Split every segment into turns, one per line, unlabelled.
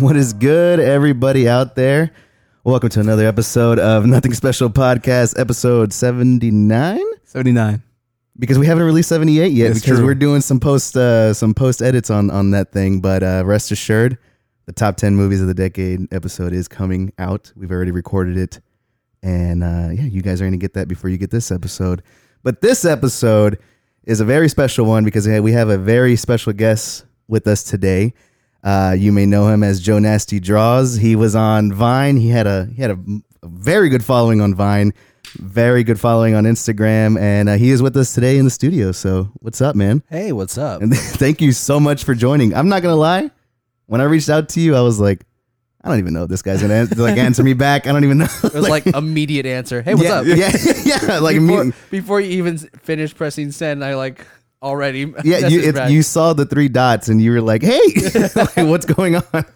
What is good, everybody out there? Welcome to another episode of Nothing Special Podcast, episode 79.
79.
Because we haven't released 78 yet
It's
because
true.
we're doing some post uh, some post edits on on that thing, but uh, rest assured, the top 10 movies of the decade episode is coming out. We've already recorded it. And uh, yeah, you guys are going to get that before you get this episode. But this episode is a very special one because uh, we have a very special guest with us today. Uh, you may know him as Joe Nasty Draws. He was on Vine. He had a he had a, a very good following on Vine, very good following on Instagram, and uh, he is with us today in the studio. So what's up, man?
Hey, what's up?
And thank you so much for joining. I'm not gonna lie, when I reached out to you, I was like, I don't even know if this guy's gonna an- like answer me back. I don't even know.
It was like immediate answer. Hey, what's
yeah,
up?
Yeah, yeah, like
before,
immediately.
before you even s- finish pressing send, I like already.
Yeah, you
messaged
it,
back.
you saw the three dots and you were like, "Hey, like, what's going on?"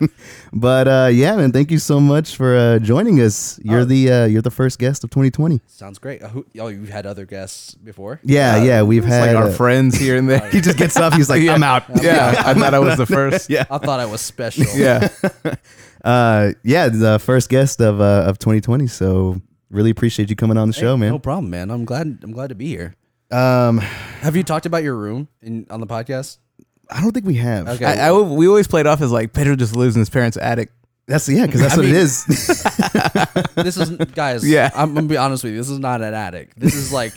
But uh, yeah, man, thank you so much for uh, joining us. You're the uh, you're the first guest of 2020.
sounds great. Uh, Who, oh, you've had other guests before.
Yeah, yeah, we've
It's
had
like our
uh,
friends here and there.
he just gets up. He's like, "I'm out."
yeah, I thought I was the first.
Yeah.
I thought I was special.
Yeah.
Uh, yeah, the first guest of uh, of 2020. So really appreciate you coming on the show,
no
man.
problem, man. I'm glad. I'm glad to be here.
Um,
Have you talked about your room in on the podcast?
I don't think we have.
Okay.
I, I, we always played off as like Pedro just lives in his parents' attic.
That's yeah, because that's
I
what
mean-
it is.
this is guys.
Yeah.
I'm gonna be honest with you. This is not an attic. This is like,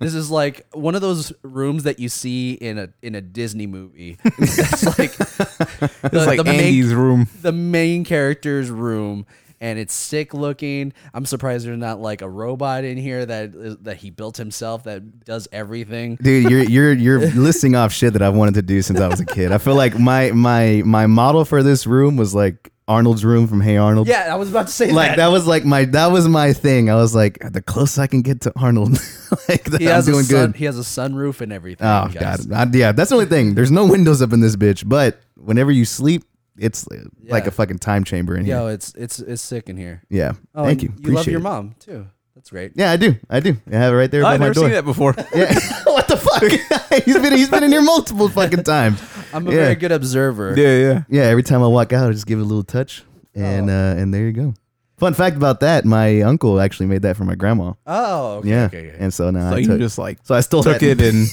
this is like one of those rooms that you see in a in a Disney movie. It's like the,
It's like
the main
Andy's room.
the main character's room and it's sick looking. I'm surprised there's not like a robot in here that that he built himself that does everything.
Dude, you're you're you're listing off shit that I've wanted to do since I was a kid. I feel like my my my model for this room was like Arnold's room from Hey Arnold.
Yeah, I was about to say
Like that was like my that was my thing. I was like, the closest I can get to Arnold, like that
He
I'm
has
doing
a sun,
good.
he has a sunroof and everything.
Oh
guys.
god, I- yeah, that's the only thing. There's no windows up in this bitch, but whenever you sleep, it's uh, like
Yeah.
a fucking time chamber in here.
Yo, it's it's it's sick in here. Oh,
Yeah, thank you.
and You love
Appreciate
your
it.
mom too. That's great.
Yeah, I do. I do. I have it right there by
I've
my
never
door.
seen that before.
Yeah. what the fuck? he's been he's been in here multiple fucking times.
I'm a
Yeah.
very good observer.
yeah, yeah.
Yeah, every time I walk out, I just give it a little touch,
Oh.
and uh, and there you go. Fun fact about that: my uncle actually made that for my grandma.
Oh, okay,
yeah,
okay, okay.
and so now
So
I
you
took,
just like
so I stole
took
that.
it and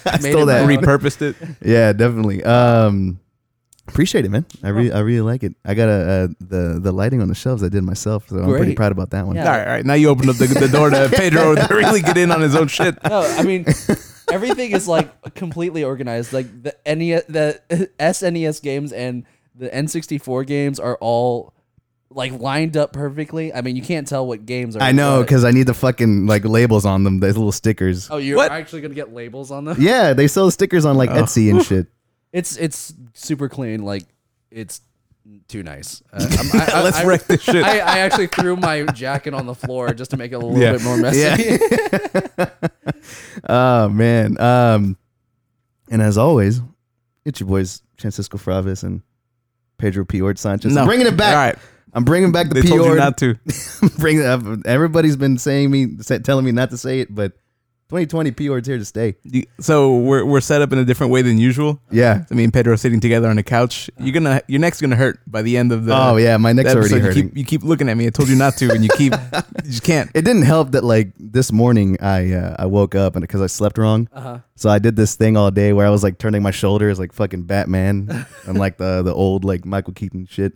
I
Made
stole
it
that.
my own.
repurposed it.
Yeah, definitely. Um, appreciate it, man. I really I really like it. I got a, uh the the lighting on the shelves I did myself, so I'm pretty
Great.
proud about that one.
Yeah.
All right, all right. Now you open up the, the door to Pedro to really get in on his own shit.
No, I mean everything is like completely organized. Like the NES, the SNES games and the N64 games are all like lined up perfectly. I mean, you can't tell what games are.
I know
what.
because I need the fucking like labels on them, those little stickers.
oh, you're
What?
actually gonna get labels on them.
Yeah, they sell stickers on like
Oh.
Etsy and shit.
It's it's super clean. Like it's too nice. Uh, I'm, I, I,
Let's
I,
wreck this shit.
I, I actually threw my jacket on the floor just to make it a little
Yeah.
bit more messy.
Yeah. Oh man. Um, and as always, it's your boys Francisco Fravis and Pedro Piort Sanchez. I'm bringing it back.
All right.
I'm bringing back the
They told you
Piort.
not to.
Bring up. Everybody's been saying me, sa- telling me not to say it, but 2020 Piort's here to stay.
You- So we're, we're set up in a different way than usual.
Yeah.
So me and Pedro are sitting together on a couch. You're gonna your neck's gonna hurt by the end of the.
oh yeah, my
the
neck's already
episode.
hurting.
You keep, you keep looking at me. I told you not to, and you keep you just can't.
it didn't help that like this morning I uh, I woke up and because I slept wrong.
Uh-huh.
So I did this thing all day where I was like turning my shoulders like fucking Batman and like the the old like Michael Keaton shit.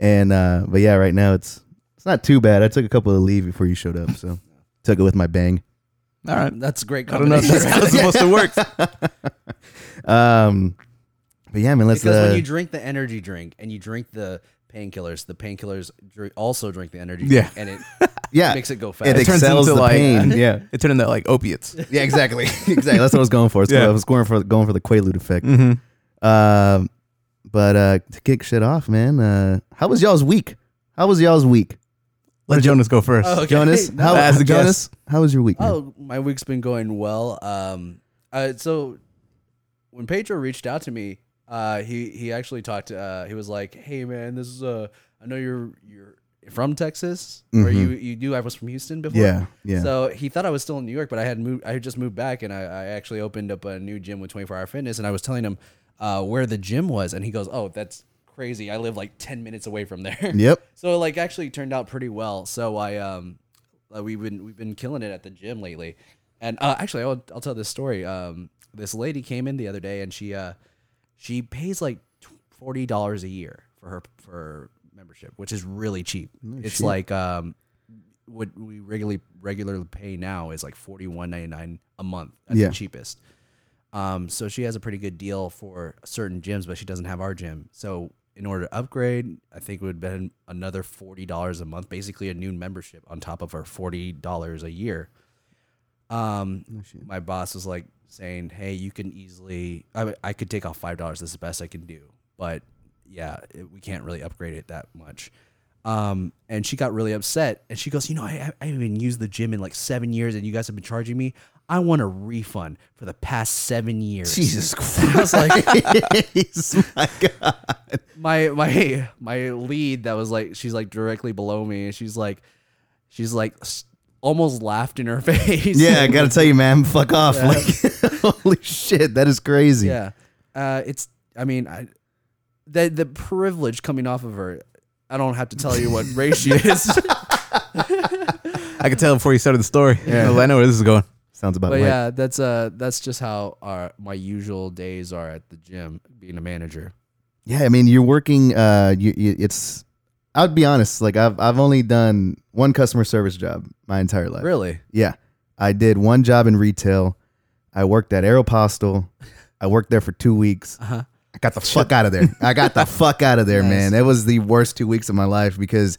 And uh but yeah, right now it's it's not too bad. I took a couple of leave before you showed up, so took it with my bang.
All right.
That's a great.
I don't know if
combination.
that's how it's supposed to work.
Um but yeah, man, let's
Because
uh,
when you drink the energy drink and you drink the painkillers, the painkillers dr- also drink the energy
Yeah.
drink, and it
yeah.
makes it go
it
fast.
turns
excels
into,
the
like-
pain. Yeah.
It turned into like opiates.
Yeah, exactly. exactly. That's what I was going for. It's
Yeah.
I was going for going for the Quaalude effect.
Mm-hmm.
Um, but uh, to kick shit off, man, uh, how was y'all's week? How was y'all's week,
Let Jonas go first.
Oh, okay.
Jonas?
No.
How,
As a
Jonas, how was your week? man?
oh, my week's been going well. Um, uh, so when Pedro reached out to me, uh, he he actually talked. Uh, he was like, "Hey man, this is uh, I know you're you're from Texas, or you you knew I was from Houston before.
Mm-hmm. Yeah, yeah.
So he thought I was still in New York, but I had moved. I had just moved back, and I, I actually opened up a new gym with 24 Hour Fitness, and I was telling him uh, where the gym was, and he goes, "Oh, that's crazy. I live like 10 minutes away from there.
Yep.
So it, like actually turned out pretty well. So I um uh, we've been we've been killing it at the gym lately. And uh, actually I'll I'll tell this story. Um this lady came in the other day and she uh she pays like $40 a year for her for her membership, which is really cheap. it's like um what we regularly regularly pay now is like forty one ninety nine a month at
Yeah.
the cheapest. Um, so she has a pretty good deal for certain gyms, but she doesn't have our gym. So in order to upgrade, I think it would have been another forty dollars a month, basically a new membership on top of her forty dollars a year. Um, my boss was like saying, "Hey, you can easily. I, I could take off five dollars. This is the best I can do, but yeah, it, we can't really upgrade it that much." Um, and she got really upset, and she goes, "You know, I, I haven't even used the gym in like seven years, and you guys have been charging me. I want a refund for the past seven years."
Jesus Christ.
I was like,
my God.
my my my lead that was like she's like directly below me and she's like she's like s- almost laughed in her face
Yeah, I gotta tell you, man, fuck off. Like, holy shit, that is crazy.
yeah uh it's i mean i the the privilege coming off of her i don't have to tell you what race she is
I could tell before you started the story. Yeah. I know where this is going.
Sounds about
but
right.
yeah that's uh that's just how our my usual days are at the gym being a manager
Yeah, I mean, you're working. Uh, you, you it's. I'll be honest. Like, I've I've only done one customer service job my entire life.
really
Yeah, I did one job in retail. I worked at Aeropostale. I worked there for two weeks.
Uh-huh.
I got the fuck out of there. I got the fuck out of there, man. That was the worst two weeks of my life because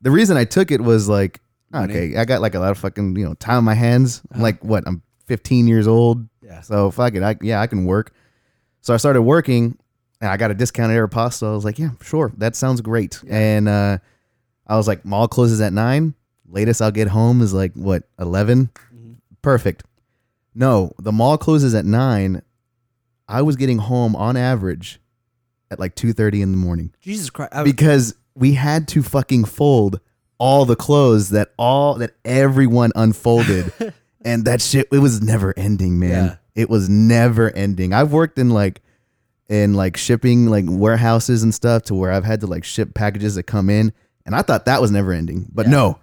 the reason I took it was like, okay, I got like a lot of fucking you know time on my hands. I'm like, what? I'm 15 years old.
Yeah.
So fuck it. I yeah, I can work. So I started working, and I got a discounted Aeropostale. I was like, yeah, sure, that sounds great. And uh, I was like, mall closes at nine. Latest I'll get home is like what 11 Perfect. No, the mall closes at nine. I was getting home on average at like two thirty in the morning
jesus christ I,
because we had to fucking fold all the clothes that all that everyone unfolded and that shit it was never ending man
Yeah.
it was never ending i've worked in like in like shipping like warehouses and stuff to where i've had to like ship packages that come in and i thought that was never ending but no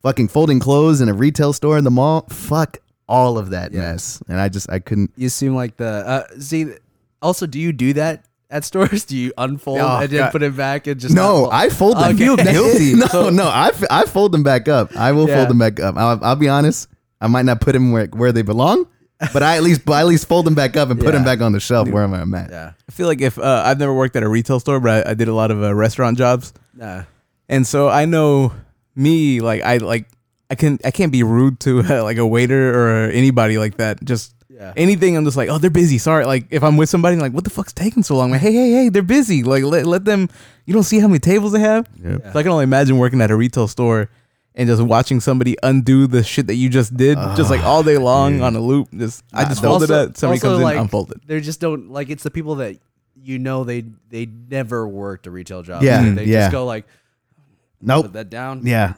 fucking folding clothes in a retail store in the mall fuck all of that mess and i just i couldn't
you seem like the uh see also do you do that at stores do you unfold
Oh,
and then
God.
put it back and just
No,
unfold?
I fold them.
I Oh, feel guilty.
no, no, I, f- I fold them back up. I will
Yeah.
fold them back up. I'll, I'll be honest. I might not put them where, where they belong, but I at least I at least fold them back up and put them
Yeah.
back on the shelf where I'm at.
yeah
I feel like if uh, I've never worked at a retail store, but I, I did a lot of uh, restaurant jobs,
nah
and so I know me. Like I like I can I can't be rude to uh, like a waiter or anybody like that. Just
Yeah.
anything. I'm just like, oh, they're busy. Sorry. Like if I'm with somebody, I'm like, what the fuck's taking so long? I'm like, hey, hey, hey, they're busy. Like let let them. You don't see how many tables they have. So I can only imagine working at a retail store. And just watching somebody undo the shit that you just did, just like all day long
Uh,
on a loop. Just I just fold it up. Somebody comes in,
like,
unfold it.
They just don't like it's the people that you know they they never worked a retail job.
Yeah,
They, they
yeah.
just go like put
Oh.
Nope.
that down.
Yeah.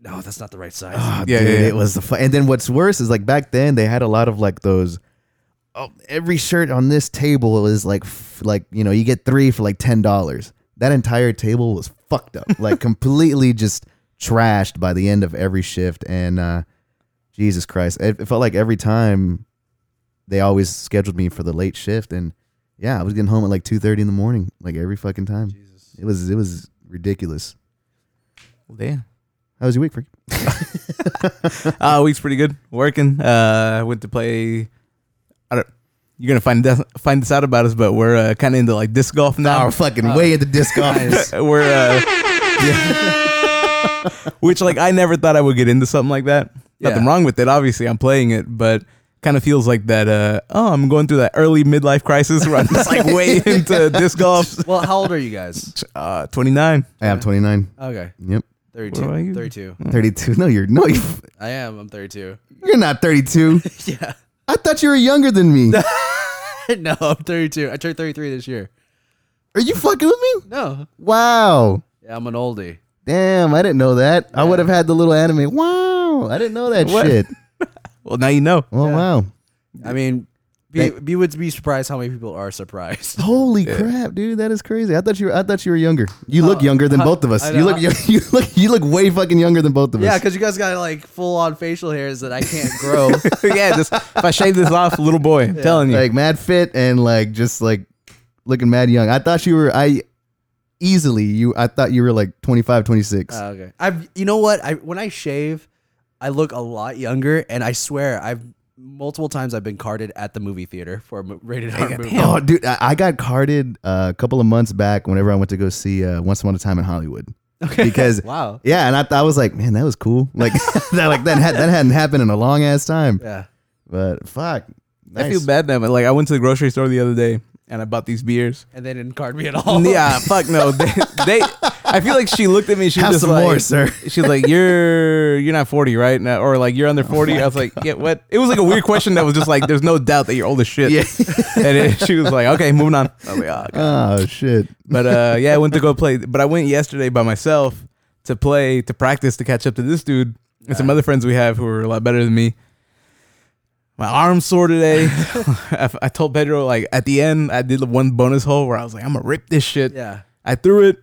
No, that's not the right size.
Ah,
Yeah,
dude,
yeah, yeah.
it was the fu- and then what's worse is like back then they had a lot of like those. Oh, every shirt on this table is like f- like you know you get three for like ten dollars. That entire table was fucked up, like completely just trashed by the end of every shift. And uh, Jesus Christ, it, it felt like every time they always scheduled me for the late shift, and yeah, I was getting home at like two thirty in the morning, like every fucking time. It was it was ridiculous.
Well, damn.
How was your week, Frank?
Uh, week's pretty good. Working. Uh, went to play. I don't. You're gonna find this, find this out about us, but we're uh, kind of into like disc golf now.
Oh, fucking way at the disc office.
we're uh, which like I never thought I would get into something like that. Nothing
Yeah.
wrong with it. Obviously, I'm playing it, but kind of feels like that. Uh, oh, I'm going through that early midlife crisis where I'm just like way into disc golf.
Well, how old are you guys?
Uh, 29.
I am 29.
Okay.
Yep.
32.
What are you?
32.
32. No, you're no, you-
I am. I'm 32.
you're not 32.
yeah.
I thought you were younger than me.
no, I'm 32. I turned 33 this year.
Are you fucking with me?
No.
Wow.
Yeah, I'm an oldie.
Damn, I didn't know that. I would have had the little anime. Wow. I didn't know that
What?
shit.
Well, now you know.
Oh, wow.
I mean, be, be would be surprised how many people are surprised.
Holy crap, dude, that is crazy. I thought you were I thought you were younger. You look younger than both of us.
I
You look you look you look way fucking younger than both of
Yeah,
us.
because you guys got like full on facial hairs that I can't grow.
yeah, just if I shave this off, little boy, I'm telling you.
Like mad fit and like just like looking mad young. I thought you were I easily you I thought you were like 25, 26.
Uh, okay. I've you know what? I when I shave, I look a lot younger, and I swear I've multiple times I've been carded at the movie theater for a mo- rated R movie.
Oh, dude, I, I got carded uh, a couple of months back whenever I went to go see uh, Once Upon a Time in Hollywood. Because
Wow.
yeah, and I, I was like, man, that was cool. Like that, like that, had, that hadn't happened in a long ass time.
Yeah.
But fuck, nice.
I feel bad now, but like I went to the grocery store the other day and I bought these beers.
And they didn't card me at all.
Yeah, fuck no. They, they- I feel like she looked at me. She was
Have
just
some
like,
more, sir.
She's like, "You're you're not 40, right?" Now, or like, "You're under 40." I was like, "Yeah, what?" It was like a weird question that was just like, "There's no doubt that you're old as shit."
Yeah.
and it, she was like, "Okay, moving on." I was like, "Oh, God."
Oh shit.
But uh, yeah, I went to go play. But I went yesterday by myself to play to practice to catch up to this dude and some other friends we have who are a lot better than me. My arm's sore today. I, I told Pedro like at the end I did the one bonus hole where I was like, "I'm gonna rip this shit."
Yeah.
I threw it.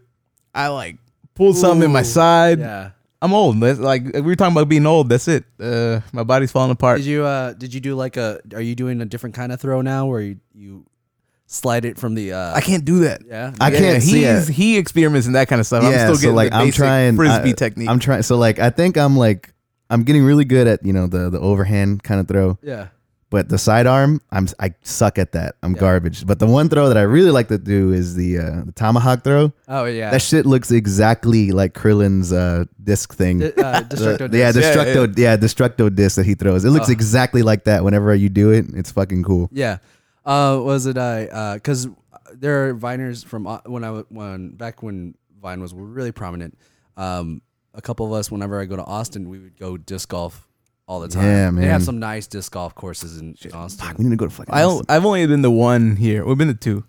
I like pulled something in my
Ooh,
side.
Yeah.
I'm old. That's, like we were talking about being old. That's it. Uh, my body's falling apart.
Did you uh did you do like a are you doing a different kind of throw now where you you slide it from the uh
I can't do that.
yeah
I
Yeah,
can't
he's,
see it.
He experiments in that kind of stuff. I'm still getting the basic frisbee
I-
technique.
I'm trying. So like, I think I'm like, I'm getting really good at you know the the overhand kind of throw,
yeah
but the sidearm, I'm I suck at that. I'm garbage. But the one throw that I really like to do is the uh, the tomahawk throw.
oh yeah
That shit looks exactly like Krillin's uh, disc thing.
D- uh,
The-
destructo
yeah,
disc.
Yeah,
destructo, yeah, destructo disc that he throws. It looks exactly like that. Whenever you do it, it's fucking cool.
Yeah. Uh, was it I? Because there are viners from uh, when I wa- when back when Vine was really prominent. Um, a couple of us, whenever I go to Austin, we would go disc golf all the time.
Yeah,
They
man.
have some nice disc golf courses in, in Austin.
We need to go to fucking.
I don't, I've only been to one here. We've been to two.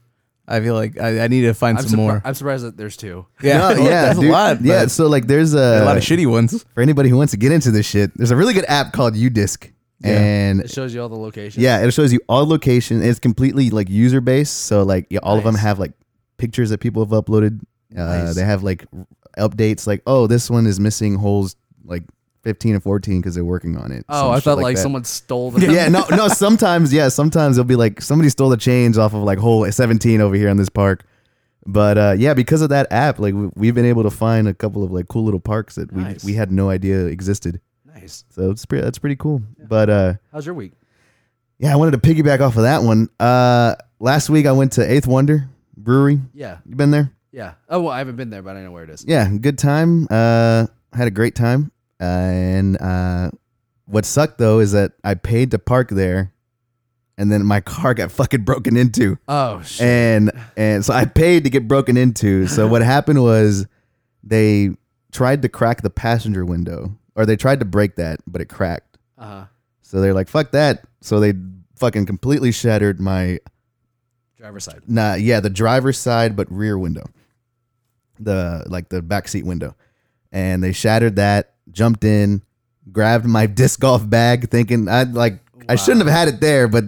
I feel like I, I need to find
I'm,
some
surpri-
more.
I'm surprised that there's two.
No, yeah,
that's
dude.
a lot.
Yeah, uh,
Yeah,
so like, there's a,
a lot of shitty ones.
for anybody who wants to get into this shit, there's a really good app called UDisc. And
It shows you all the locations.
yeah, it shows you all location. It's completely like user based. So like yeah, all of them
Nice.
have like pictures that people have uploaded. Uh,
Nice.
They have like r- updates like, oh, this one is missing holes like 15 and 14 because they're working on it.
Oh,
Some
I
shit
thought like,
that.
someone stole them.
Yeah, no, no. Sometimes, yeah, sometimes they'll be like somebody stole the chains off of like hole 17 over here in this park. But uh, yeah, because of that app, like we- we've been able to find a couple of like cool little parks that
Nice.
we we had no idea existed.
Nice.
So it's pretty that's pretty cool. But uh,
How's your week?
yeah, I wanted to piggyback off of that one. Uh, last week I went to Eighth Wonder Brewery.
Yeah.
You been there?
Yeah. Oh, well, I haven't been there, but I know where it is.
Yeah, good time. Uh, had a great time. Uh, and uh, what sucked though is that I paid to park there, and then my car got fucking broken into.
Oh, shit.
and and so I paid to get broken into. So what happened was they tried to crack the passenger window, or they tried to break that, but it cracked.
Uh-huh.
So they're like, "Fuck that!" So they fucking completely shattered my
Driver's side.
nah, yeah, the driver's side but rear window, the like the back seat window, and they shattered that. Jumped in, grabbed my disc golf bag, thinking I like I shouldn't have had it there, but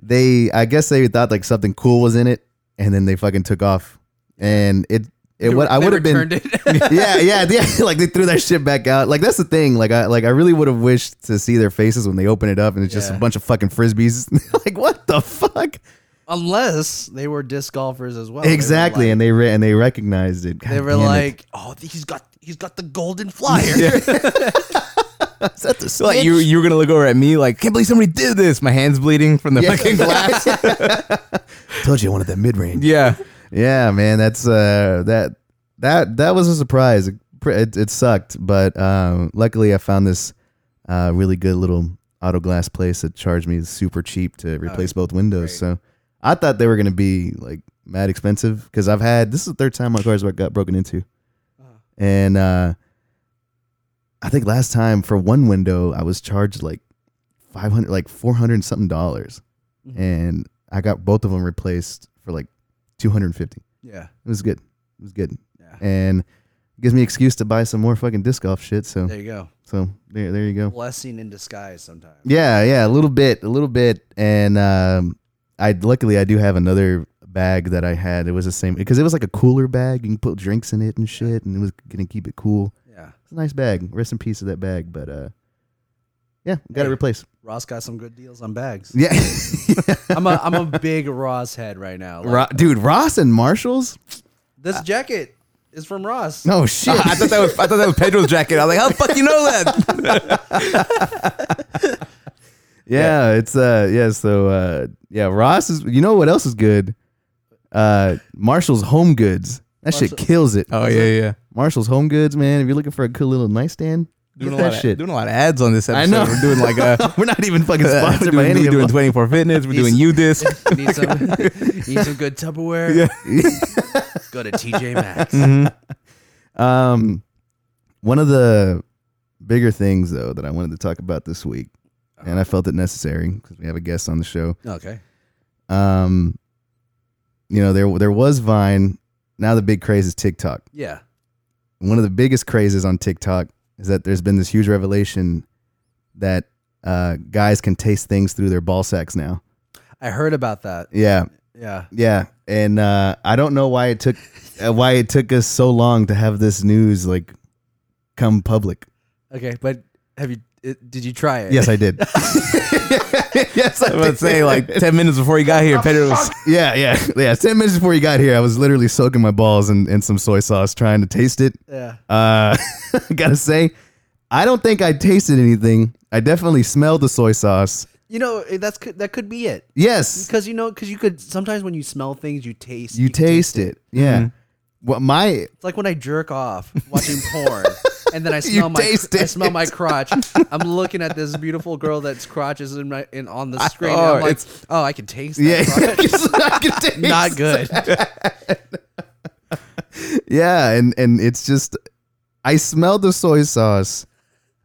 they I guess they thought like something cool was in it, and then they fucking took off, and it it what I
They
would have been
returned It.
yeah, yeah, yeah. Like they threw that shit back out. Like that's the thing. Like I, like I really would have wished to see their faces when they open it up, and it's just
Yeah.
a bunch of fucking frisbees. like what the fuck?
Unless they were disc golfers as well. They were
exactly.
like-
and they re- and they recognized it. God
They were
damn it.
like, "Oh, he's got he's got the golden flyer."
Is that the
Like you, you were gonna look over at me like, can't believe somebody did this. My hands bleeding from the
Yeah.
fucking glass.
Told you I wanted that mid range.
yeah,
Yeah, man, that's uh that that that was a surprise. It, it, it sucked, but um, luckily I found this uh, really good little auto glass place that charged me super cheap
Oh,
to replace both windows. So I thought they were gonna be like mad expensive because I've had this is the third time my car's got broken into, and uh, I think last time for one window I was charged like five hundred, like four hundred something dollars, and. I I got both of them replaced for like 250.
Yeah.
It was good. It was good.
Yeah.
And gives me excuse to buy some more fucking disc golf shit. So
There you go.
so there there you go.
Blessing in disguise sometimes.
Yeah, yeah, a little bit, a little bit, and um, I luckily I do have another bag that I had. It was the same because it was like a cooler bag. You can put drinks in it and shit, and it was gonna keep it cool.
Yeah.
It's a nice bag. Rest in peace of that bag, but uh, yeah, got to
Hey.
replace.
Ross got some good deals on bags.
Yeah,
I'm a I'm a big Ross head right now. Like,
Ro- dude, Ross and Marshalls.
this jacket is from Ross.
No Oh, shit.
I thought that was I thought that was Pedro's jacket. I was like, how the fuck you know that?
yeah, it's uh, yeah. So uh, yeah, Ross is. You know what else is good? Uh, Marshalls Home Goods. That shit kills it.
Oh yeah, yeah.
Marshall's Home Goods, man. If you're looking for a cool little nightstand,
Doing
get
a,
that
lot of,
shit.
doing a lot of ads on this episode.
know.
We're doing like a uh,
We're not even fucking
we're
sponsored by
doing,
any
we're
of
doing
them.
24 Fitness. We're doing
These-
you this.
need some need some good Tupperware. Go to TJ Maxx.
Mm-hmm. Um, one of the bigger things though that I wanted to talk about this week, and I felt it necessary because we have a guest on the show.
Okay.
Um, you know there there was Vine. Now the big craze is TikTok.
Yeah.
One of the biggest crazes on TikTok is that there's been this huge revelation that uh, guys can taste things through their ball sacks now.
I heard about that.
Yeah,
Yeah.
Yeah, and uh, I don't know why it took uh, why it took us so long to have this news like come public.
Okay, but have you it, did you try it?
Yes, I did. yes, I
I would
did.
say like 10 minutes before he got here, Pedro was
yeah, yeah, yeah. Ten minutes before you got here, I was literally soaking my balls in, in some soy sauce, trying to taste it.
Yeah.
Uh, gotta say, I don't think I tasted anything. I definitely smelled the soy sauce.
You know
eh,
that's could- that could be it
Yes,
because you know because you could sometimes when you smell things you taste
you
can
taste it. Yeah.
Mm-hmm.
What my
It's like when I jerk off watching porn. And then I smell my
taste
I
it.
smell my crotch. I'm looking at this beautiful girl that's crotch is in my in on the screen. and
oh,
I'm like,
it's-
oh, I can taste that.
yeah,
crotch."
I can taste
Not good.
Yeah, and and it's just I smell the soy sauce.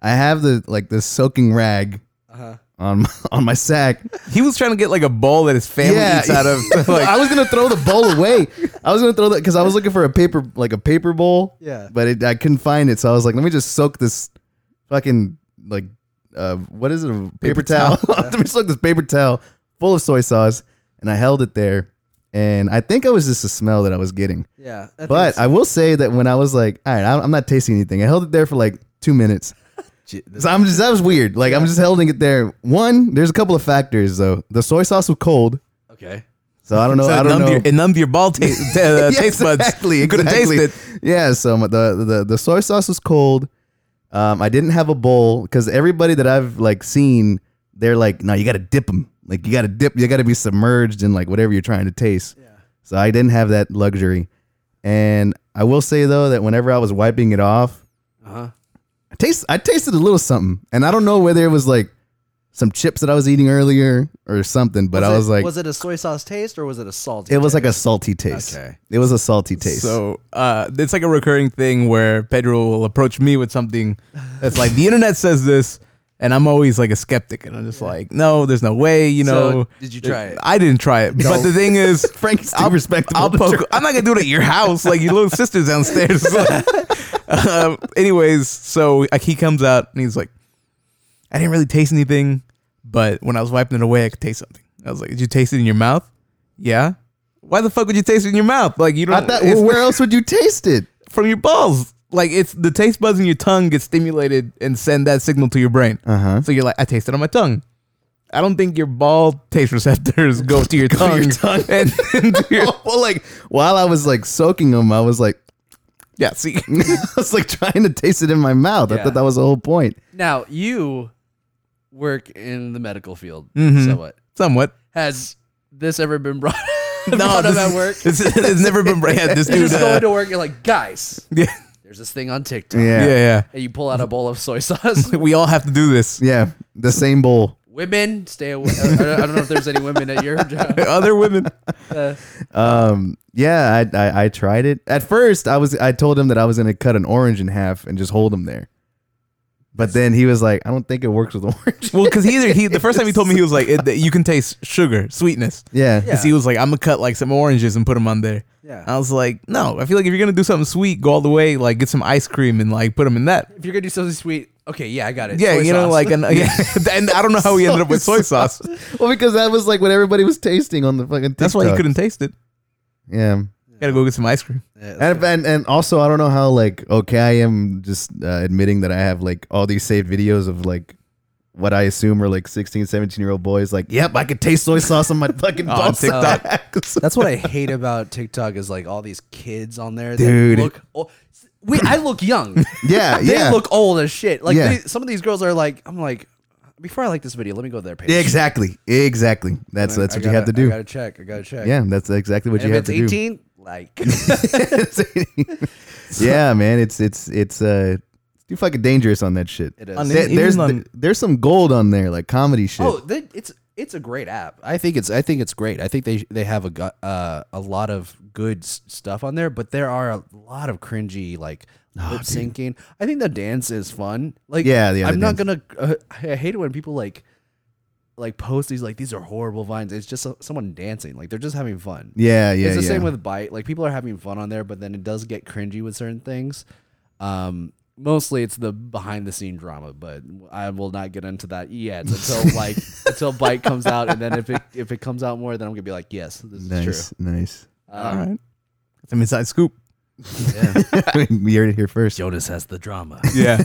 I have the like the soaking rag
Uh-huh.
on my, on my sack.
he was trying to get like a bowl that his family
Yeah,
eats out of. Like,
I was gonna throw the bowl away. I was gonna throw that because I was looking for a paper like a paper bowl.
Yeah.
but it, I couldn't find it, so I was like, let me just soak this fucking like uh what is it a paper, towel? let me soak this paper towel full of soy sauce, and I held it there. And I think it was just the smell that I was getting.
Yeah. I think
But I will say that when I was like, all right, I'm I'm not tasting anything. I held it there for like two minutes. So I'm just that was weird. Like I'm just holding it there. One, there's a couple of factors though. The soy sauce was cold,
Okay.
so I don't know.
so
I
it,
don't
numbed
know.
Your, it numbed your ball ta- ta- uh,
Yeah,
taste buds.
Exactly.
You couldn't taste
exactly.
it.
Yeah. So my- the the the soy sauce was cold. Um, I didn't have a bowl because everybody that I've like seen, they're like, no, you got to dip them. Like you got to dip. You got to be submerged in like whatever you're trying to taste. So I didn't have that luxury. And I will say though that whenever I was wiping it off,
Uh-huh.
I taste I tasted a little something, and I don't know whether it was like some chips that I was eating earlier or something, but I was like,
was it a soy sauce taste or was it a salty?
it was like a salty taste.
Okay.
It was a salty taste.
So uh, it's like a recurring thing where Pedro will approach me with something that's like the internet says this, and I'm always like a skeptic, and I'm just like, no, there's no way, you know.
So, did you try it?
I didn't try it, but the thing is,
Frank's too
I'll-
respectable.
I'll
to
poke. I'm not gonna do it at your house, like your little sister's downstairs. um, anyways, so like he comes out and he's like, I didn't really taste anything, but when I was wiping it away, I could taste something. I was like, Did you taste it in your mouth? Yeah. Why the fuck would you taste it in your mouth? Like you don't.
I thought,
it's-
well, where else would you taste it?
from your balls. Like it's the taste buds in your tongue get stimulated and send that signal to your brain.
Uh-huh.
So you're like, I taste it on my tongue. I don't think your ball taste receptors go to your tongue.
your
and, and to your,
well, like while I was like soaking them, I was like,
yeah, see,
I was like trying to taste it in my mouth. I
Yeah.
thought that was the whole point.
Now you work in the medical field.
Mm-hmm.
Mhm.
So what
somewhat.
has this ever been brought? brought up
this
at
is-
work.
It's, it's never been yeah, this
You're
dude.
just
Uh,
going to work. You're like, guys,
yeah,
there's this thing on TikTok,
Yeah, yeah,
yeah,
and you pull out a bowl of soy sauce.
yeah. We all have to do this.
the same bowl.
women, stay away. I don't- I don't know if there's any women at your job.
Other women.
Um, yeah, I, I I tried it at first. I was I told him that I was gonna cut an orange in half and just hold him there. But then he was like, I don't think it works with orange.
Well, because he, either- he the first time he told me he was like, it, you can taste sugar, sweetness.
yeah.
Because he was like, I'm gonna cut like some oranges and put them on there.
Yeah.
I was like, no, I feel like if you're gonna do something sweet, go all the way, like get some ice cream and like put them in that.
If you're gonna do something sweet, okay, yeah, I got it.
Yeah,
Soy
you know,
sauce.
like uh, an, yeah. and I don't know how he ended up with soy sauce.
Well, because that was like what everybody was tasting on the fucking.
That's why he
TikTok.
couldn't taste it.
Yeah.
Gotta go get some ice cream.
Yeah, that's
And, and and also I don't know how like okay I am just uh, admitting that I have like all these saved videos of like what I assume are like 16 17 year old boys like yep I could taste soy sauce on my fucking
Oh,
On
ball
TikTok.
sacks."
That's what I hate about TikTok is like all these kids on there.
Dude.
That look, oh, we I look young.
yeah
they
yeah
look old as shit. Like
Yeah.
they- some of these girls are like, I'm like, before I like this video, let me go to their page.
Yeah, exactly exactly that's that's
I
what you have
gotta-
to do
I gotta check. I gotta check.
yeah that's exactly what
And
you
if
have
it's
to
18, like,
do yeah man it's it's it's uh it's too fucking dangerous on that shit
It is.
On
There-
Even
there's
on-
there's some gold on there like comedy shit
oh, they, it's it's a great app. I think it's I think it's great. I think they they have a gu- uh, a lot of good s- stuff on there, but there are a lot of cringy like lip syncing. I think the dance is fun. Like,
Yeah, yeah, the
I'm not gonna. Uh, I hate it when people like like post these like these are horrible vines. It's just uh, someone dancing. Like they're just having fun.
yeah yeah
it's the
yeah.
same with bite. Like people are having fun on there, but then it does get cringy with certain things. Um, mostly it's the behind the scene drama, but I will not get into that yet until like until bite comes out, and then if it if it comes out more, then I'm gonna be like, yes, this is
nice nice
true.
All
Um,
right. That's an inside scoop.
we heard it here first
Jonas has the drama.
Yeah.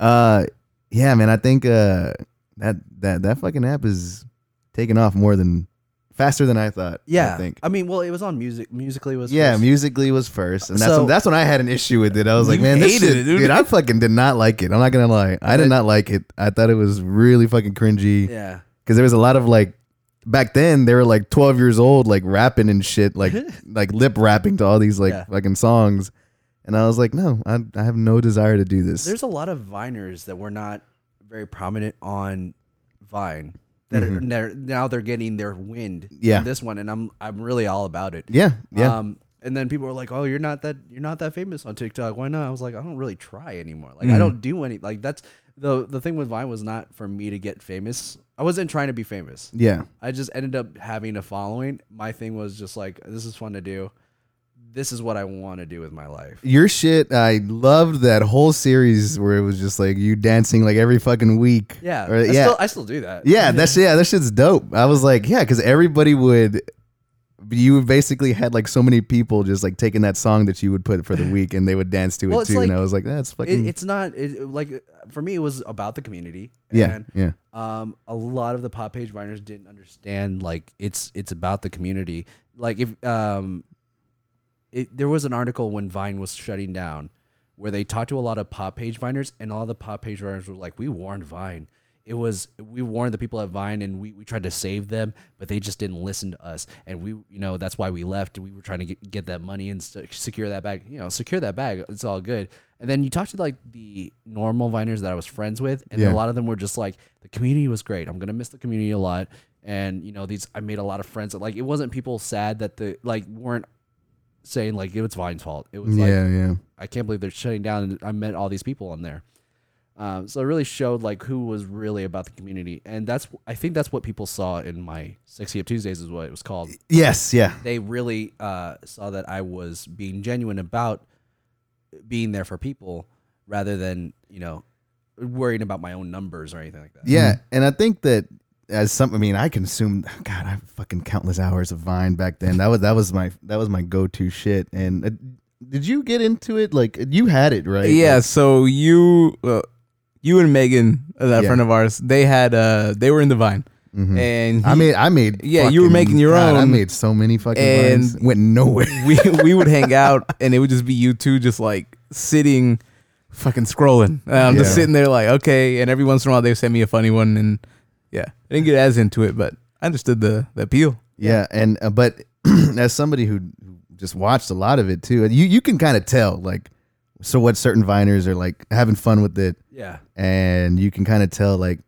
Uh, yeah, man. I think uh that that that fucking app is taking off more than faster than I thought.
Yeah,
I think.
mean, well, it was on music. Musically was
Yeah,
first.
musically was first, and that's
So-
when, that's when I had an issue with it. I was like,
You
man, this
hated
shit,
it,
dude.
dude.
I fucking did not like it. I'm not gonna lie, I did not like it. I thought it was really fucking cringy because
yeah.
there was a lot of like. Back then, they were like 12 years old, like rapping and shit, like like lip rapping to all these like
Yeah.
fucking songs, and I was like, no, I, I have no desire to do this.
There's a lot of Viners that were not very prominent on Vine that are, they're- now they're getting their wind. in
Mm-hmm. Yeah.
this one, and I'm I'm really all about it.
yeah, yeah,
Um, and then people were like, "Oh, you're not that you're not that famous on TikTok. Why not?" I was like, "I don't really try anymore. Like,
Mm-hmm.
I don't do any like that's the the thing with Vine was not for me to get famous. I wasn't trying to be famous.
yeah.
I just ended up having a following. My thing was just like, this is fun to do. This is what I want to do with my life.
your shit i loved that whole series where it was just like you dancing like every fucking week
Yeah,
Or-
I
yeah
Still, I still do that.
yeah that's yeah that shit's dope i was like yeah because everybody would you basically had like so many people just like taking that song that you would put for the week and they would dance to
Well,
it
it's
too and
like-
i was like that's fucking
It, it's not it, like for me. It was about the community.
yeah
and
yeah
um, a lot of the pop page viners didn't understand like it's it's about the community. Like if um, it, there was an article when Vine was shutting down where they talked to a lot of pop page viners, and all the pop page viners were like, "We warned Vine. It was we warned the people at Vine, and we, we tried to save them, but they just didn't listen to us, and we you know that's why we left. We were trying to get, get that money and se- secure that bag. You know, secure that bag. It's all good." And then you talk to like the normal viners that I was friends with, and
Yeah.
a lot of them were just like, "The community was great. I'm gonna miss the community a lot." And you know, these I made a lot of friends. That, like it wasn't people sad that the like weren't saying like it was Vine's fault. It was like
yeah yeah
I can't believe they're shutting down. And I met all these people on there. Um, so it really showed like who was really about the community, and that's I think that's what people saw in my Sexy Up Tuesdays is what it was called.
yes yeah
They really uh, saw that I was being genuine about being there for people rather than you know worrying about my own numbers or anything like that.
Yeah,
Mm-hmm.
and I think that as some, I mean, I consumed God, I fucking countless hours of Vine back then. That was that was my that was my go to shit. And uh, did you get into it? Like uh, you had it right?
Yeah. So you, uh, you and Megan, uh, that
Yeah. Mm-hmm.
friend of ours, they had, uh, they were in the vine, and
I
he-
made I made
Yeah, you were
fucking-
making your
God, I
own,
made so many fucking
and-
Vines. Went nowhere.
we we would hang out, and it would just be you two just like sitting, fucking scrolling. And I'm
Yeah.
just sitting there like, okay. And every once in a while, they would send me a funny one, and yeah, I didn't get as into it, but I understood the the appeal.
Yeah, and uh, but as somebody who who just watched a lot of it too, uh, you you can kind of tell like so what certain viners are like having fun with it,
Yeah,
and you can kind of tell like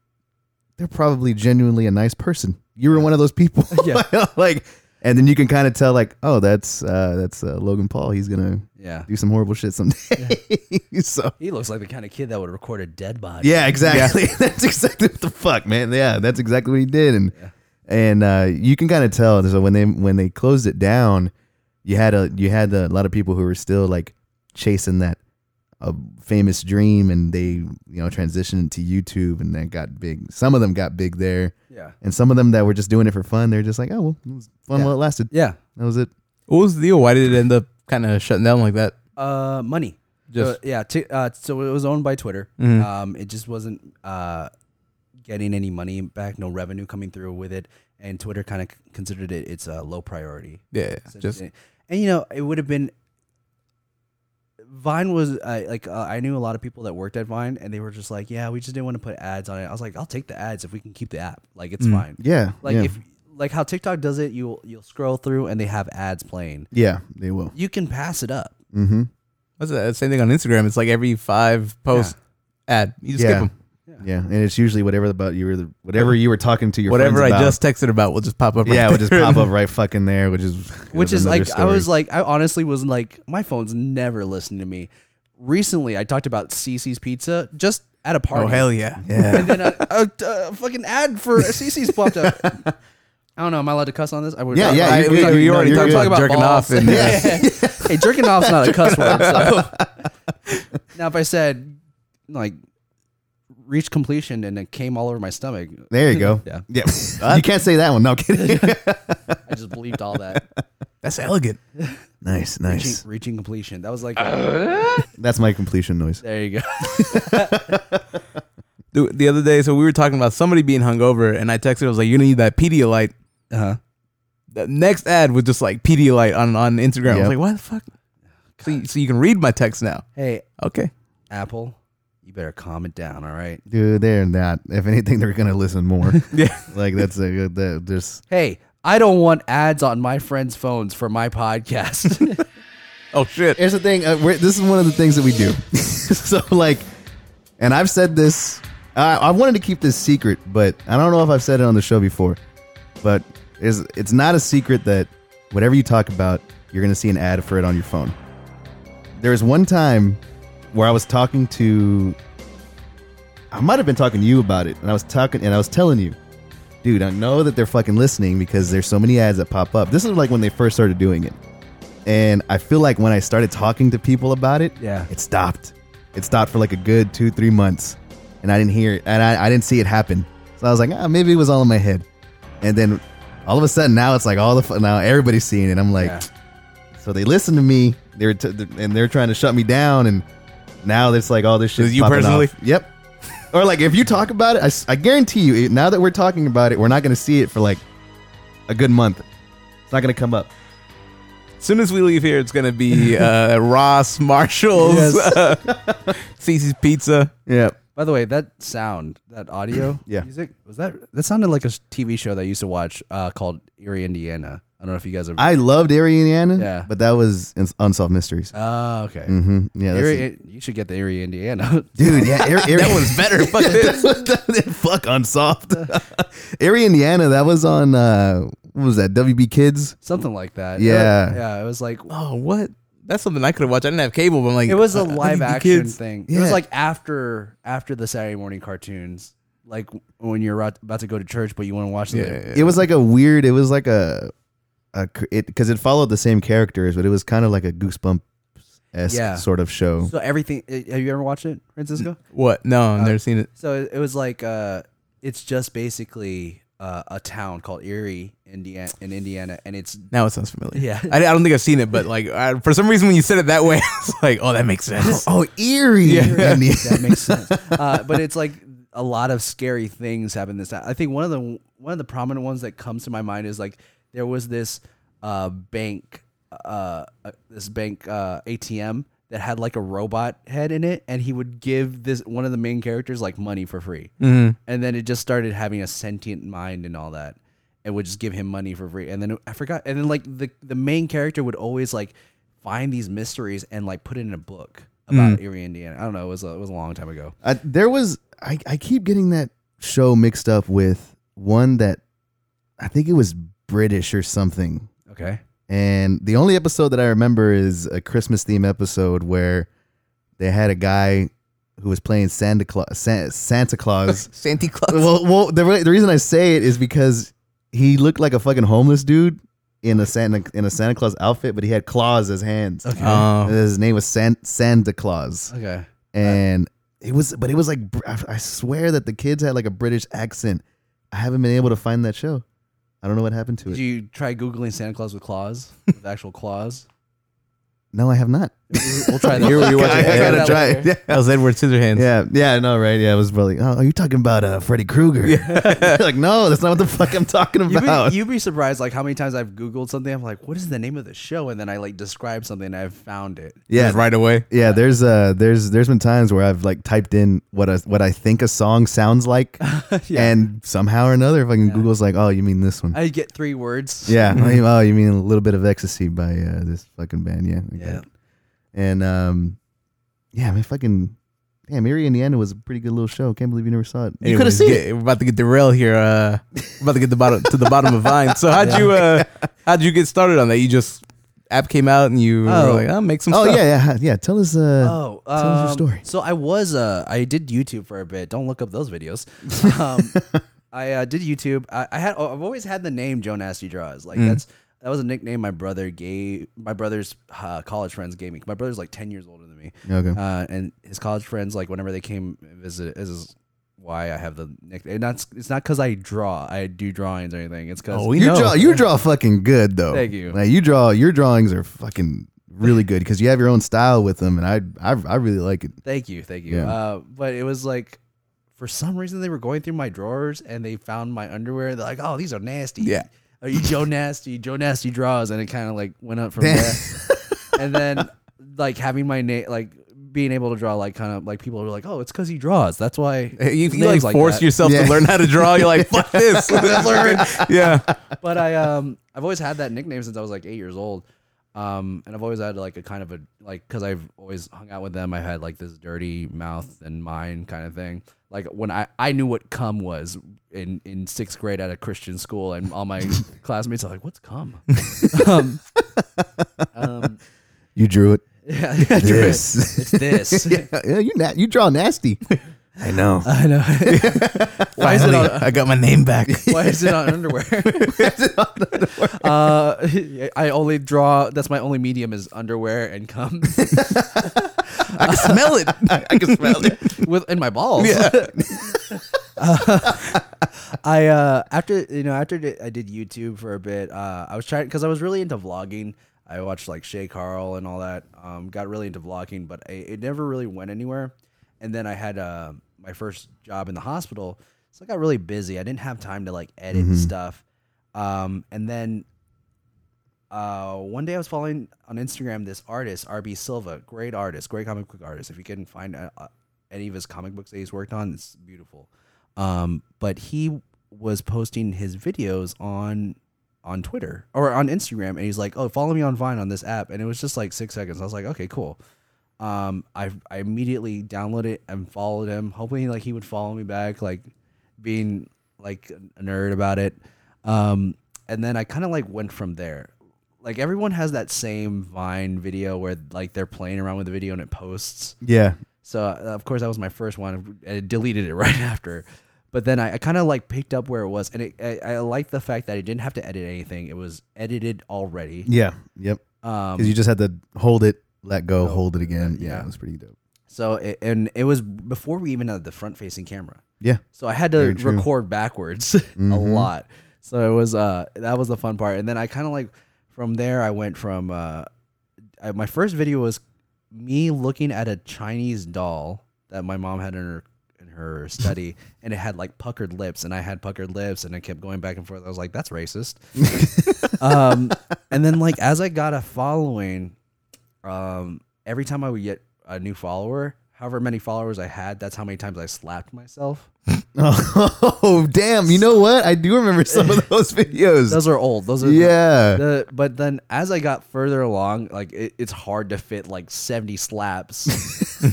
they're probably genuinely a nice person. You were one of those people.
Yeah.
like and then you can kind of tell like, oh, that's uh, that's uh, Logan Paul. He's gonna
Yeah.
do some horrible shit someday. so
He looks like the kind of kid that would record a dead body.
yeah, exactly. that's exactly what the fuck, man. Yeah, that's exactly what he did, and and uh, you can kind of tell. So when they when they closed it down, you had a you had a lot of people who were still like chasing that a famous dream, and they you know transitioned to YouTube, and that got big. Some of them got big there,
Yeah.
and some of them that were just doing it for fun, they're just like, oh well, it was fun
Yeah.
while it lasted.
Yeah.
That was it.
What was the deal? Why did it end up kind of shutting down like that?
Uh, money.
Just-
So, yeah. T- uh, so it was owned by Twitter.
Mhm.
Um, it just wasn't uh, getting any money back, no revenue coming through with it, and Twitter kind of considered it its uh, low priority.
Yeah, just
and you know it would have been. Vine was uh, like uh, I knew a lot of people that worked at Vine, and they were just like, "Yeah, we just didn't want to put ads on it." I was like, "I'll take the ads if we can keep the app. Like it's fine."
Yeah,
Like
yeah.
if like how TikTok does it, you'll you'll scroll through and they have ads playing.
yeah, they will.
You can pass it up.
Mm-hmm.
what's that? Same thing on Instagram. It's like every five post ad, you just skip 'em.
Yeah.
skip them.
Yeah, and it's usually whatever about you were the, whatever you were talking to your
Whatever
friends
I
about.
just texted about will just pop up.
yeah,
right
it would just
there.
pop up right fucking there, which is
which
that's
is
another
like I was
story.
like I honestly was like my phone's never listening to me. Recently, I talked about CC's Pizza just at a party.
Oh hell yeah!
yeah,
And then a, a, a fucking ad for CC's popped up. I don't know. Am I allowed to cuss on this? I would,
Yeah, yeah,
I,
you
we-
could-
I-
you
we
know,
already
you're
talked
good.
about
Jerking
balls.
off and-
hey, jerking off's not a cuss word. so. now, if I said like reach completion and it came all over my stomach,
there you go.
Yeah.
yeah. you can't say that one. No I'm kidding.
I just believed all that.
That's elegant.
nice,
reaching,
nice.
reaching completion. That was like
That's my completion noise.
there you go.
The, the other day, so we were talking about somebody being hungover, and I texted. I was like, "You need that Pedialyte."
Uh-huh.
The next ad was just like Pedialyte on on Instagram.
Yep.
I was like, "Why the fuck?" So you, so you can read my text now.
Hey,
Okay.
Apple, you better calm it down, all right?
Dude, they're not. If anything, they're gonna listen more.
Yeah.
like that's a good. That, there's
Hey, I don't want ads on my friends' phones for my podcast.
Oh shit.
here's the thing. Uh, we're, this is one of the things that we do. so like, and I've said this. I I wanted to keep this secret, but I don't know if I've said it on the show before. But is it's not a secret that whatever you talk about, you're gonna see an ad for it on your phone. There was one time where I was talking to. I might have been talking to you about it, and I was talking, and I was telling you, dude, I know that they're fucking listening because there's so many ads that pop up. This is like when they first started doing it and I feel like when I started talking to people about it,
Yeah.
it stopped. It stopped for like a good two, three months, and I didn't hear it, and I, I didn't see it happen. So I was like, ah, maybe it was all in my head, and then all of a sudden now it's like all the fu- now everybody's seeing it. I'm like,
Yeah.
so they listened to me, they're t- and they're trying to shut me down, and now it's like all this shit.
Is it you personally?
yep. or like if you talk about it, I s I I guarantee you, it- now that we're talking about it, we're not going to see it for like a good month. It's not going to come up.
As soon as we leave here, it's gonna be uh, Ross Marshalls, CC's Pizza.
Yep.
By the way, that sound, that audio,
Yeah.
music was that that sounded like a s- TV show that I used to watch uh, called Erie, Indiana. I don't know if you guys have.
I loved Erie, Indiana.
Yeah.
But that was in- Unsolved
Uh,
Mysteries.
Oh, okay.
hmm Yeah. That's
Erie, you should get the Erie, Indiana.
dude, yeah. Erie, Erie,
That one's better. Fuck this.
fuck Unsolved. Erie, Indiana. That was on, uh, what was that? WB Kids?
Something like that.
Yeah.
Yeah. It was like
Oh what? That's something I could have watched. I didn't have cable, but I'm like,
it was a
uh, look at
live
the
action
kids.
thing. It
Yeah.
was like after after the Saturday morning cartoons, like when you're about about to go to church, but you want to watch
Yeah,
the
yeah,
It was like a weird, it was like a, a cr- it because it followed the same characters, but it was kind of like a Goosebumps esque
Yeah.
sort of show.
So everything. i- Have you ever watched it, Francisco?
What? No, I've never seen it.
So it, it was like uh, it's just basically uh, a town called Erie, Indiana, in Indiana, and it's
Now it sounds familiar.
Yeah.
I, I don't think I've seen it, but like I, for some reason when you said it that way, I was like, oh, that makes sense.
Oh, Erie, Indiana.
that makes sense. Uh, but it's like a lot of scary things happen this time. I think one of the one of the prominent ones that comes to my mind is like there was this uh, bank, uh, uh, this bank uh, ATM that had like a robot head in it, and he would give this one of the main characters like money for free, mm-hmm. and then it just started having a sentient mind and all that. And would just give him money for free, and then I forgot. And then like the the main character would always like find these mysteries and like put it in a book about Erie, Indiana. I don't know. It was a, it was a long time ago.
I, there was I, I keep getting that show mixed up with one that I think it was British or something.
Okay.
And the only episode that I remember is a Christmas theme episode where they had a guy who was playing Santa Claus. Santa, Santa Claus.
Santa Claus.
well, well the, re- the reason I say it is because he looked like a fucking homeless dude in a Santa in a Santa Claus outfit, but he had claws as hands. Okay.
Oh.
His name was San, Santa Claus,
Um, Okay.
and it was, but it was like Br- I I swear that the kids had like a British accent. I haven't been able to find that show. I don't know what happened to
Did
it.
you try googling Santa Claus with claws, with actual claws?
no, I have not.
We'll try that.
Here we watch
I, I
it.
gotta
that
try.
later.
it. Yeah.
That was Edward Scissorhands.
Yeah, yeah, no, right? Yeah, it was probably. Oh, are you talking about uh, Freddy Krueger? You're like, no, that's not what the fuck I'm talking
You'd
about.
be, you'd be surprised, like how many times I've Googled something. I'm like, "What is the name of the show?" And then I like describe something, and I've found it.
yeah,
Just right away.
yeah. There's uh, there's there's been times where I've like typed in what a, what I think a song sounds like, and somehow or another, fucking Google's like, oh, you mean this one?
I get three words.
yeah. oh, you- oh, you mean a little bit of ecstasy by uh, this fucking band? Yeah. I got
Yeah.
it. And um, yeah, I mean, fucking. Damn, Erie, Indiana was a pretty good little show. Can't believe you never saw it. you could have
Anyways,
seen
get- We're about to get derailed here. Uh, we're about to get the bottom to the bottom of Vine. So how'd you uh, how'd you get started on that? You just app came out and you
Oh.
were like, I'll make some.
Oh
stuff.
yeah, yeah, yeah. Tell us. Uh,
Oh,
Tell us your
um,
story.
So I was, uh, I did YouTube for a bit. Don't look up those videos. Um, I uh, did YouTube. I, I had, oh, I've always had the name Joe Nasty Draws.
Mm.
Like that's that was a nickname my brother gave my brother's uh, college friends gave me. My brother's like ten years older than me.
Okay.
Uh, and his college friends, like whenever they came and visit, this is why I have the nickname. And that's it's not because I draw. I do drawings or anything. It's because
Oh, we
you
know.
draw you draw fucking good though.
Thank you.
Like you draw your drawings are fucking really good because you have your own style with them, and I I, I really like it.
Thank you, thank you.
Yeah.
Uh, but it was like, for some reason, they were going through my drawers and they found my underwear. They're like, "Oh, these are nasty."
Yeah.
Are you Joe Nasty? Joe Nasty draws, and it kind of like went up from there. and then like having my name, like being able to draw, like kind of like people were like, "Oh, it's because he draws. That's why."
You, you,
his
like,
name's
force
that."
yourself
Yeah.
to learn how to draw. You're like, fuck this. yeah.
But I um I've always had that nickname since I was like eight years old. Um, and I've always had like a kind of a like because I've always hung out with them. I had like this dirty mouth and mine kind of thing. Like when I, I knew what cum was in, in sixth grade at a Christian school, and all my classmates are like, "What's cum?" um, um,
You drew it.
yeah,
Yes.
it's this.
yeah, yeah, you na- you draw nasty. I know.
I know. why is it
Finally,
on?
I got my name back.
Why is it on underwear? uh, I only draw. That's my only medium is underwear and cum.
I can smell it. I can smell it.
with in my balls.
Yeah.
I uh after you know after di- I did YouTube for a bit, uh, I was trying because I was really into vlogging. I watched like Shay Carl and all that. Um, got really into vlogging, but I, it never really went anywhere. And then I had uh, my first job in the hospital, so I got really busy. I didn't have time to like edit stuff. Um, and then uh, one day I was following on Instagram this artist, RB Silva, great artist, great comic book artist. If you can find uh, uh, any of his comic books that he's worked on, it's beautiful. Um, but he was posting his videos on on Twitter or on Instagram, and he's like, "Oh, follow me on Vine on this app," and it was just like six seconds. I was like, "Okay, cool." Um, I I immediately downloaded it and followed him, hoping like he would follow me back, like being like a nerd about it. Um, and then I kind of like went from there. Like everyone has that same Vine video where like they're playing around with the video and it posts.
Yeah.
So uh, of course that was my first one. I deleted it right after, but then I, I kind of like picked up where it was, and it, I, I liked the fact that I didn't have to edit anything. It was edited already.
Yeah. Yep.
Um,
Because you just had to hold it, let go, hold it again. Yeah,
yeah.
it was pretty dope.
so it, and it was before we even had the front facing camera.
Yeah.
So I had to
Very true. Mm-hmm.
record backwards a lot. So it was uh that was the fun part. And then I kind of like from there I went from uh I, my first video was me looking at a Chinese doll that my mom had in her in her study and it had like puckered lips and I had puckered lips and I kept going back and forth. I was like that's racist. um and then like as I got a following um, every time I would get a new follower, however many followers I had, that's how many times I slapped myself.
Oh damn! You know what? I do remember some of those videos.
Those are old. Those are
yeah.
The, but then as I got further along, like it, it's hard to fit like seventy slaps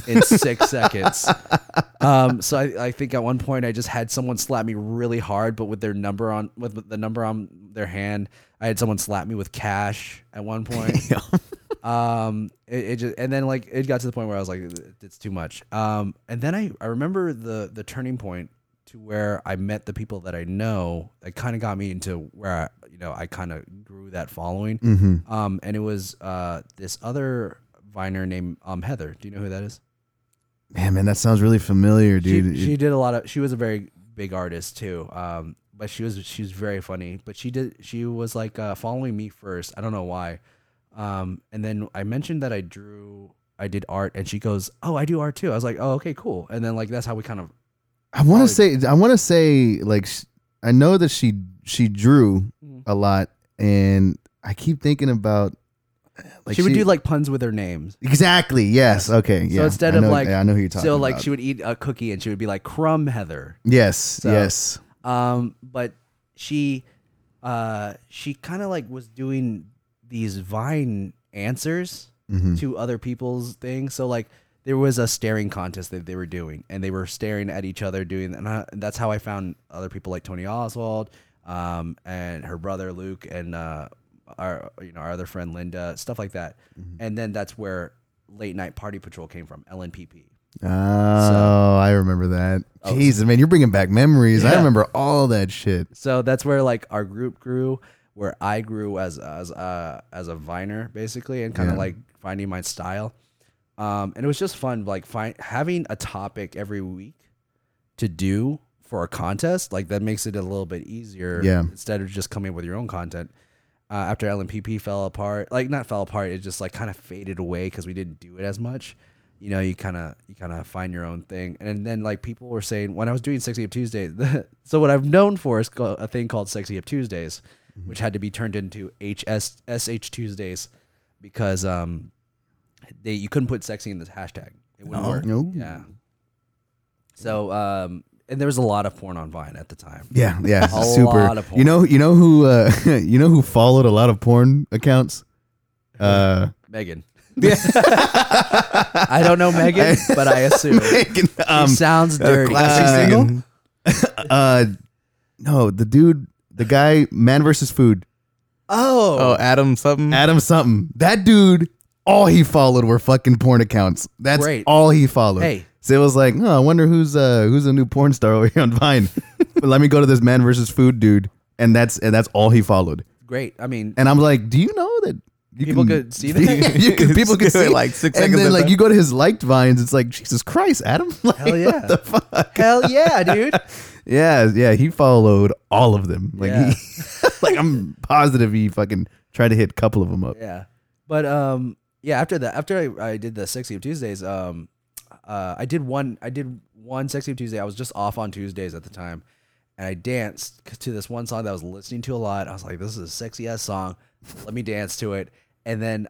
in six seconds. Um, so I, I think at one point I just had someone slap me really hard, but with their number on with the number on their hand. I had someone slap me with cash at one point. um, it, it just and then like it got to the point where I was like, it's too much. Um, and then I I remember the the turning point to where I met the people that I know that kind of got me into where I, you know I kind of grew that following.
Mm-hmm.
Um, and it was uh this other Viner named um Heather. Do you know who that is?
Man, man, that sounds really familiar,
she,
dude.
she did a lot of she was a very big artist too um but she was she was very funny but she did she was like uh following me first i don't know why um and then i mentioned that i drew i did art and she goes oh i do art too i was like oh okay cool and then like that's how we kind of
I want to say, I want to say, like, sh- I know that she she drew
Mm.
a lot, and I keep thinking about like
she would do like puns with her names
exactly. Yes. Okay. Yeah.
so instead
I
of
know-
like
yeah, I know who you're talking.
so like
about.
she would eat a cookie and she would be like crumb heather
Yes. yes.
um but she uh she kind of like was doing these vine answers
Mm-hmm.
to other people's things so like there was a staring contest that they were doing and they were staring at each other doing and, I, and that's how i found other people like tony oswald um and her brother luke and uh our you know our other friend linda stuff like that and then that's where late night party patrol came from lnpp
Oh, I remember that. Jesus, man, you're bringing back memories. I remember all that shit.
So that's where like our group grew, where I grew as as uh, as a viner basically, and kind of
Yeah.
like finding my style. Um, and it was just fun, like find, having a topic every week to do for a contest. Like that makes it a little bit easier,
Yeah.
Instead of just coming up with your own content. Uh, after LMPP fell apart, like not fell apart, it just like kind of faded away because we didn't do it as much. You know, you kind of you kind of find your own thing, and then like people were saying when I was doing Sexy Up Tuesday. so what I've known for is ca- a thing called Sexy Up Tuesdays, which had to be turned into HS SH Tuesdays because um they you couldn't put sexy in the hashtag. It wouldn't work.
No.
Yeah. So um and there was a lot of porn on Vine at the time.
Yeah, yeah,
A
super.
lot of
You know, you know who, uh, you know who followed a lot of porn accounts. Uh,
Megan. I don't know Megan, but I assume she
um,
sounds dirty. Um,
uh, uh, no, the dude, the guy, Man versus Food,
Oh, Adam something.
Adam something. That dude, all he followed were fucking porn accounts. That's
Great.
all he followed.
Hey.
So it was like, oh, I wonder who's uh who's a new porn star over here on Vine. but let me go to this Man versus Food dude, and that's and that's all he followed.
Great. I mean,
And I'm like, do you know that you
People
can,
could see that?
you can, people could
Do it
see it
like six
And
seconds
then
at a
like
time.
you go to his liked vines, it's like Jesus Christ, Adam. Like,
hell yeah.
what the fuck?
Hell yeah, dude.
Yeah, yeah. He followed all of them. Like,
Yeah.
he, like I'm positive he fucking tried to hit a couple of them up.
Yeah. But um yeah, after that after I, I did the Sexy of Tuesdays, um uh I did one I did one Sexy of Tuesday. I was just off on Tuesdays at the time. And I danced c- to this one song that I was listening to a lot. I was like, this is a sexy ass song. Let me dance to it. And then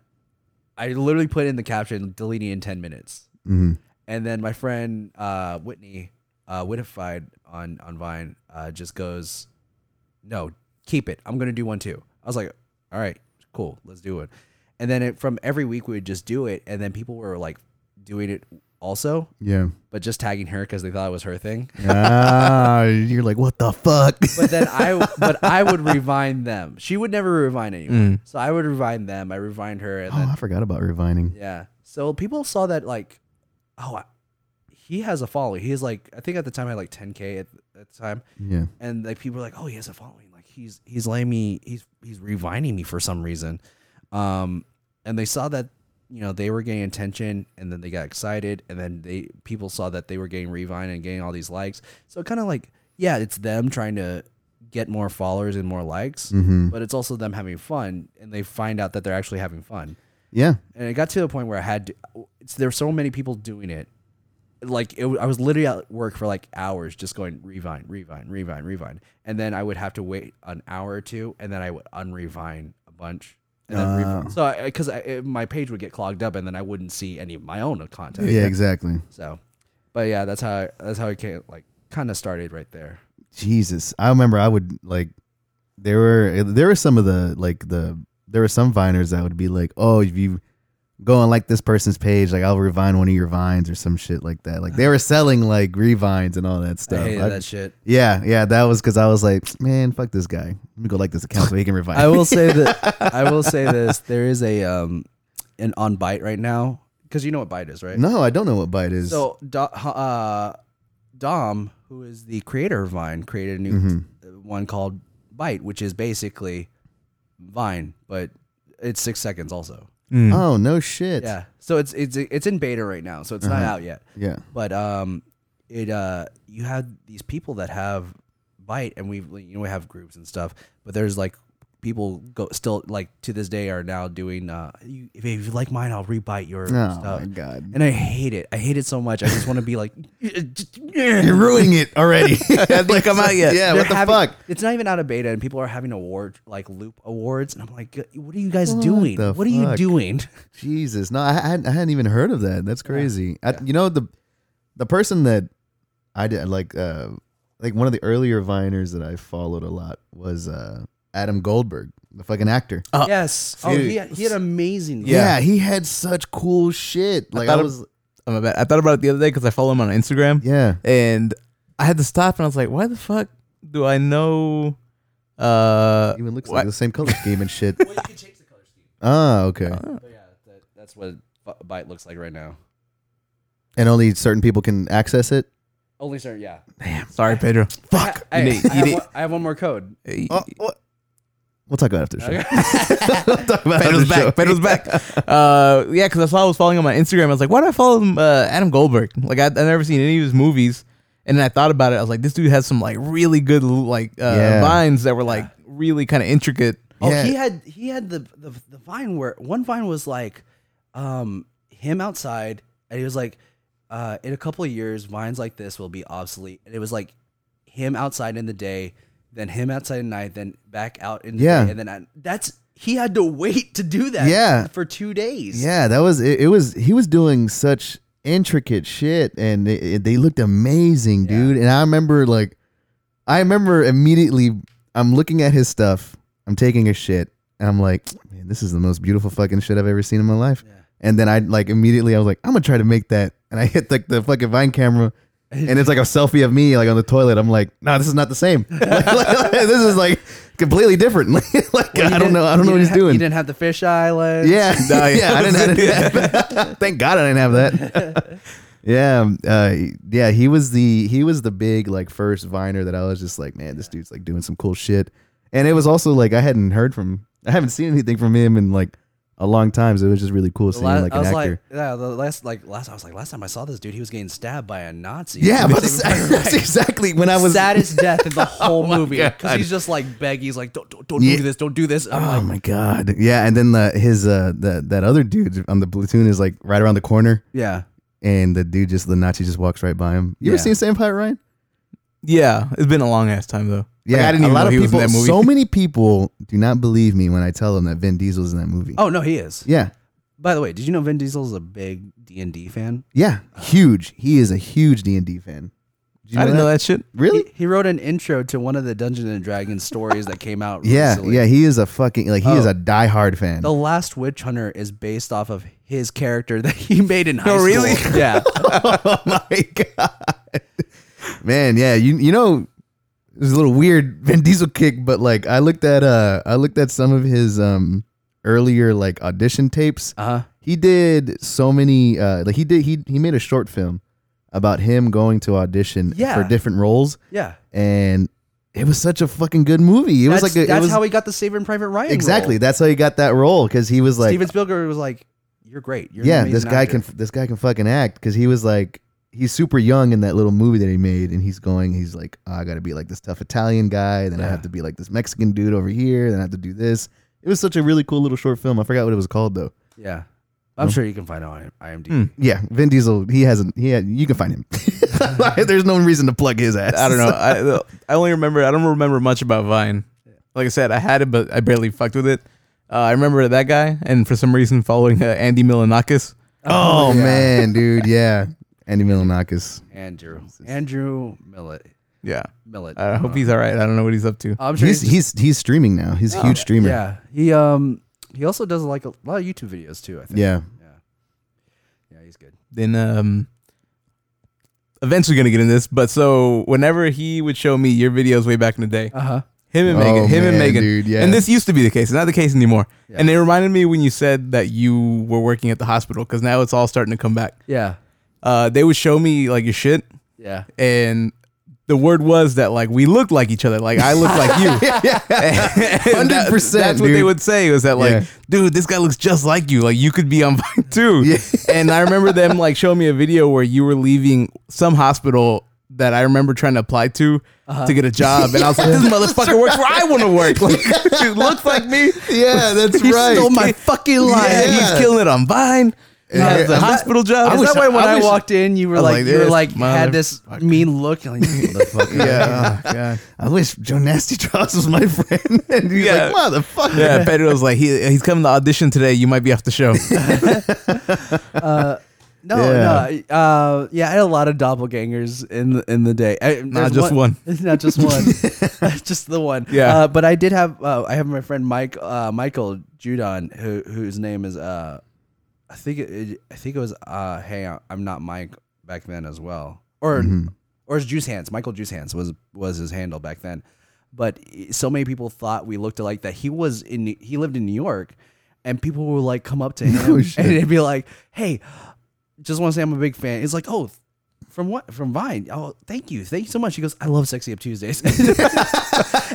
I literally put in the caption deleting in 10 minutes.
Mm-hmm.
And then my friend uh, Whitney, uh, Whitified on, on Vine, uh, just goes, no, keep it. I'm gonna do one too. I was like, all right, cool, let's do it. And then it, from every week we would just do it, and then people were like doing it also,
Yeah.
but just tagging her because they thought it was her thing.
ah, you're like, what the fuck?
But then I, but I would revine them. She would never revine anyone, so I would revine them. I revined her, and
oh,
then
I forgot about revining.
yeah. So people saw that like, oh, I, he has a following. He's like, I think at the time I had like 10k at, at the time.
Yeah.
and like people are like, oh, he has a following. Like he's he's letting me he's he's revining me for some reason. Um, and they saw that you know they were getting attention, and then they got excited, and then they people saw that they were getting revine and getting all these likes. So kind of like yeah, it's them trying to get more followers and more likes,
Mm-hmm.
but it's also them having fun, and they find out that they're actually having fun.
Yeah.
And it got to the point where I had to, it's, there were so many people doing it. Like it, w- I was literally at work for like hours, just going revine, revine, revine, revine, and then I would have to wait an hour or two, and then I would unrevine a bunch, and then revine. so because I, it- my page would get clogged up, and then I wouldn't see any of my own content.
Yeah, exactly.
So, but yeah, that's how I, that's how I came, like kind of started right there.
Jesus. I remember I would like there were there were some of the like the there were some viners that would be like, "Oh, if you go and like this person's page, like I'll revine one of your vines or some shit like that. Like they were selling like revines and all that
I
stuff.
hated
I-
that shit.
yeah, yeah, that was because I was like, man, fuck this guy. Let me go like this account so he can revine.
I will say that I will say this. There is a um an on bite right now because you know what bite is, right?
no, I don't know what bite is.
So Do, uh, Dom, who is the creator of Vine, created a new one called Bite, which is basically Vine, but it's six seconds also.
oh no shit.
Yeah. So it's it's it's in beta right now, so it's not out yet.
Yeah.
But um, it uh, you have these people that have Bite, and we've you know we have groups and stuff, but there's like people go still like to this day are now doing uh, you, if you like mine, I'll rebite your
Oh
stuff.
my god.
And I hate it. I hate it so much. I just want to be like,
You're ruining it already. like
come out yet.
Yeah,
They're
what the
having-
fuck?
It's not even out of beta, and people are having award like loop awards, and I'm like, what are you guys doing?
the
What are you
fuck?
doing?
Jesus, no, I, I hadn't- I hadn't even heard of that. That's crazy. I, you know the the person that I did like uh like one of the earlier Viners that I followed a lot was uh Adam Goldberg, the fucking actor.
yes. Oh, he, he had amazing.
Uh, yeah, Ah, he had such cool shit. Like I,
thought it-
was
I'm a bad. I thought about it the other day because I follow him on Instagram.
yeah.
and I had to stop and I was like, why the fuck do I know? Uh,
Even looks
what-
like the same color scheme and shit. Ah, okay.
yeah that, that's what Bite looks like right now.
And only certain people can access it.
Only sir, yeah.
sorry, Pedro.
Fuck.
I, I,
You need-
I
you
have
need-
one, I have one more code.
Oh, what? We'll talk about it after the show. we'll talk about it after the
Pedro's
show.
back. Pedro's back. Uh, yeah, because that's why I was following him on Instagram. I was like, why do I follow him, uh, Adam Goldberg? Like, I, I've never seen any of his movies. And then I thought about it. I was like, this dude has some like really good like uh,
Yeah.
vines that were like really kind of intricate.
Oh,
Yeah.
he had he had the, the the vine where one vine was like, um, him outside, and he was like, uh, in a couple of years, vines like this will be obsolete. And it was like him outside in the day, then him outside at night, then back out in the
Yeah.
day, and then I, that's he had to wait to do that.
Yeah.
for two days.
Yeah, that was it, it. Was he was doing such intricate shit, and it, it- they looked amazing, dude. And I remember like, I remember immediately. I'm looking at his stuff. I'm taking a shit, and I'm like, man, this is the most beautiful fucking shit I've ever seen in my life. And then I like immediately I was like, I'm gonna try to make that, and I hit like the fucking Vine camera. And it's like a selfie of me like on the toilet. I'm like, no, this is not the same. this is like completely different. like
Well, you
I don't
didn't-
know. I don't know what
you didn't
he's
ha-
doing.
You didn't have the fish island.
Yeah, yeah. I didn't, I didn't have that. Thank God I didn't have that. yeah, um, uh, yeah. He was the he was the big like first viner that I was just like, man, this dude's like doing some cool shit. And it was also like I hadn't heard from, I haven't seen anything from him in like a long time. So it was just really cool
The
seeing
la-
him, like
I
an
was
actor.
like, yeah, the last like last I was like last time I saw this dude, he was getting stabbed by a Nazi.
yeah,
The
but
day before-
that's exactly when I was. Oh
saddest death in the whole movie because
God.
he's just like begging. He's like, don't, don't, don't
Yeah.
do this, don't do this. I'm
Oh
like,
my god! Yeah, and then the, his uh the, that other dude on the platoon is like right around the corner,
yeah,
and the dude just the Nazi just walks right by him. You ever
Yeah.
seen Vampire Ryan?
Yeah, it's been a long ass time though.
Yeah,
like, I didn't
a
even
lot
know
of
he was
people.
in that movie.
So many people do not believe me when I tell them that Vin Diesel's in that movie.
oh no, he is.
Yeah,
By the way, did you know Vin Diesel is a big D and D fan?
yeah, huge. He is a huge D and D fan. Did you
I didn't know that shit.
Really?
He, he wrote an intro to one of the Dungeons and Dragons stories that came out.
yeah,
recently.
yeah. He is a fucking like he is
Oh.
a diehard fan.
The Last Witch Hunter is based off of his character that he made in high
No,
school.
really?
Yeah.
oh my god, man. Yeah, you you know, it was a little weird Vin Diesel kick, but like I looked at uh I looked at some of his um earlier like audition tapes.
Uh huh.
he did so many uh like he did he he made a short film about him going to audition
Yeah.
for different roles
Yeah.
and it was such a fucking good movie it
That's,
was like a,
that's
it was
how he got the Saving Private Ryan.
exactly that's how he got that role because he was
Role.
like
Steven Spielberg was like, "You're great. You're an
yeah
amazing
this guy
actor."
can this guy can fucking act because he was like he's super young in that little movie that he made and he's going he's like oh, i gotta be like this tough italian guy then i
Yeah.
have to be like this mexican dude over here then i have to do this it was such a really cool little short film i forgot what it was called though
Yeah. I'm sure you can find out on IMDb.
Yeah, Vin Diesel. He hasn't. He had, you can find him. There's no reason to plug his ass.
I don't know. I I only remember. I don't remember much about Vine. Like I said, I had it, but I barely fucked with it. Uh, I remember that guy, and for some reason, following uh, Andy Milanakis.
Oh man, dude. Yeah, Andy Milonakis.
Andrew. Andrew Millet.
Yeah,
Millet.
I hope he's all right. I don't know what Uh, he's up to.
I'm sure
He's
he's-
he's he's
Oh,
streaming now. He's a huge streamer.
yeah. He um he also does like a lot of YouTube videos too. I think.
Yeah.
Yeah. Yeah, he's good.
then um eventually gonna get in this but so whenever he would show me your videos way back in the day
Uh huh.
him and
Oh,
megan him and
man,
megan
dude, yeah.
and this used to be the case it's not the case anymore
Yeah.
and it reminded me when you said that you were working at the hospital because now it's all starting to come back
Yeah.
uh they would show me like your shit
Yeah.
and the word was that like we looked like each other like i looked like you And that-
100%,
that's what they
dude.
would say was that like
Yeah.
dude this guy looks just like you like you could be on Vine too and i remember them like showing me a video where you were leaving some hospital that i remember trying to apply to to get a job and i was like this motherfucker works where i want to work like dude looks like me
Yeah, that's
he
right.
stole my fucking line
Yeah.
he's killing it on vine he
Yeah.
has a
I wish-
hospital job
Is
Is
that why when I,
wish-
walked in, you were
was
like,
like,
you were
this
like had this mean look? You're like, motherfucker.
yeah. Oh, God. I wish Joe Nasty Draws was my friend. And he's
Yeah.
like, motherfucker.
yeah, Pedro's like he he's coming to audition today. You might be off the show.
No,
Yeah.
no. Uh, yeah, I had a lot of doppelgangers in the, in the day. I,
Not
there's
just
Not just one. just the one.
Yeah.
Uh, but I did have uh, I have my friend Mike uh, Michael Judon who whose name is uh I think it- it, I think it was uh hey I'm not Mike back then as well or or it's Juice Hands Michael Juice Hands was was his handle back then. But so many people thought we looked alike that he was in he lived in New York and people would like come up to him
shit.
and they'd be like, "Hey, just want to say I'm a big fan. He's like, oh, from what? From Vine. Oh, thank you, thank you so much. He goes, I love Sexy Up Tuesdays,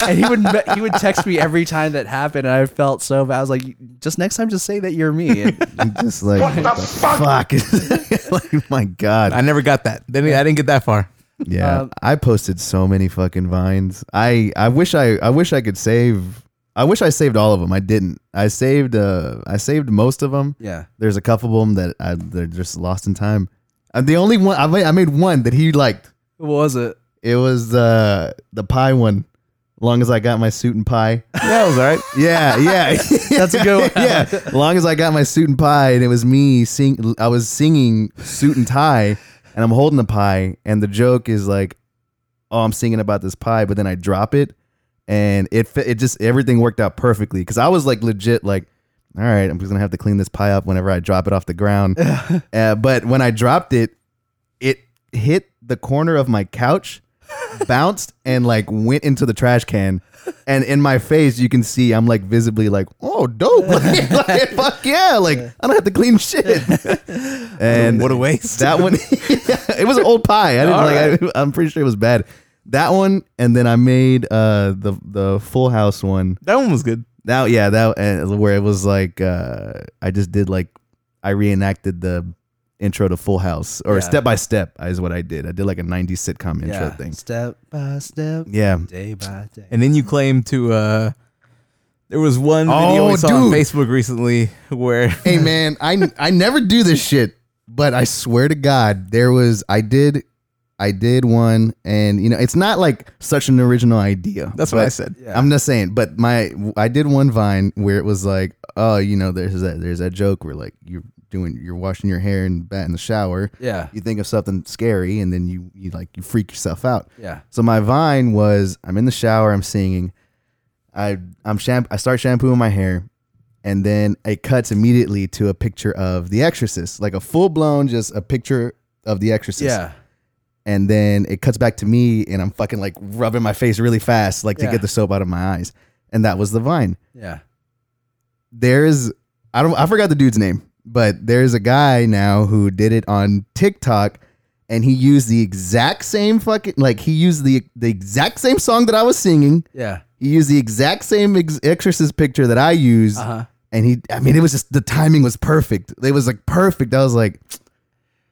and he would me- he would text me every time that happened, and I felt so bad. I was like, just next time, just say that you're me. And
I'm just like, what, the, fuck? like, my God.
I never got that. Then I didn't get that far.
Yeah,
Um,
I posted so many fucking vines. I I wish I I wish I could save. I wish I saved all of them. I didn't. I saved uh I saved most of them.
yeah,
There's a couple of them that I they're just lost in time. And the only one I made, I made one that he liked.
what was it?
It was uh the pie one. Long as I got my suit and pie.
That was all right.
Yeah, yeah.
That's a good one.
yeah. Long as I got my suit and pie, and it was me sing. I was singing suit and tie, and I'm holding the pie, and the joke is like, "Oh, I'm singing about this pie," but then I drop it, and it fit, it just everything worked out perfectly because I was like legit like. All right, I'm just gonna have to clean this pie up whenever I drop it off the ground. uh, but when I dropped it, it hit the corner of my couch, bounced, and like went into the trash can. And in my face, you can see I'm like visibly like, oh, dope. Like, like, fuck yeah. Like, I don't have to clean shit. and
what a waste.
That one, it was an old pie. I didn't like, I, I'm pretty sure it was bad. That one, and then I made uh, the the Full House one.
That one was good.
That yeah, that and where it was like uh I just did like I reenacted the intro to Full House or
Yeah.
step by step is what I did. I did like a 90s sitcom intro
Yeah,
thing.
step by step,
Yeah.
day by day.
And then you claimed to. uh There was one video
Oh,
we saw on
dude.
Facebook recently where
hey man, I I never do this shit, but I swear to God, there was I did I did one, and you know it's not like such an original idea.
That's what
but-
I said.
Yeah.
I'm just saying, but my I did one Vine where it was like, oh, you know, there's that there's that joke where like you're doing you're washing your hair and bat in the shower.
yeah,
You think of something scary, and then you you like you freak yourself out.
yeah,
So my vine was I'm in the shower, I'm singing. I I'm shamp- I start shampooing my hair and then it cuts immediately to a picture of The Exorcist, like a full-blown just a picture of The Exorcist.
yeah.
And then it cuts back to me and I'm fucking like rubbing my face really fast like
Yeah.
to get the soap out of my eyes. And that was the vine.
Yeah.
There's I don't I forgot the dude's name, but there's a guy now who did it on TikTok and he used the exact same fucking like he used the the exact same song that I was singing.
Yeah.
He used the exact same ex- exorcist picture that I used,
Uh-huh.
and he. I mean, it was just the timing was perfect. It was like perfect. I was like,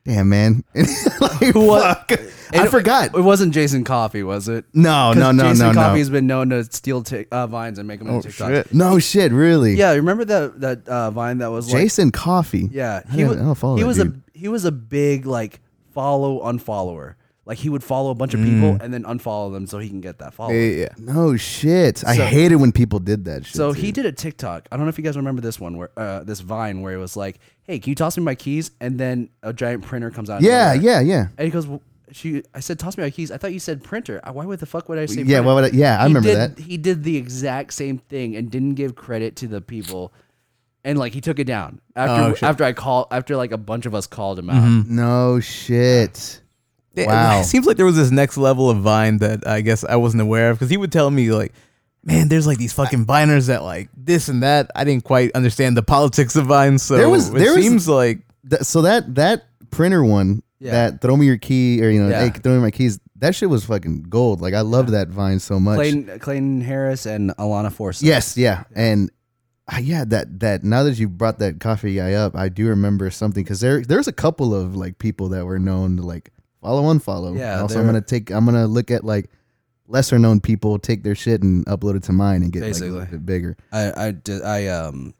"Damn, man!" like, fuck. I
And-
forgot.
It wasn't Jason Coffee, was it?
No, no,
'Cause
no,
Jason
no,
Coffee
no.
has been known to steal tic- uh, vines and make them into TikTok.
No shit, really.
Yeah, remember that that uh, vine that was like
Jason Coffee.
Yeah,
I, don't,
wa-
I don't follow.
He
that
was
dude.
a he was a big like follow unfollower. Like he would follow a bunch of people
Mm.
and then unfollow them so he can get that follow.
No shit. I
So-
hated when people did that shit.
so
dude.
he did a TikTok. I don't know if you guys remember this one where uh, this Vine where it was like, "Hey, can you toss me my keys?" And then a giant printer comes out.
Yeah, yeah,
nowhere.
yeah.
And he goes, well, "She," I said, "Toss me my keys." I thought you said printer. Uh, Why would the fuck would I say?
Yeah,
printer?
why would I- yeah, I
He
remember
did-
that.
He did the exact same thing and didn't give credit to the people. and like he took it down
Oh,
after
shit.
after I call after like a bunch of us called him out.
Mm-hmm. No shit.
It-
Wow.
It seems like there was this next level of Vine that I guess I wasn't aware of because he would tell me like, "Man, there's like these fucking Viners that like this and that." I didn't quite understand the politics of Vine, so
There was-
it
there was-
seems like
That, so that that printer one,
Yeah.
that throw me your key or you know,
Yeah.
hey, throw me my keys. That shit was fucking gold. Like I loved that vine so much.
Clayton, Clayton Harris and Alana Forsythe.
Yes, yeah, and uh, yeah, that that now that you brought that coffee guy up, I do remember something because there there's a couple of like people that were known to like follow unfollow.
Yeah,
And also,
they're-
I'm gonna take I'm gonna look at like lesser known people, take their shit and upload it to mine and get like, a little
Basically.
bit bigger.
I I did I um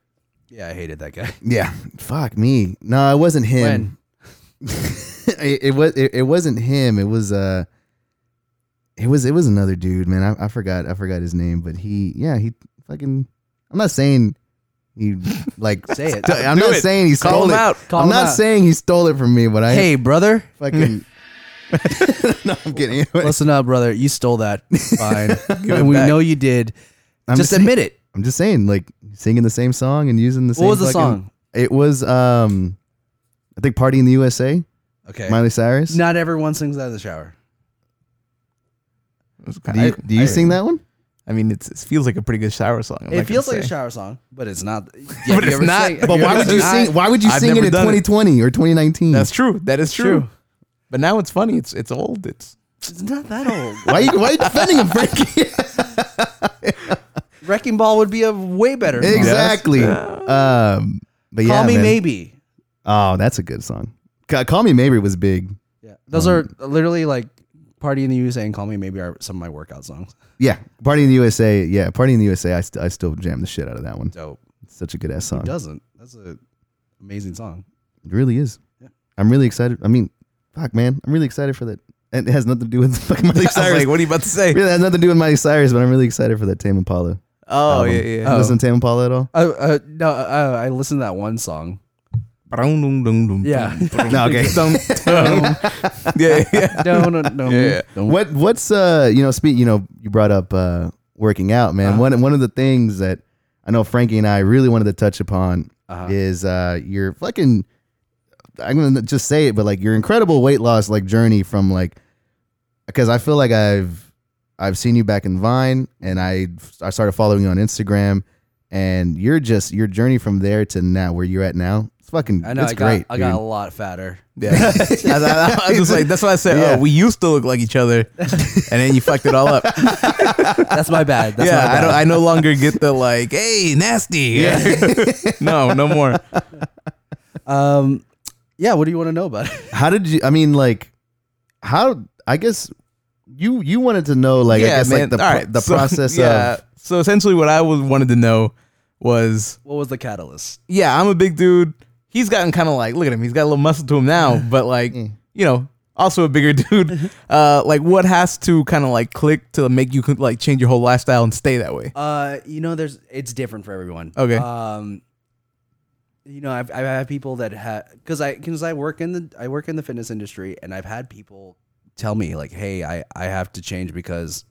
yeah I hated that guy.
Yeah, fuck me. No, it wasn't him. it, it was it, it wasn't him. It was uh. It was it was another dude, man. I, I forgot I forgot his name, but he yeah he fucking. I'm not saying he like
Say it.
T- I'm not
it.
saying he stole
Call him
it.
out.
Call
I'm
him
not
out.
saying he stole it from me, but I
Hey brother,
fucking. no, I'm kidding.
listen up, brother. You stole that. Fine,
it
and we
back.
know you did.
I'm
just
saying-
admit it.
I'm just saying, like singing the same song and using the same.
What was the
fucking-
song?
It was um, I think "Party in the USA."
Okay.
Miley Cyrus.
Not everyone sings out of the shower.
it was
Do
kinda-
you, do you
I-
sing that one?
I mean, it's, it feels like a pretty good shower song. I'm
it
not
feels
gonna
like a
say.
shower song, but it's not.
But it's not. But
Why would you sing? Why would you
I've
sing it
never
in
done it.
2020 or 2019?
That's true. That is true.
True.
But now it's funny. It's it's old. It's
It's not that old.
why you why you defending him, Frankie?
Wrecking Ball would be a way better. song.
exactly. Um, but yeah,
Call me
man.
maybe.
Oh, that's a good song. Ca- Call me maybe was big.
Yeah, those are literally like "Party in the USA" and "Call Me Maybe" are some of my workout songs.
Yeah, Party in the USA. Yeah, Party in the USA. I, st- I still jam the shit out of that one.
Dope.
It's such a good ass song.
Doesn't that's a amazing song.
It really is. I'm really excited. I mean, fuck, man. I'm really excited for that. And it has nothing to do with fucking Miley
I was
Cyrus.
like, what are you about to say?
really, it has nothing to do with Miley Cyrus, but I'm really excited for that Tame Impala.
Oh
album. Uh,
yeah,
You
yeah.
listen to Tame Impala at all?
Uh, uh, no, uh, I listened to that one song. Yeah.
No, okay.
Dum, dum. yeah, yeah.
no, no, no.
Yeah.
no.
What what's uh you know speak you know you brought up uh working out man
Uh-huh.
one one of the things that I know Frankie and I really wanted to touch upon
Uh-huh.
is uh your fucking I'm gonna just say it but like your incredible weight loss like journey from like because I feel like I've I've seen you back in Vine and I I started following you on Instagram and you're just your journey from there to now where you're at now it's fucking
I know.
it's
I got
great
I got a
dude.
lot fatter.
Yeah, I, I, I was just like, that's why I said,
Yeah.
oh, we used to look like each other, and then you fucked it all up.
That's my bad. That's
yeah,
my
I,
bad.
don't, I no longer get the like, hey, nasty. no, no more.
um, yeah. What do you want to know about it?
how did you i mean like how i guess you you wanted to know like i
yeah,
guess
man.
like the, pro-
all right,
the
so,
process
Yeah.
of
So essentially, what I was wanted to know was,
What was the catalyst?
yeah, I'm a big dude. He's gotten kind of like, look at him. He's got a little muscle to him now, but like,
Mm.
you know, also a bigger dude. Uh, like, what has to kind of like click to make you like change your whole lifestyle and stay that way?
Uh, you know, there's it's different for everyone.
Okay.
Um, you know, I've I've had people that have because I because I work in the I work in the fitness industry, and I've had people tell me like, "Hey, I I have to change because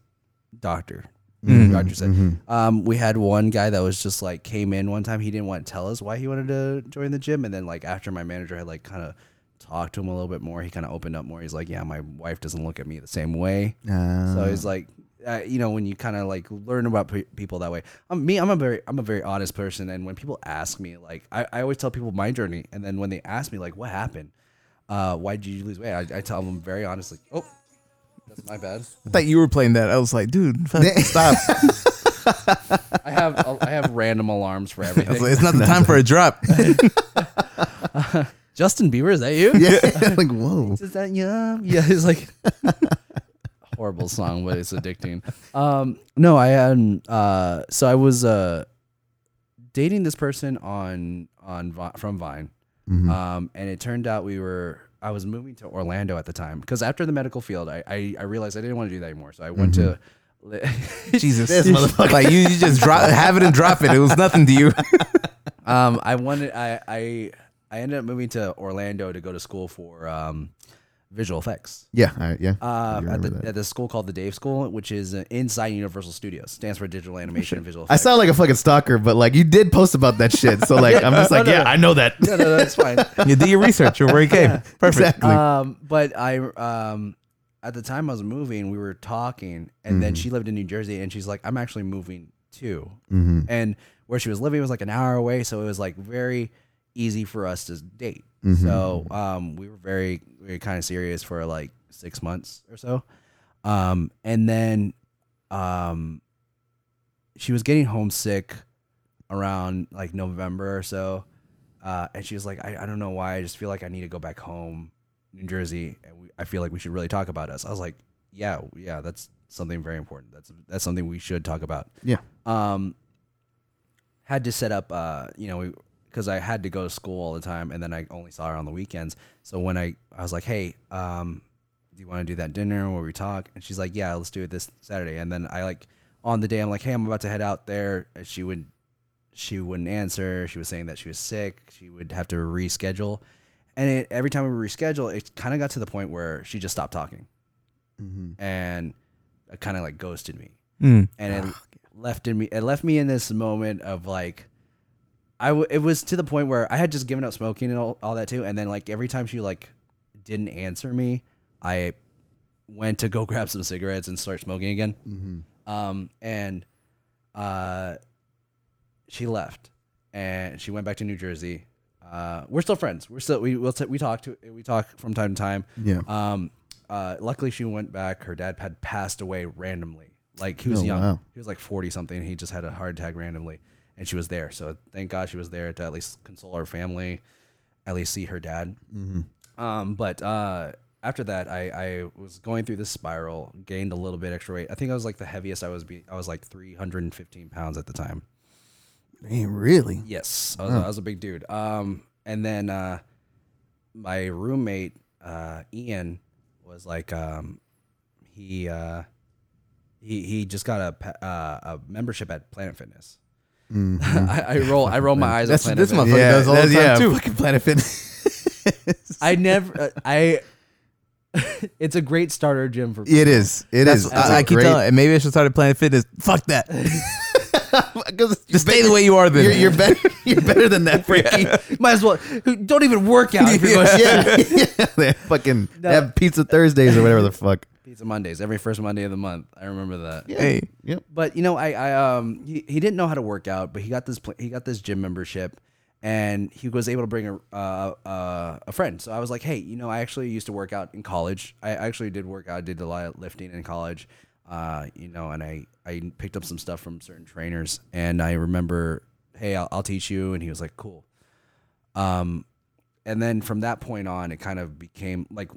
doctor."
Mm-hmm.
Mm-hmm.
Doctor said. Um, we had one guy that was just like came in one time. He didn't want to tell us why he wanted to join the gym, and then like after my manager had like kind of talked to him a little bit more, he kind of opened up more. He's like, "Yeah, my wife doesn't look at me the same way." So
Uh-huh.
it's like, uh, you know, when you kind of like learn about pe- people that way. Um, me, I'm a very, I'm a very honest person, and when people ask me, like, I, I always tell people my journey, and then when they ask me, like, what happened, uh, why did you lose weight, I, I tell them very honestly, oh, that's my bad.
I thought you were playing that. I was like, dude, fuck, stop.
I have, I have random alarms for
I was
everything.
like, it's not the time for a drop.
Justin Bieber, is that you?
yeah like whoa
Is that yum? Yeah, it's like horrible song, but it's addicting. Um, no, I um, uh, so I was uh, dating this person on on Vi- from Vine, um, and it turned out we were. I was moving to Orlando at the time because after the medical field, I, I I realized I didn't want to do that anymore, so I went to. li-
Jesus, like you, you just drop, have it and drop it. It was nothing to you.
um, I wanted I I I ended up moving to Orlando to go to school for um, visual effects.
Yeah, I, yeah. I
Uh,
do
at,
remember
the,
that.
at the school called the Dave School, which is uh, inside Universal Studios, stands for Digital Animation and Visual
Oh, I
Effects.
sound like a fucking stalker, but like you did post about that shit, so like I'm just like, yeah, I know that.
no, no, no, it's fine.
You do your research of where he came. Perfect.
exactly.
um, but I um, at the time I was moving, we were talking, and then
Mm-hmm.
she lived in New Jersey, and she's like, "I'm actually moving too,"
Mm-hmm.
and where she was living was like an hour away, so it was like very easy for us to date. So um, we were very we were kind of serious for like six months or so, um, and then um, she was getting homesick around like November or so. Uh, and she was like, I, I don't know why. I just feel like I need to go back home, New Jersey. And we, I feel like we should really talk about us. I was like, yeah, yeah, that's something very important. That's, that's something we should talk about.
yeah.
Um, had to set up, uh, you know, because I had to go to school all the time and then I only saw her on the weekends. So when I, I was like, hey, um, do you want to do that dinner where we talk? And she's like, yeah, let's do it this Saturday. And then I like, on the day, I'm like, hey, I'm about to head out there. And she would she wouldn't answer. She was saying that she was sick. She would have to reschedule. And it, every time we reschedule, it kind of got to the point where she just stopped talking
Mm-hmm.
and kind of like ghosted me.
Mm.
And it left in me. It left me in this moment of like, I w- it was to the point where I had just given up smoking and all, all that too. And then like every time she like didn't answer me, I went to go grab some cigarettes and start smoking again. Um, and uh, she left and she went back to New Jersey. Uh, we're still friends. We're still we we'll t- we talk to we talk from time to time.
Yeah.
Um. Uh. Luckily, she went back. Her dad had passed away randomly. Like he was
Oh,
young.
wow.
He was like forty something. and He just had a heart attack randomly, and she was there. So thank God she was there to at least console her family, at least see her dad.
mm-hmm.
Um, but uh, after that, I, I was going through this spiral, gained a little bit extra weight. I think I was like the heaviest I was. Be- I was like 315 pounds at the time.
Damn, really?
Yes, I was, I was a big dude. Um, and then uh, my roommate uh, Ian was like, um, he uh, he he just got a pa- uh, a membership at Planet Fitness. I, I roll I roll my eyes.
That's-
at Planet
this
Fitness.
motherfucker does all the
that's-
time,
Mm-hmm. yeah,
too.
Fucking Planet Fitness.
I never uh, I. it's a great starter gym for
It is. It is.
I, I keep telling, and maybe I should start playing fitness. Fuck that.
because
Just stay the way you are. Then
you're, you're better. You're better than that, Frankie.
Might as well who- don't even work out. If you're going
yeah,
to
yeah. They have fucking they have pizza Thursdays or whatever the fuck.
Pizza Mondays every first Monday of the month. I remember that.
hey,
Yep.
But you know, I, I um he, he didn't know how to work out, but he got this pla- he got this gym membership, and he was able to bring a uh, uh, a friend. So I was like, hey, you know, I actually used to work out in college. I actually did work out, I did a lot of lifting in college, uh, you know, and I I picked up some stuff from certain trainers, and I remember, hey, I'll, I'll teach you, and he was like, cool. Um, and then from that point on, it kind of became like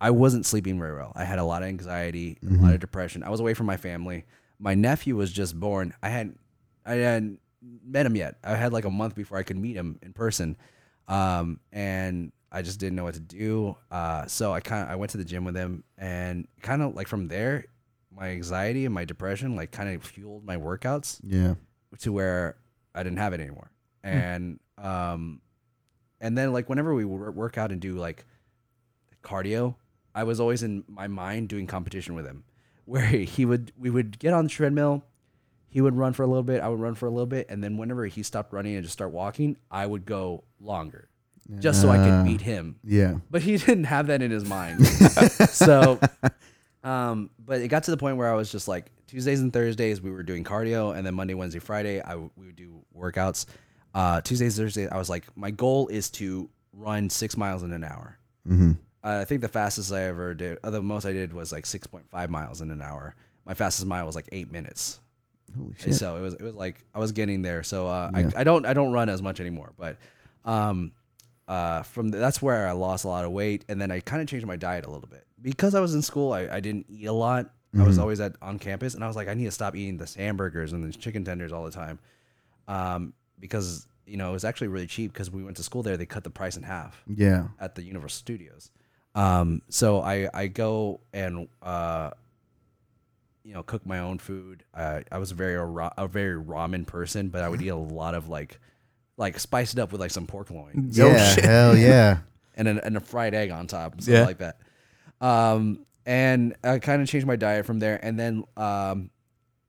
I wasn't sleeping very well. I had a lot of anxiety, a lot of depression. I was away from my family. My nephew was just born. I hadn't, I hadn't met him yet. I had like a month before I could meet him in person, um, and I just didn't know what to do. Uh, so I kind of I went to the gym with him, and kind of like from there, my anxiety and my depression like kind of fueled my workouts
Yeah.
to where I didn't have it anymore. And um, and then like whenever we would work out and do like cardio, I was always in my mind doing competition with him, where he would we would get on the treadmill, he would run for a little bit, I would run for a little bit, and then whenever he stopped running and just start walking, I would go longer, just so I
Ah.
could beat him
Yeah.
but he didn't have that in his mind. so, um, but it got to the point where I was just like Tuesdays and Thursdays we were doing cardio, and then Monday, Wednesday, Friday I w- we would do workouts. Uh, Tuesdays, Thursdays I was like, my goal is to run six miles in an hour.
Mm-hmm.
Uh, I think the fastest I ever did, uh, the most I did was like six point five miles in an hour. My fastest mile was like eight minutes.
Holy
And So it was it was like I was getting there. So uh, I, I don't I don't run as much anymore, but um uh from the, that's where I lost a lot of weight and then I kind of changed my diet a little bit. Because I was in school, I, I didn't eat a lot. I was always at on campus and I was like I need to stop eating the hamburgers and the chicken tenders all the time. Um because you know, it was actually really cheap because we went to school there, they cut the price in half
Yeah.
at the Universal Studios. Um, so I I go and uh, you know cook my own food. Uh, I was a very a, ra- a very ramen person, but I would eat a lot of like like spice it up with like some pork loin
yeah. Hell yeah.
and a, and a fried egg on top, something
Yeah.
like that. Um, and I kind of changed my diet from there. And then um,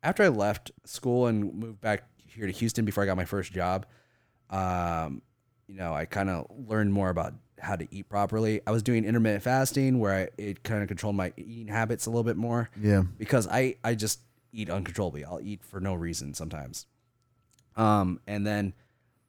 after I left school and moved back here to Houston before I got my first job, um, you know, I kind of learned more about how to eat properly. I was doing intermittent fasting where I, it kind of controlled my eating habits a little bit more
Yeah.
because I I just eat uncontrollably. I'll eat for no reason sometimes. Um, and then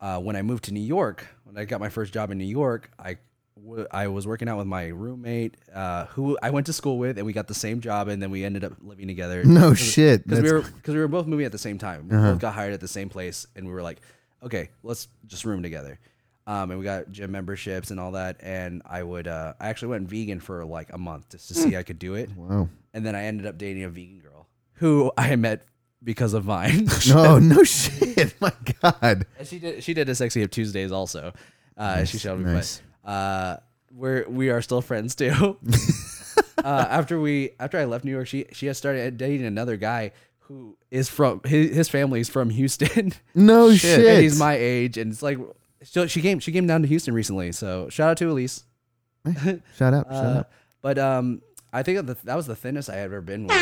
uh, when I moved to New York, when I got my first job in New York, I w- I was working out with my roommate uh, who I went to school with, and we got the same job, and then we ended up living together.
No shit.
because we
That's- Uh-huh.
were because we were both moving at the same time. We both got hired at the same place, and we were like, okay, let's just room together. Um, and we got gym memberships and all that. And I would uh, I actually went vegan for like a month just to see I could do it
Hmm. wow.
and then I ended up dating a vegan girl who I met because of Vine.
No, no shit. My God.
And she did she did a sexy of Tuesdays also. Uh, she showed me,
nice.
but uh, we're we are still friends too. uh, after we after I left New York, she she has started dating another guy who is from his his family's from Houston.
No shit.
And he's my age, and it's like so she came she came down to Houston recently. So shout out to Elise.
Shut up. Shut
Uh,
up.
but um, I think that that was the thinnest I had ever been. With.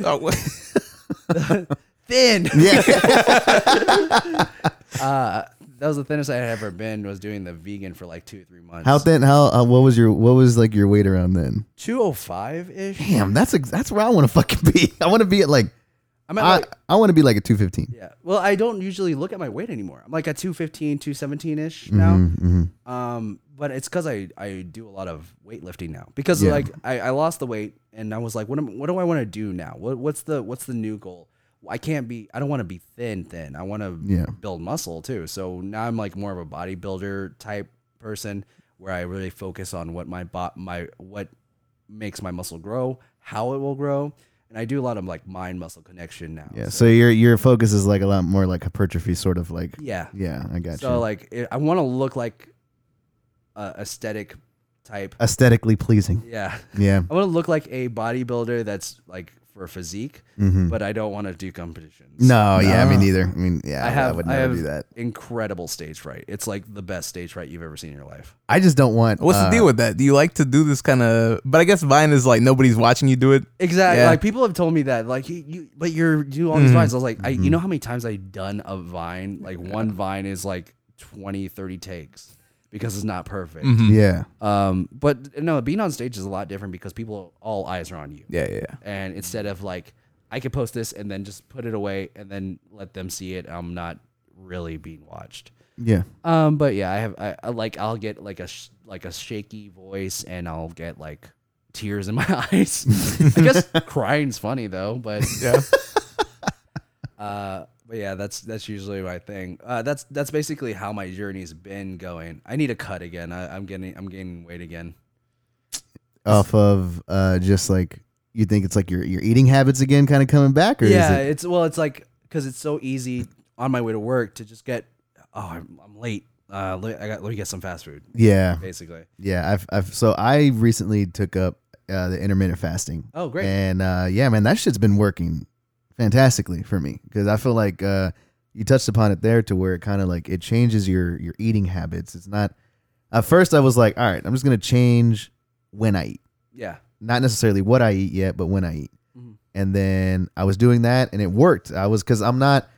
Oh, what?
thin.
Yeah.
Uh, that was the thinnest I had ever been. Was doing the vegan for like two, three months.
How thin? How? Uh, what was your? What was like your weight around then?
Two oh five ish.
Damn. That's ex- that's where I want to fucking be. I want to be at like.
I'm at
I
like,
I want to be like a two fifteen.
yeah. Well, I don't usually look at my weight anymore. I'm like at 215, 217
Mm-hmm,
ish now. Um, but it's because I I do a lot of weightlifting now because
Yeah.
like I, I lost the weight and I was like, what am, what do I want to do now? What what's the what's the new goal? I can't be. I don't want to be thin. Thin. I want to
Yeah.
build muscle too. So now I'm like more of a bodybuilder type person where I really focus on what my bo- my what makes my muscle grow, how it will grow, and I do a lot of like mind muscle connection now.
Yeah. So your your focus is like a lot more like hypertrophy, sort of like.
Yeah.
Yeah, I got
So
you.
like it, I want to look like a aesthetic type.
Aesthetically pleasing.
Yeah.
Yeah.
I want to look like a bodybuilder that's like for physique,
Mm-hmm.
but I don't want to do competitions.
Hmm. No, yeah, me neither. I mean, yeah,
I have. I,
would never
have
do that.
incredible stage fright. It's like the best stage fright you've ever seen in your life.
I just don't want.
What's
uh,
the deal with that? Do you like to do this kind of? But I guess Vine is like nobody's watching you do it.
Exactly.
Yeah.
Like people have told me that. Like you, you but you're you do all
Mm-hmm.
these vines. I was like, I, you know how many times I've done a vine? Like one vine is like 20, 30 takes because it's not perfect.
Yeah.
Um, but no, being on stage is a lot different because people, all eyes are on you.
Yeah, yeah.
And instead of like, I could post this and then just put it away and then let them see it. I'm not really being watched.
Yeah.
Um, but yeah, I have I, I like I'll get like a sh- like a shaky voice and I'll get like tears in my eyes. I guess crying's funny though, but
Yeah.
uh, but yeah, that's that's usually my thing. Uh, that's that's basically how my journey's been going. I need a cut again. I, I'm getting I'm gaining weight again.
Off of uh, just like you think it's like your your eating habits again, kind of coming back, or is
yeah,
it?
it's well, it's like because it's so easy on my way to work to just get. Oh, I'm, I'm late. Uh, let, I got let me get some fast food.
Yeah.
Basically,
Yeah. I've I've so I recently took up uh, the intermittent fasting.
Oh, great.
And uh, yeah, man, that shit's been working fantastically for me because I feel like uh, you touched upon it there to where it kind of like it changes your your eating habits. It's not. At first, I was like, all right, I'm just gonna change when I eat.
yeah,
not necessarily what I eat yet, but when I eat.
Mhm.
And then I was doing that and it worked. I was because I'm not,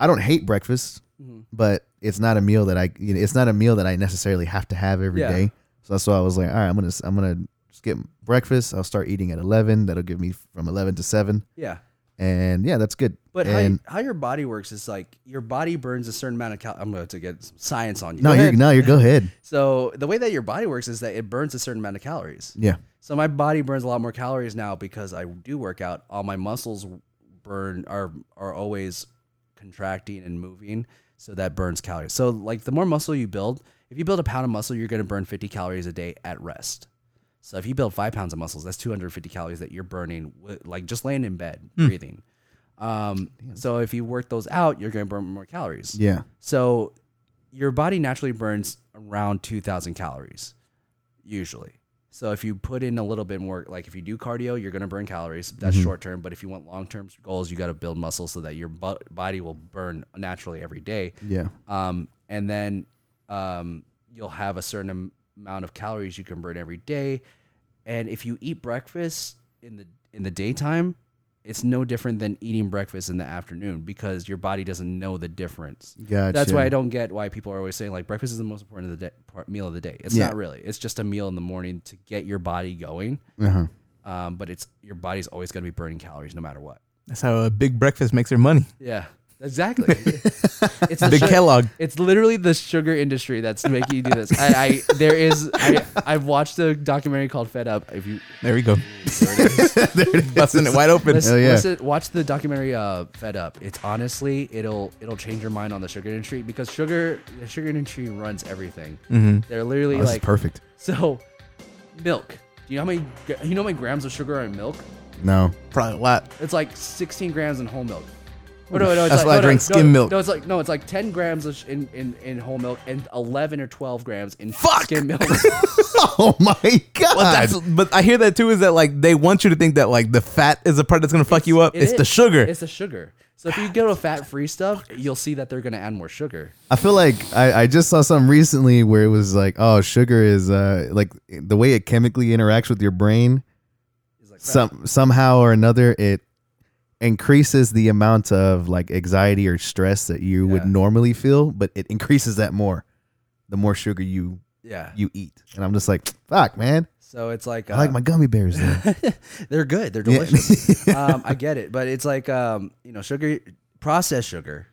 I don't hate breakfast,
Mhm.
but it's not a meal that I, you know, it's not a meal that I necessarily have to have every day.
Yeah.
So that's why I was like, all right, I'm gonna, I'm gonna skip breakfast. I'll start eating at 11. That'll give me from 11 to seven.
yeah.
And yeah, that's good.
But how,
and
you- how your body works is like your body burns a certain amount of cal- I'm going to get some science on you.
no, you, no, you go ahead.
So the way that your body works is that it burns a certain amount of calories.
Yeah,
So my body burns a lot more calories now because I do work out. All my muscles burn are are always contracting and moving, so that burns calories. So like the more muscle you build, if you build a pound of muscle, you're going to burn 50 calories a day at rest. So if you build five pounds of muscles, that's 250 calories that you're burning, wi- like just laying in bed breathing. Um, so if you work those out, you're going to burn more calories.
yeah,
So your body naturally burns around 2000 calories usually. So if you put in a little bit more like if you do cardio, you're going to burn calories. That's short term, but if you want long-term goals, you got to build muscle so that your bu- body will burn naturally every day.
yeah,
Um, and then um, you'll have a certain am- amount of calories you can burn every day. And if you eat breakfast in the in the daytime, it's no different than eating breakfast in the afternoon because your body doesn't know the difference.
Gotcha.
That's why I don't get why people are always saying like breakfast is the most important of the day, part, meal of the day. It's
Yeah.
not really. It's just a meal in the morning to get your body going.
Uh-huh.
Um, but it's your body's always going to be burning calories no matter what.
That's how a big breakfast makes their money.
Yeah, exactly. it's the
Big
sugar-
Kellogg.
It's literally the sugar industry that's making you do this. I, I there is I, I've watched a documentary called Fed Up. If you
There we go. Busting it wide open.
listen,
Hell yeah.
listen- watch the documentary uh, Fed Up, it's honestly it'll it'll change your mind on the sugar industry because sugar the sugar industry runs everything. They're literally
Oh, this is
like
perfect.
so milk. Do you know how many gra- you know how many grams of sugar are in milk?
No.
Probably a lot.
It's like 16 grams in whole milk. Oh, no, no, it's
That's why I
no, no,
drink
no,
skim milk.
No, it's like no, it's like 10 grams of sh- in, in, in whole milk and 11 or 12 grams in skim milk.
Oh my god.
Well, that's, but I hear that too is that like they want you to think that like the fat is the part that's gonna fuck you up.
It
it's the
is.
sugar.
It's the sugar. So if you go to fat-free stuff, you'll see that they're going to add more sugar.
I feel like I, I just saw something recently where it was like, oh, sugar is uh like the way it chemically interacts with your brain. some somehow or another, it increases the amount of like anxiety or stress that you would
Yeah.
normally feel, but it increases that more the more sugar you
Yeah.
you eat. And I'm just like, fuck, man,
So it's like
I like
uh,
my gummy bears. Though.
they're good. They're delicious. um, I get it, but it's like um, you know, sugar processed sugar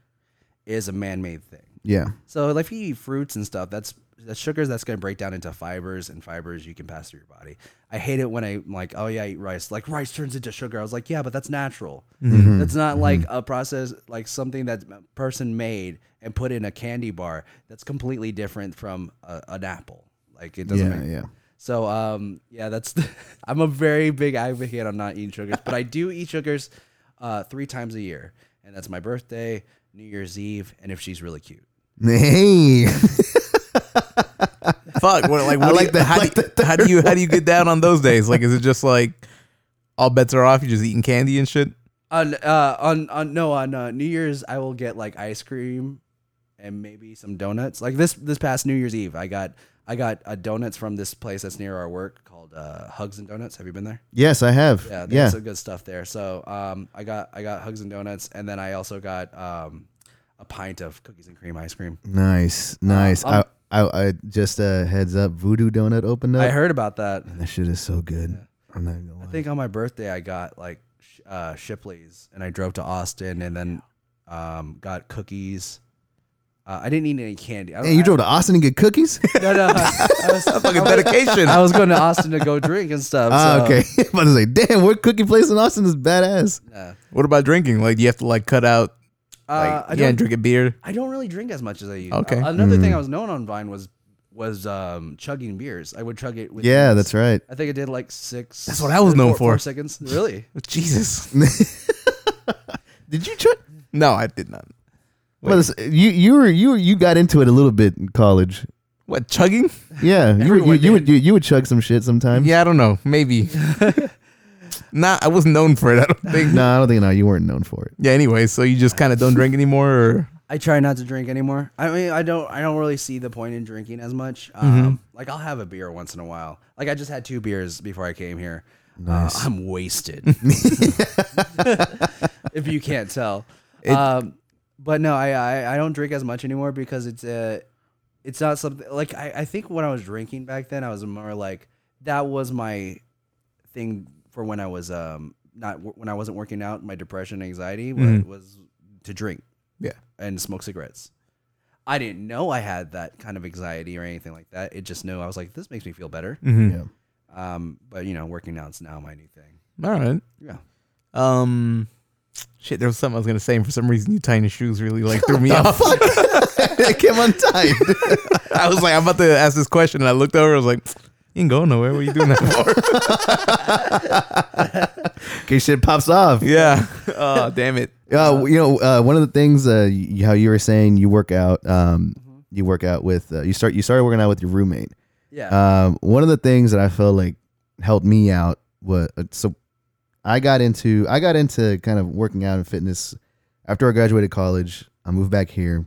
is a man-made thing.
yeah,
So like, if you eat fruits and stuff, that's that's sugars that's gonna break down into fibers, and fibers you can pass through your body. I hate it when I'm like, oh yeah, I eat rice. Like rice turns into sugar. I was like, yeah, but that's natural.
Mm-hmm.
That's not like a process, like something that a person made and put in a candy bar. That's completely different from a, an apple. Like it doesn't.
Yeah,
make,
yeah.
So um, yeah, that's. I'm a very big advocate on not eating sugars, but I do eat sugars, uh, three times a year, and that's my birthday, New Year's Eve, and if she's really cute.
hey,
Fuck. What, like, what
I
do
like
you-
that-
How,
like
do you, how do you how do you get down on those days? Like, is it just like all bets are off? You're just eating candy and shit.
on uh on on no on uh, New Year's I will get like ice cream and maybe some donuts. Like this this past New Year's Eve I got I got uh, donuts from this place that's near our work called uh, Hugs and Donuts. Have you been there?
yes, I have.
Yeah,
Yeah,
they have some good stuff there. So um I got I got Hugs and Donuts and then I also got um a pint of cookies and cream ice cream.
nice, nice.
um,
I, I, I just uh, heads up, Voodoo Donut opened up.
I heard about that.
That shit is so good. I'm not gonna lie.
I think on my birthday I got like sh- uh, Shipley's, and I drove to Austin, and then um, got cookies. Uh, I didn't eat any candy. I,
Hey, you
I-
drove to Austin and get cookies?
No, no. I, I was,
Fucking dedication.
I was going to Austin to go drink and stuff.
Ah,
so,
okay. I'm about to say, damn, what cookie place in Austin is badass?
yeah.
What about drinking? Like, you have to like cut out. Like,
Uh, I,
yeah,
don't,
drink a beer.
I don't really drink as much as I used.
Okay. Hmm.
Uh, another thing I was known on Vine was was um, chugging beers. I would chug it. with
Yeah,
ease.
that's right.
I think I did like six.
That's what I was
four-
known
Four
for.
seconds. Really?
Jesus.
Did you try?
No, I did not.
Well, this- you you were you were- you got into it a little bit in college.
What chugging?
Yeah, you were, you,
Everyone
you would you, you would chug some shit sometimes.
Yeah, I don't know. Maybe. nah, I was known for it. I don't think.
No, I don't think no. You weren't known for it.
Yeah. Anyway, so you just kind of don't drink anymore, or
I try not to drink anymore. I mean, I don't. I don't really see the point in drinking as much.
Mm-hmm.
Um, Like I'll have a beer once in a while. Like I just had two beers before I came here. Uh, I'm wasted. if you can't tell, um, but no, I, I I don't drink as much anymore because it's uh, it's not something like I, I think when I was drinking back then, I was more like that was my thing for when I was um not when I wasn't working out. My depression, and anxiety wa- was to drink
yeah.
and smoke cigarettes. I didn't know I had that kind of anxiety or anything like that. It just knew I was like, this makes me feel better.
Yeah.
Um, but you know, working out's now my new thing.
All right.
Yeah.
Um, shit, there was something I was gonna say, and for some reason, you tying your shoes really like threw me off.
it came untied.
I was like, I'm about to ask this question, and I looked over. I was like, you ain't going nowhere. What are you doing that for?
okay, shit pops off.
yeah. Oh, damn it.
Uh, you know, uh, one of the things uh, y how you were saying you work out, um, you work out with uh, you start you started working out with your roommate.
Yeah.
um, one of the things that I felt like helped me out was so I got into I got into kind of working out and fitness after I graduated college. I moved back here,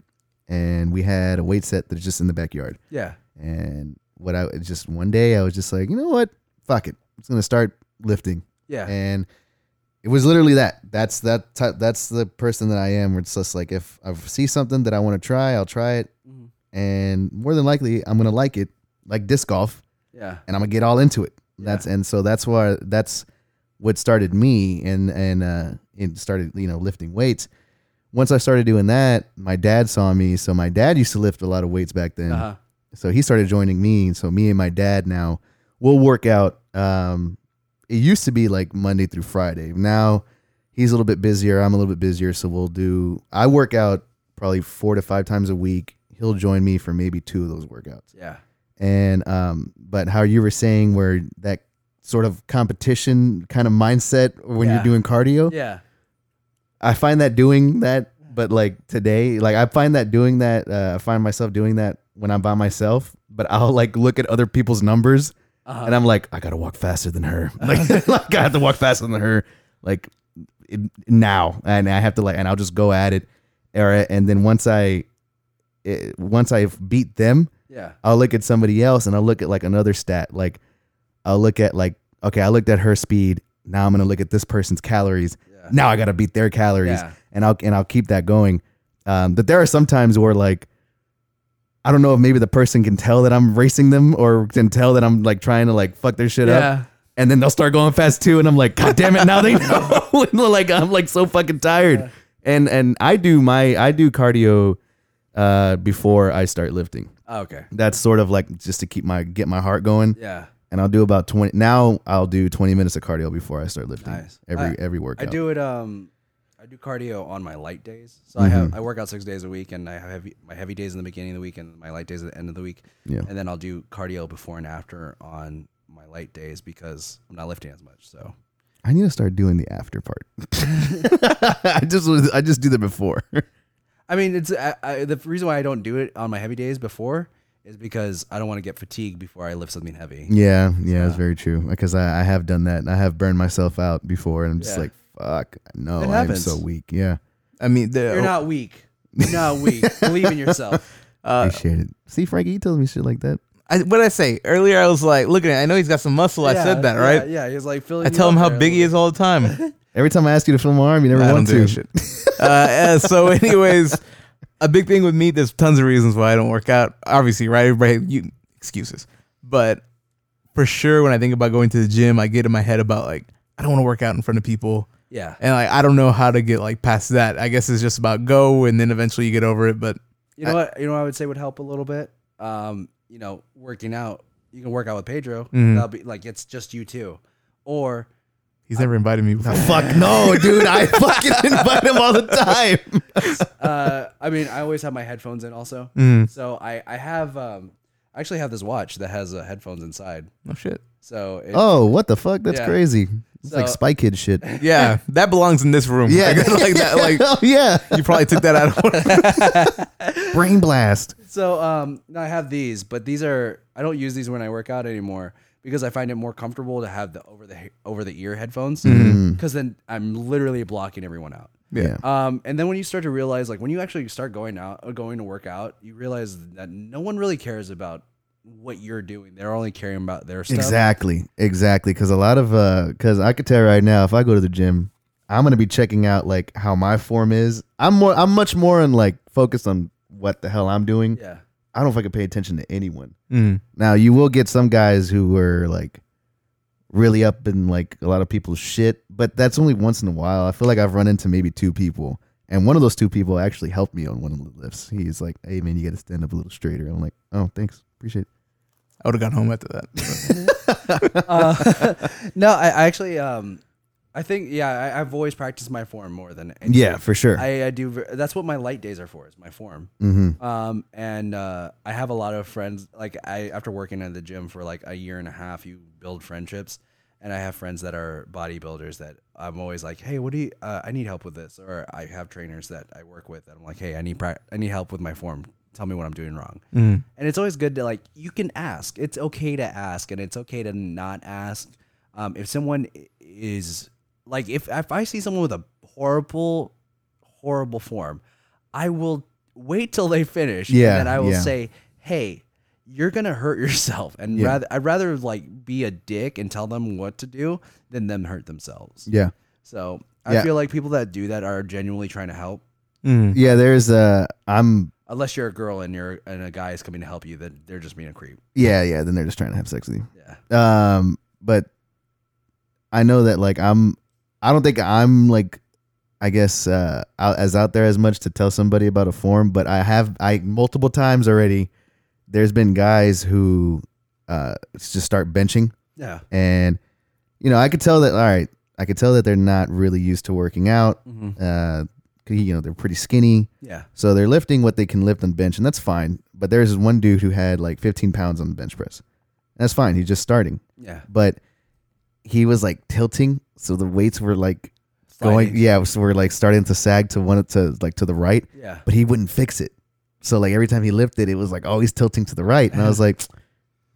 and we had a weight set that's just in the backyard.
yeah.
And what I just one day I was just like, you know what, fuck it, just gonna start lifting.
Yeah.
And it was literally that. That's that. Type, that's the person that I am. Where it's just like if I see something that I want to try, I'll try it, and more than likely I'm gonna like it, like disc golf,
yeah.
and I'm gonna get all into it. That's and so that's why that's what started me and and uh it started you know lifting weights. Once I started doing that, my dad saw me. So my dad used to lift a lot of weights back then.
Uh-huh.
So he started joining me. So me and my dad now will work out. Um, it used to be like Monday through Friday. Now he's a little bit busier. I'm a little bit busier. So we'll do, I work out probably four to five times a week. He'll join me for maybe two of those workouts.
Yeah.
And, um, but how you were saying where that sort of competition kind of mindset when
Yeah.
you're doing cardio,
Yeah.
I find that doing that, but like today, like I find that doing that, uh, I find myself doing that when I'm by myself. But I'll like look at other people's numbers,
Uh-huh.
and I'm like, I gotta walk faster than her. Like, like I have to walk faster than her. Like it, now, and I have to like, and I'll just go at it. Or, and then once I, it, once I've beat them,
Yeah.
I'll look at somebody else and I'll look at like another stat. Like I'll look at like, okay, I looked at her speed. Now I'm gonna look at this person's calories.
Yeah.
Now I gotta beat their calories.
Yeah.
And I'll and I'll keep that going. Um, but there are some times where like I don't know if maybe the person can tell that I'm racing them or can tell that I'm like trying to like fuck their shit up.
Yeah.
And then they'll start going fast too, and I'm like, God damn it, now they know. like I'm like so fucking tired. And and I do my I do cardio uh before I start lifting
Oh, okay.
that's sort of like just to keep my get my heart going
Yeah.
and i'll do about 20 now i'll do 20 minutes of cardio before i start lifting
Nice.
every
I-
every workout
I do it. Um, I do cardio on my light days. So I
Mm-hmm.
have I work out six days a week, and I have heavy, my heavy days in the beginning of the week, and my light days at the end of the week.
Yeah.
And then I'll do cardio before and after on my light days because I'm not lifting as much. So
i need to start doing the after part i just was- i just do the before
I mean, it's I, I, the reason why I don't do it on my heavy days before is because I don't want to get fatigued before I lift something heavy.
yeah yeah it's very true because I, I have done that and i have burned myself out before and i'm just
Yeah.
like fuck no
It
i'm
happens.
so weak yeah
I mean, the,
You're not weak. You're not weak. Believe in yourself.
Uh,
appreciate it see frankie you tells me shit like that
I, what did I say earlier? I was like, look at it. I know he's got some muscle. I
Yeah,
said that,
yeah,
right?
Yeah, He's like filling.
I
you
tell him
up
how
there a
big he
little
is all the time.
every time i ask you to film my arm you never
I don't
want
do
to
that shit. uh, uh, so, anyways, a big thing with me. There's tons of reasons why I don't work out. Obviously, right? Everybody, you excuses, but for sure, when I think about going to the gym, I get in my head about like I don't want to work out in front of people,
bit. Yeah.
and like I don't know how to get like past that. I guess it's just about go, and then eventually you get over it. But
You know what? You know what I would say would help a little bit. Um, you know, working out. You can work out with Pedro. That'll be like it's just you two, or
he's never invited me before.
fuck no dude i fucking invite him all the time
uh, I mean, I always have my headphones in also. So I I have um I actually have this watch that has uh, headphones inside.
No shit.
So it,
Oh, what the fuck? That's
Yeah.
crazy. It's like
So-
Spy Kid shit.
Yeah, that belongs in this room.
Yeah.
like, like that. Like
oh yeah,
you probably took that out. of
brain blast.
so um no, I have these, but these are I don't use these when I work out anymore because I find it more comfortable to have the over the over the ear headphones because then I'm literally blocking everyone out.
Yeah.
Um, and then when you start to realize, like when you actually start going out, uh, going to work out, you realize that no one really cares about what you're doing. They're only caring about their stuff.
Exactly, exactly. Because a lot of uh, because I could tell right now, if I go to the gym, I'm gonna be checking out like how my form is. I'm more, I'm much more in like focused on what the hell I'm doing.
Yeah.
I don't fucking pay attention to anyone.
Mm.
Now you will get some guys who were like really up in like a lot of people's shit, but that's only once in a while. I feel like I've run into maybe two people, and one of those two people actually helped me on one of the lifts. He's like, "Hey man, you got to stand up a little straighter." I'm like, "Oh, thanks, appreciate it."
I would have gone home after that.
No, I, I actually, um, I think, yeah, I, I've always practiced my form more than anything.
Yeah, for sure.
I, I do. ver- That's what my light days are for. Is my form.
Mhm.
Um, and uh, I have a lot of friends. Like I, after working at the gym for like a year and a half, you build friendships. And I have friends that are bodybuilders that I'm always like, hey, what do you? Uh, I need help with this, or I have trainers that I work with that I'm like, hey, I need prac I need help with my form. Tell me what I'm doing wrong. And it's always good to like you can ask. It's okay to ask, and it's okay to not ask. Um, if someone i- is like, if if I see someone with a horrible horrible form. I will wait till they finish.
Yeah,
And then I will
yeah.
say, hey, you're gonna hurt yourself. And
Yeah.
rather, I'd rather like be a dick and tell them what to do than them hurt themselves.
Yeah.
So I
Yeah.
feel like people that do that are genuinely trying to help.
Mm.
Yeah, there's uh I'm
Unless you're a girl and you're and a guy is coming to help you, then they're just being a creep.
yeah, yeah, then they're just trying to have sex with you.
Yeah.
Um but I know that like I'm I don't think I'm like I guess uh out, as out there as much to tell somebody about a form, but I have I multiple times already there's been guys who uh just start benching
Yeah.
and you know, I could tell that all right, I could tell that they're not really used to working out. Uh 'cause, you know, they're pretty skinny.
Mm-hmm. Yeah.
So they're lifting what they can lift on bench, and that's fine. But there's this one dude who had like 15 pounds on the bench press. That's fine. He's just starting,
Yeah.
but he was like tilting, so the weights were like going,
Sliding.
yeah, so we're like starting to sag to one to like to the right,
Yeah.
but he wouldn't fix it. So like every time he lifted, it was like, oh, he's tilting to the right, and I was like,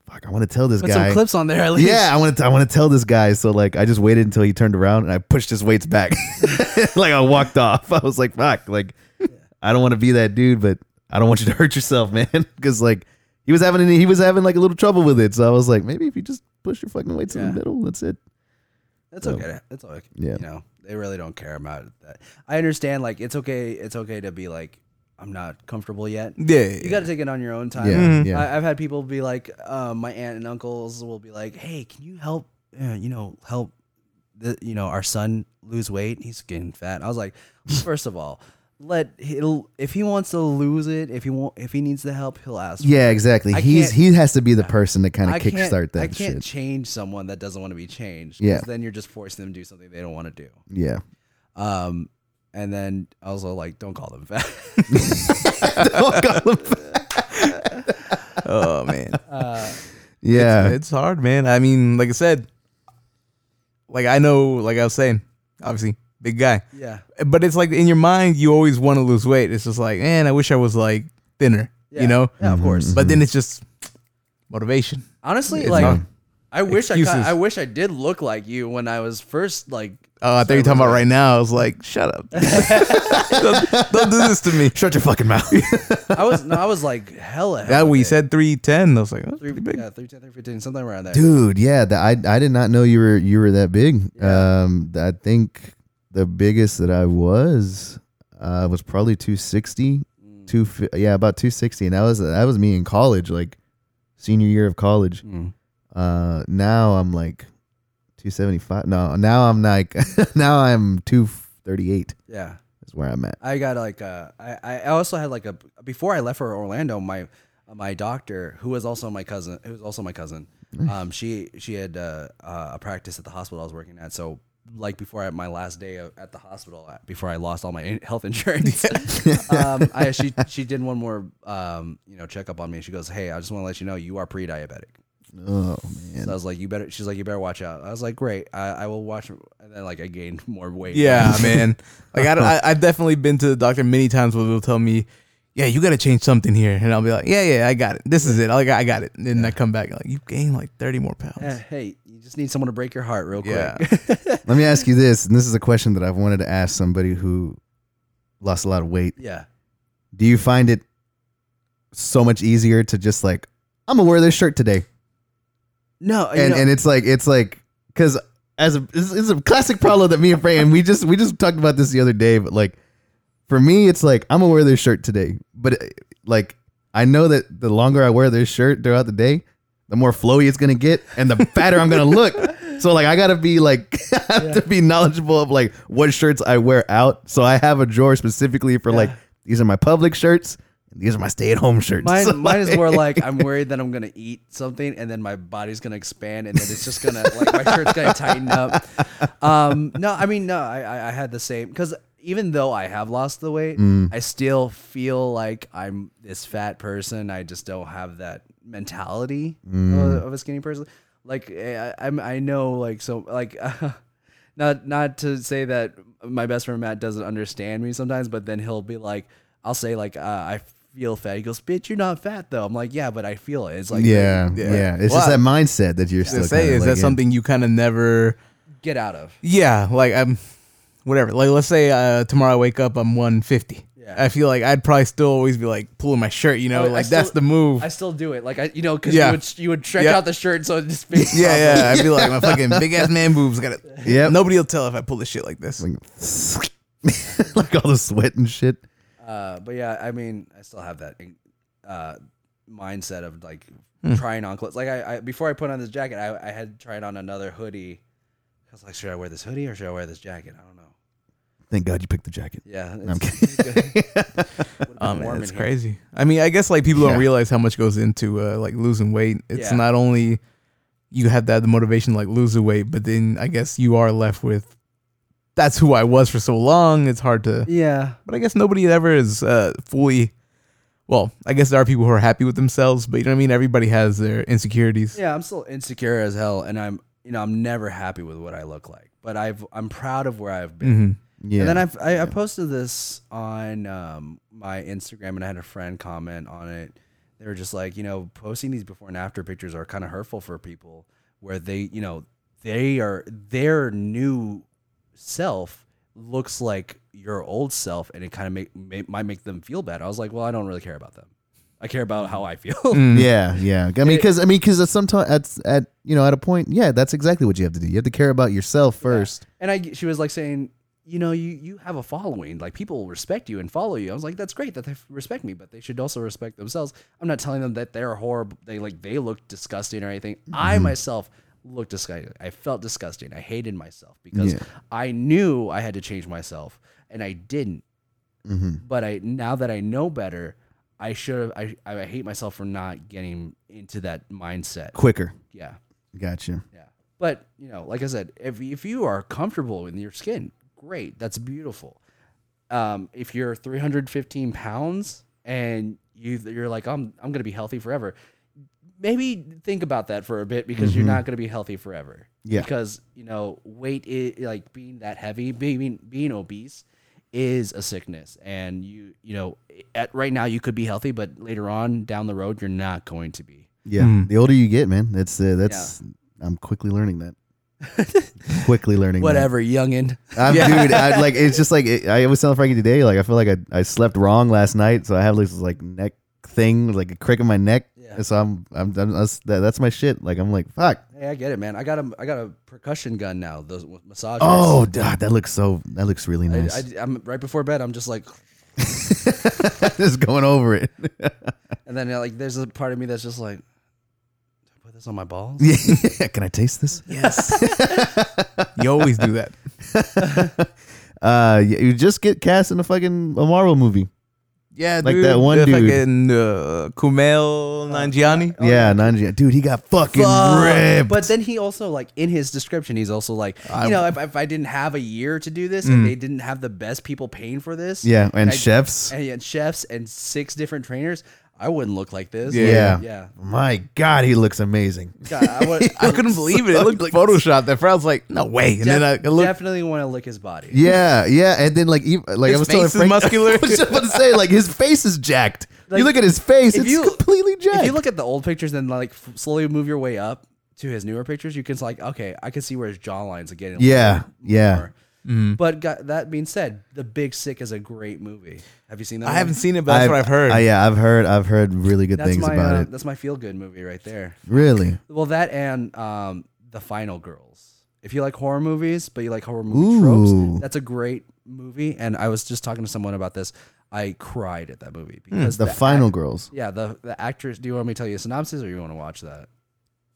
fuck, I want to tell this
Put
guy.
some clips on there at least.
Yeah, I want to. I want to tell this guy. So like, I just waited until he turned around and I pushed his weights back. like I walked off. I was like, fuck. Like, I don't want to be that dude, but I don't want you to hurt yourself, man. Because like, he was having he was having like a little trouble with it. So I was like, maybe if you just push your fucking weights in
Yeah.
the middle, that's it.
That's
So-
okay. That's okay.
Yeah.
You know, they really don't care about that. I understand. Like, it's okay. It's okay to be like, I'm not comfortable yet.
Yeah, yeah,
You got to take it on your own time.
Yeah,
Mhm.
yeah.
I, I've had people be like, uh, my aunt and uncles will be like, "Hey, can you help? Uh, you know, help the you know our son lose weight. He's getting fat." I was like, first of all, let he'll if he wants to lose it, if he won't, if he needs the help, he'll ask. for it.
Yeah, exactly.
I
He's
can't-
he has to be the person to kind of
I can't-
kickstart
I
that
can't
shit.
change someone that doesn't want to be changed. 'cause
Yeah.
Then you're just forcing them to do something they don't want to do.
Yeah.
Um, and then also like, don't call them fat.
Oh man.
Yeah.
It's, it's hard, man. I mean, like I said, like I know, like I was saying, obviously, big guy.
yeah.
But it's like in your mind, you always want to lose weight. It's just like, man, I wish I was like thinner,
Yeah.
you know?
Yeah, of course.
But then it's just motivation.
Honestly,
It's
like,
not-
I wish I,
Excuses.
ki- I wish I did look like you when I was first like.
Oh, I thought you were talking about right now. I was like, shut up. don't, don't do this to me.
Shut your fucking mouth.
I was no, I was like hella. hella
That we
big.
said 310. I was like, oh,
three,
pretty big.
yeah, three, 10, 15, something around there.
dude yeah the, I, I did not know you were you were that big um i think the biggest that i was uh was probably 260 two fi- yeah about 260 and that was that was me in college like senior year of college
Mm.
uh now i'm like 275 no now i'm like now i'm 238
Yeah,
is where i'm at
I got like uh, I I also had like a before I left for Orlando, my my doctor who was also my cousin, who was also my cousin. Um, she she had uh, uh, a practice at the hospital I was working at, so. Like before I, my last day of- at the hospital, uh, before I lost all my in- health insurance, um, I, she she did one more um, you know checkup on me. She goes, "Hey, I just want to let you know you are pre-diabetic."
oh man
So I was like, "You better." She's like, "You better watch out." I was like, "Great, I, I will watch." And then like I gained more weight.
Yeah, man. Like I, don't- I, I've definitely been to the doctor many times where they'll tell me, "Yeah, you got to change something here," and I'll be like, "Yeah, yeah, I got it. This is it. I got, I got it." And then I come back like, "You gained like thirty more pounds."
Eh, hey, you just need someone to break your heart real quick.
Yeah.
let me ask you this and this is a question that i've wanted to ask somebody who lost a lot of weight
yeah.
do you find it so much easier to just like i'm gonna wear this shirt today
No, you
and
know,
and it's like it's like because as a it's, it's a classic problem that me and Fran we just we just talked about this the other day but like for me it's like i'm gonna wear this shirt today but uh, like i know that the longer i wear this shirt throughout the day the more flowy it's gonna get and the fatter i'm gonna look so like i gotta be like I have to be knowledgeable of like what shirts i wear out so i have a drawer specifically for like these are my public shirts and these are my stay-at-home shirts
mine,
So,
mine is
like-
more like I'm worried that I'm gonna eat something and then my body's gonna expand and then it's just gonna like my shirt's gonna tighten up. Um, no, I mean no, I I, I had the same because even though I have lost the weight, I still feel like I'm this fat person. I just don't have that mentality of, of a skinny person. Like eh, I, I'm, I know like so like. not not to say that my best friend Matt doesn't understand me sometimes, but then he'll be like, I'll say like, uh, I feel fat. He goes, bitch, you're not fat though. I'm like, yeah, but I feel it. It's like,
yeah, yeah,
Yeah.
It's just
Well,
that mindset that you're still
to say
kinda
is
like
that
in.
something you kind of never?
get out of.
Yeah, like I'm, whatever. Like let's say uh, tomorrow I wake up I'm one fifty.
Yeah.
I feel like I'd probably still always be like pulling my shirt, you know,
I- I
like that's
still-
the move.
I still do it, like I, you know, because
Yeah.
you would you would stretch
Yeah.
out the shirt so it just fits.
yeah, yeah. I'd be like my fucking big ass man boobs. Got to
Yep.
Nobody will tell if I pull this shit like this.
like all the sweat and shit.
Uh, but yeah, I mean, I still have that uh, mindset of like
Hmm.
trying on clothes. Like I, I before I put on this jacket, I, I had tried on another hoodie. I was like, should I wear this hoodie or should I wear this jacket? I don't know.
Thank God you picked the jacket.
Yeah, it's,
I'm
Oh man,
warm
it's
in here.
crazy. I mean, I guess like people
Yeah.
don't realize how much goes into uh, like losing weight. It's
Yeah.
not only you have to have the motivation to, like lose the weight, but then I guess you are left with that's who I was for so long. It's hard to,
yeah,
but I guess nobody ever is uh, fully. Well, I guess there are people who are happy with themselves, but you know what I mean. Everybody has their insecurities.
yeah. I'm still insecure as hell, and I'm you know I'm never happy with what I look like. But I've I'm proud of where I've been.
Mhm.
Yeah.
And then I've, I, I posted this on um, my Instagram, and I had a friend comment on it. They were just like, you know, posting these before and after pictures are kind of hurtful for people, where they, you know, they are their new self looks like your old self, and it kind of make, may, might make them feel bad. I was like, well, I don't really care about them. I care about how I feel.
Oh, Mm-hmm.
Mm. Yeah, yeah. I mean, because I mean, because sometimes at at you know at a point, yeah, that's exactly what you have to do. You have to care about yourself first.
And I, she was like saying, you know, you you have a following. Like people respect you and follow you. I was like, that's great that they f- respect me, but they should also respect themselves. I'm not telling them that they're horrible. They like they look disgusting or anything. I myself looked disgusting. I felt disgusting. I hated myself because
Yeah.
I knew I had to change myself, and I didn't.
Mm-hmm.
But I now that I know better, I should have. I I hate myself for not getting into that mindset.
Quicker.
Yeah.
Gotcha.
Yeah. But, you know, like I said, if, if you are comfortable in your skin, great. That's beautiful. Um, if you're 315 pounds and you, you're like, I'm, I'm going to be healthy forever, maybe think about that for a bit because you're not going to be healthy forever.
Yeah.
Because, you know, weight is like being that heavy, being, being obese is a sickness. And you, you know, at right now you could be healthy, but later on down the road, you're not going to be.
Yeah.
Mm.
The older you get, man, that's uh, that's. I'm quickly learning that. quickly learning. that.
Whatever, youngin'.
I'm, dude. I, like it's just like it, I was telling Frankie today. Like I feel like I, I slept wrong last night, so I have this like neck thing, like a crick in my neck.
Yeah.
So I'm I'm, I'm that's, that, that's my shit. Like I'm like fuck.
Hey, I get it, man. I got a I got a percussion gun now. Those with massage.
Oh, God, that looks so. That looks really
I,
nice.
I, am right before bed. I'm just like,
just going over it.
and then like, there's a part of me that's just like, do I put this on my balls?
yeah. Can I taste this?
You always do that.
Uh, you you just get cast in a fucking a Marvel movie.
Yeah,
Like that one
the
dude.
fucking uh, Kumail Nanjiani.
yeah, Nanji. Dude, he got fucking
Oh, Fuck.
ripped.
But then he also like in his description, he's also like, you know, if, if I didn't have a year to do this
Mm.
and they didn't have the best people paying for this,
yeah, and,
I-
chefs.
and, and chefs and six different trainers, I wouldn't look like this.
yeah.
yeah.
My God, he looks amazing.
God, I would,
I couldn't believe it. It looked photoshopped. At first, I was like, "No way!" And then I
def-
I looked.
definitely want to lick his body.
Yeah, yeah. And then like, even, like I
His
was telling
face is
Frank,
muscular.
I was just about to say, like his face is jacked. you
Like,
look at his face;
if
it's
you-
completely jacked.
if you look at the old pictures and like f- slowly move your way up to his newer pictures, you can s- like okay, I can see where his jawline's getting. a little
yeah,
bit
yeah.
more. But got, that being said, The Big Sick is a great movie. Have you seen that?
I
one?
haven't seen it, but that's what I've heard.
I- yeah, I've heard. I've heard really good
That's
things
my
about
uh,
it.
that's my feel good movie right there.
Really?
Well, that and um, The Final Girls. If you like horror movies, but you like horror movie
Ooh.
tropes, that's a great movie. And I was just talking to someone about this. I cried at that movie because
Hmm, The final girls.
yeah the the actress. Do you want me to tell you a synopsis, or you want to watch that?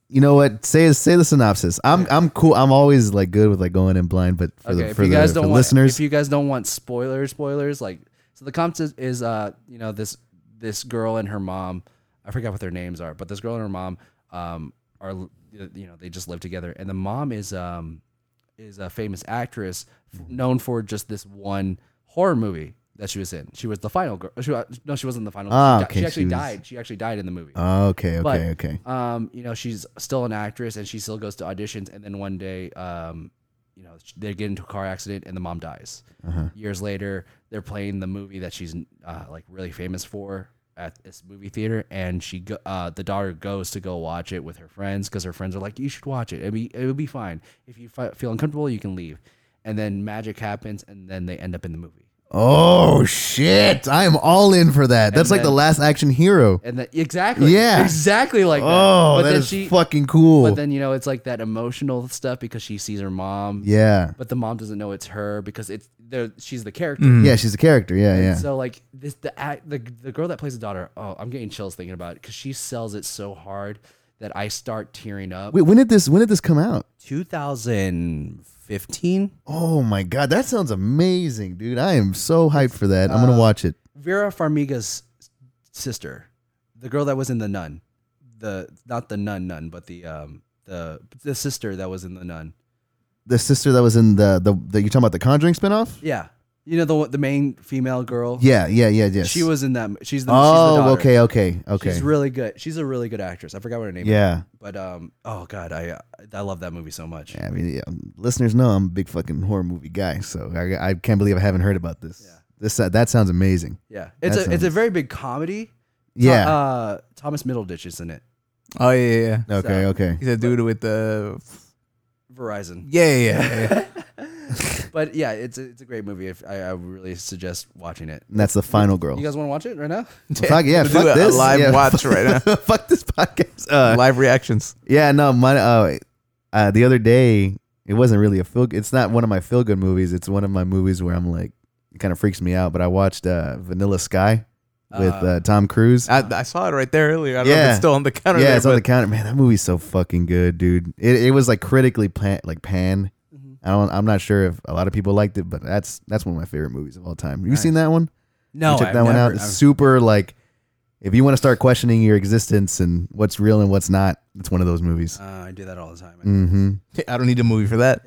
You know what? Say say the synopsis. I'm I'm cool. I'm always like good with like going in blind, but for
okay,
the
if
for
you
the
guys
for
don't want,
listeners,
if you guys don't want spoilers, spoilers like so the concept is, is uh you know this this girl and her mom, I forgot what their names are, but this girl and her mom um are l- you know they just live together, and the mom is um is a famous actress f-
Mm-hmm.
known for just this one horror movie that she was in. She was the final girl. She, wa- no, she wasn't the final.
Ah,
she, di-
okay,
she
she
actually
was-
died. She actually died in the movie.
Oh, okay, okay,
But,
okay.
Um, you know, she's still an actress and she still goes to auditions. And then one day, um, you know, sh- they get into a car accident and the mom dies.
Uh-huh.
Years later, they're playing the movie that she's uh, like really famous for at this movie theater, and she go- uh, the daughter goes to go watch it with her friends because her friends are like, "You should watch it. It'll be it'll be fine. If you fi- feel uncomfortable, you can leave." And then magic happens, and then they end up in the movie.
Oh shit! I am all in for that. That's like
then-
the last action hero.
and that exactly,
Yeah.
exactly like that.
Oh, that is fucking cool.
But then you know it's like that emotional stuff because she sees her mom,
yeah,
but the mom doesn't know it's her because it's there. She's the character.
Hmm. Mm-hmm.
yeah, she's a character. Mm. Yeah, yeah.
So like this, the act, the the girl that plays the daughter. Oh, I'm getting chills thinking about it because she sells it so hard that I start tearing up.
Wait, when did this? When did this come out?
2015.
Oh my god, that sounds amazing, dude! I am so hyped for that. I'm
Uh,
gonna watch it.
Vera Farmiga's sister, the girl that was in the nun, the not the nun nun, but the um the the sister that was in the nun.
The sister that was in the the, the you talking about the Conjuring spinoff?
Yeah, you know the one- the main female girl.
Yeah, yeah, yeah, yes.
she was in that. She's the she's the
Oh,
daughter.
okay, okay, okay.
She's really good. She's a really good actress. I forgot what her name. is.
yeah,
But um, oh god, I I love that movie so much.
yeah. I mean, yeah. listeners know I'm a big fucking horror movie guy, so I, I can't believe I haven't heard about this.
Yeah.
This uh, that sounds amazing.
Yeah, it's
That
a it's a
sounds-
very big comedy. Tho-
Yeah.
uh, Thomas Middleditch is in it.
Oh yeah, yeah, yeah.
okay,
so-
okay.
He's a dude with the
Verizon.
yeah, yeah, yeah, yeah.
But yeah, it's a, it's a great movie. If I, I really suggest watching it.
And that's the final girl.
You guys want to watch it right now?
Well, fuck yeah,
We'll
fuck
do a- a
this.
live
Yeah,
watch right
now. fuck this podcast. Uh,
Live reactions.
yeah, no, my uh, uh, the other day it wasn't really a feel. It's not one of my feel good movies. It's one of my movies where I'm like, it kind of freaks me out. But I watched uh, Vanilla Sky with uh, Tom Cruise.
I, I saw it right there earlier. I don't know if
Yeah.
it's still on the counter.
yeah,
there,
it's on the counter. Man, that movie's so fucking good, dude. It, it was like critically pan, like pan.
Mm-hmm.
I don't. I'm not sure if a lot of people liked it, but that's that's one of my favorite movies of all time. Have you seen that one?
No,
you check that one out. It's super like if you want to start questioning your existence and what's real and what's not, it's one of those movies.
Uh, I do that all the time.
Mm-hmm.
but I don't need a movie for that.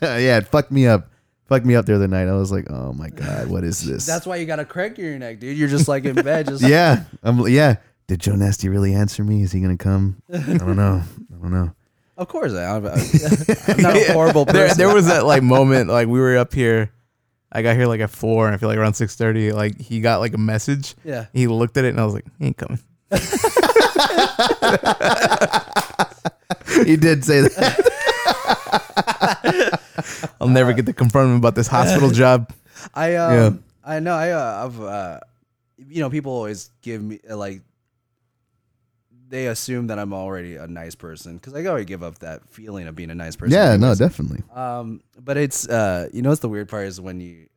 Yeah.
yeah, it fucked me up. Fucked me up the other night. I was like, oh my god, what is this?
That's why you got a crack in your neck, dude. You're just like in bed, just
yeah. I'm yeah. Did Joe Nasty really answer me? Is he gonna come? I don't know. I don't know.
Of course, I, I'm, I'm not a horrible
There,
person.
there was that like moment like we were up here. I got here like at four, and I feel like around six thirty, like he got like a message.
Yeah.
He looked at it, and I was like, he "Ain't coming."
He did say that.
I'll never get to confront him about this hospital job.
I um, I know I uh, I've uh, you know people always give me uh, like they assume that I'm already a nice person because I already give up that feeling of being a nice person.
yeah, no,
anyways.
definitely.
Um, but it's uh, you know, what's the weird part is when you,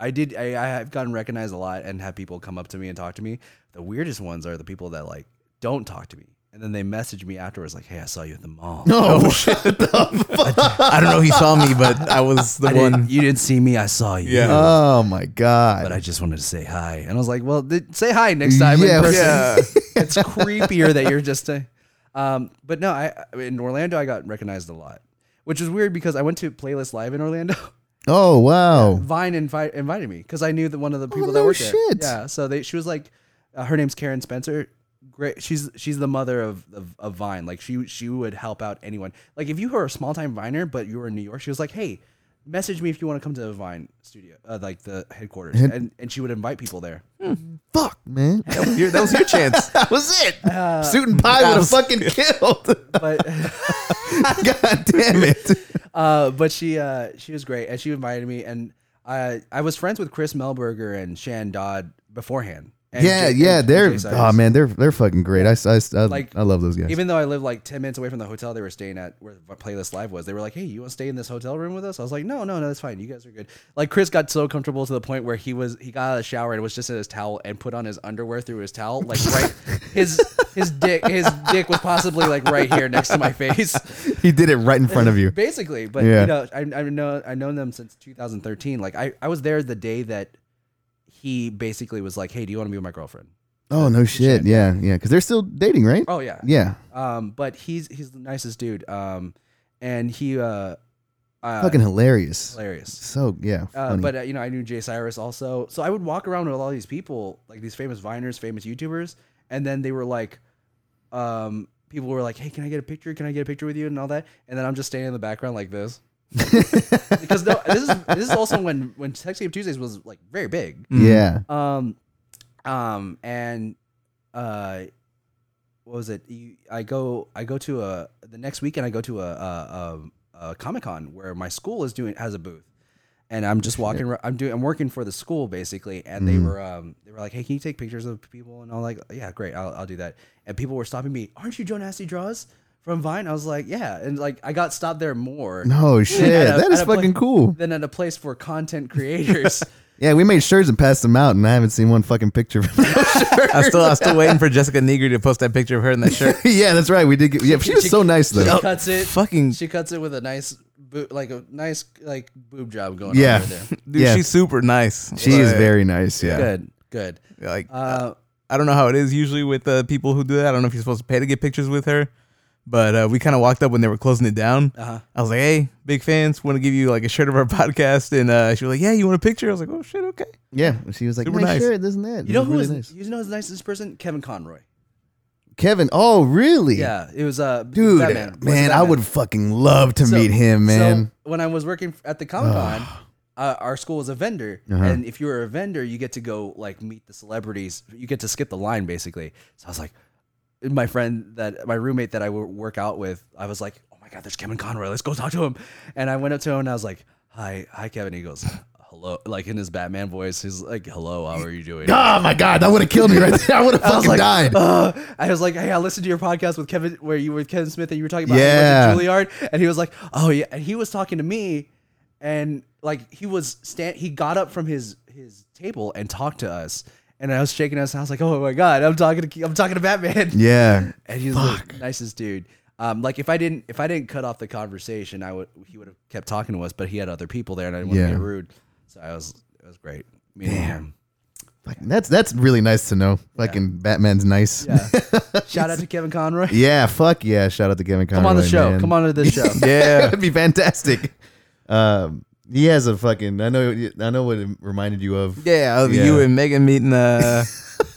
I did, I, I have gotten recognized a lot and have people come up to me and talk to me. The weirdest ones are the people that like don't talk to me, and then they message me afterwards like, "Hey, I saw you at the mall.
No Oh, shit.
I don't know. if He saw me, but I was the
I
one.
didn't, you didn't see me. I saw you. Uh,
Yeah.
Oh my god.
But I just wanted to say hi, and I was like, "Well, th- say hi next time." in
Yeah,
person.
yeah.
it's creepier that you're just a. Um, but no, I I- in Orlando I got recognized a lot, which is weird because I went to Playlist Live in Orlando.
oh wow.
Vine invite, invited me because I knew that one of the people that
Oh, no
worked
shit.
there. Yeah, so they she was like, uh, her name's Karen Spencer. Great, she's she's the mother of, of of Vine. Like she she would help out anyone. Like if you were a small time Viner but you were in New York, she was like, hey, message me if you want to come to the Vine studio, uh, like the headquarters, and and she would invite people there.
Fuck, man.
That was your, that was your chance.
That was it.
Uh,
Suit and pie would have fucking killed.
But
god damn it.
uh, but she uh she was great and she invited me and I I was friends with Chris Melberger and Shan Dodd beforehand. And
yeah,
Jay-
yeah,
and
they're
Jay Cyrus.
oh man, they're they're fucking great. I, I, I,
Like,
I love those guys.
Even though I live like 10 minutes away from the hotel they were staying at where the playlist live was, they were like, Hey, you want to stay in this hotel room with us? I was like, No, no, no, that's fine. You guys are good. Like Chris got so comfortable to the point where he was he got out of the shower and was just in his towel and put on his underwear through his towel. Like right his his dick his dick was possibly like right here next to my face.
he did it right in front of you.
Basically. But
Yeah.
you know, I I know I've known them since 2013. Like I, I was there the day that he basically was like, Hey, do you want to be my girlfriend?
Oh no shit. Yeah, yeah, because they're still dating, right?
Oh yeah.
Yeah,
Um, but he's he's the nicest dude. Um, and he uh, uh
fucking hilarious.
hilarious.
So yeah,
Uh,
funny.
but uh, you know, I knew Jay Cyrus also, so I would walk around with all these people, like these famous viners, famous YouTubers, and then they were like, um, people were like, "Hey, can I get a picture? Can I get a picture with you?" and all that, and then I'm just standing in the background like this. because no, this is this is also when when Sex Tape Tuesdays was like very big.
Mm. Mm-hmm.
yeah,
Um, um, and uh, what was it? You, I go, I go to a the next weekend. I go to a a, a, a Comic Con where my school is doing has a booth, and I'm just walking. ar- I'm doing. I'm working for the school basically, and they were um they were like, hey, can you take pictures of people? And I'm like, yeah, great, I'll, I'll do that. And people were stopping me. Aren't you Joe Nasty Draws from Vine? I was like, yeah, and like I got stopped there more.
No shit,
at a-
that is
at a pla-
fucking cool.
Than at a place for content creators.
Yeah, we made shirts and passed them out, and I haven't seen one fucking picture. From
I still, I'm still waiting for Jessica Negri to post that picture of her in that shirt.
yeah, that's right. We did. Get, yeah, she was so nice
she
though.
cuts it.
Fucking
She cuts it with a nice, bo- like a nice, like boob job going.
Yeah.
on over there.
dude,
Yeah.
she's super nice.
She is very nice. Yeah.
good, good.
like
Uh,
I don't know how it is usually with uh, people who do that. I don't know if you're supposed to pay to get pictures with her, but uh, we kind of walked up when they were closing it down.
Uh-huh.
I was like, "Hey, big fans, want to give you like a shirt of our podcast?" And uh, she was like, "Yeah, you want a picture?" I was like, "Oh shit, okay."
Yeah, she was like,
Super
nice,
nice.
shirt, this and that.
you know
It was
who
really
is?
nice.
You know who's the nicest person? Kevin Conroy.
Kevin? Oh, really?
Yeah, it was uh,
dude,
Batman. Was
man, I
Batman.
would fucking love to
So-
meet him, man.
So when I was working at the Comic Con, uh, our school was a vendor,
Uh-huh.
and if you were a vendor, you get to go like meet the celebrities. You get to skip the line basically. So I was like, my friend that my roommate that I would work out with, I was like, oh my god, there's Kevin Conroy. Let's go talk to him. And I went up to him and I was like, hi, hi, Kevin. He goes, hello, like in his Batman voice. He's like, hello, how are you doing?
oh my god, that would have killed me right there. I would have
I was
fucking
like,
died.
"Ugh." Uh, I was like, hey, I listened to your podcast with Kevin, where you were Kevin Smith, and you were talking about
Yeah.
yeah. Juilliard, and he was like, oh yeah, and he was talking to me, and like he was stand, he got up from his his table and talked to us, and I was shaking us, and I was like, oh my god, I'm talking to I'm talking to Batman,
yeah.
and he's the nicest dude. Um, like if I didn't if I didn't cut off the conversation, I would he would have kept talking to us, but he had other people there, and I didn't want
Yeah.
to get rude, so I was it was great. Meeting Him.
Fucking, that's that's really nice to know. Fucking Batman's nice. Yeah.
Yeah. Shout out to Kevin Conroy.
fuck yeah. Shout out to Kevin Conroy.
Come on the show.
man.
Come on to this show.
Yeah, that'd be fantastic. Um, he has a fucking. I know. I know what it reminded you of.
Yeah, of
Yeah.
you and Megan meeting. Uh,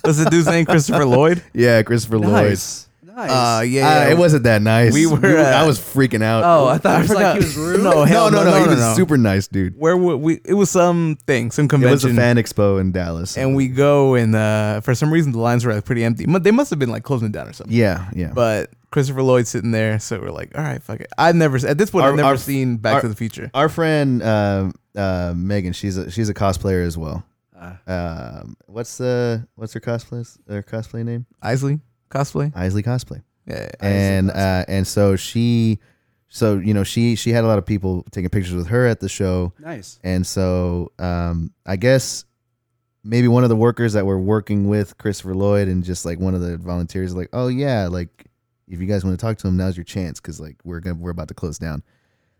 what's the dude's name? Christopher Lloyd.
Yeah, Christopher
Nice. Nice.
Uh,
Lloyd.
yeah,
Uh, it wasn't that nice.
We were, uh,
I was freaking out.
oh, I thought
I
it was
forgot.
like he was rude.
No,
no,
hell
no, no,
no,
He
no,
was
no.
super nice, dude.
Where were we? It was some thing, some
It was
convention.
a fan expo in Dallas.
and we go and uh, for some reason the lines were like pretty empty. But they must have been like closing it down or something.
yeah, yeah.
But Christopher Lloyd's sitting there, so we're like, all right, fuck it. I've never at this point
Our-
I've never
our-
seen Back
our-
to the Future.
our friend uh, uh, Megan, she's a she's a cosplayer as well.
Ah,
Um, what's the what's her cosplay her cosplay name?
Isley cosplay.
Isley cosplay.
Yeah.
and uh, and so she, so you know she she had a lot of people taking pictures with her at the show,
Nice.
and so um, I guess maybe one of the workers that were working with Christopher Lloyd and just like one of the volunteers like oh yeah like if you guys want to talk to him now's your chance because like we're gonna we're about to close down,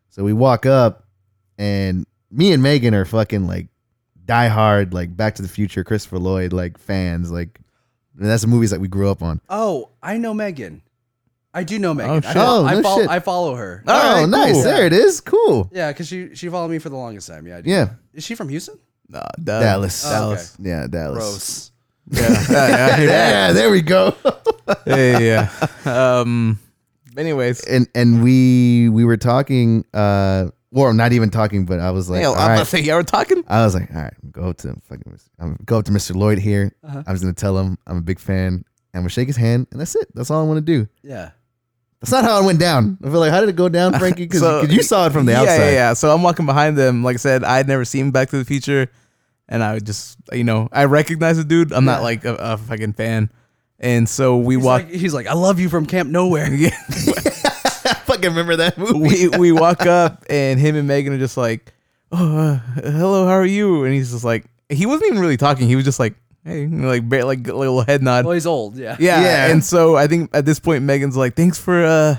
so we walk up and me and Megan are fucking like diehard like Back to the Future Christopher Lloyd like fans like. And that's the movies that we grew up on.
Oh, I know Megan. I do know Megan.
shit.
I, fol-
Oh,
I,
no
fol-
shit.
I follow her.
All
oh,
right,
nice!
cool.
There it is. Cool.
Yeah, because she she followed me for the longest time. Yeah. I do.
Yeah.
Is she from Houston?
Nah, duh.
Dallas.
Oh,
Dallas.
Yeah, Dallas.
Gross.
Yeah. yeah, I hear that.
Yeah, there we go.
yeah, yeah, yeah. Um. Anyways,
and and we we were talking, uh, or I'm not even talking, but I was like,
Hey, I'm
all
about to
right.
say y'all were talking.
I was like, all right, go up to him, fucking, I'm gonna go up to Mr. Lloyd here. I was gonna tell him I'm a big fan. I'm gonna shake his hand, and that's it. That's all I want to do.
Yeah.
That's not how it went down. I feel like, how did it go down, Frankie? Because
So-
you saw it from the
yeah,
outside.
Yeah, yeah. So I'm walking behind them. Like I said, I had never seen Back to the Future, and I would just, you know, I recognize the dude. I'm not like a, a fucking fan, and so we
He's
walk.
like, he's like, I love you from Camp Nowhere.
Yeah.
I fucking remember that movie.
we we walk up, and him and Megan are just like, "Oh, uh, hello, how are you?" And he's just like, he wasn't even really talking. He was just like, "Hey," you know, like bare, like a little head nod.
Well, he's old. Yeah.
Yeah.
Yeah.
And so I think at this point, Megan's like, thanks for uh,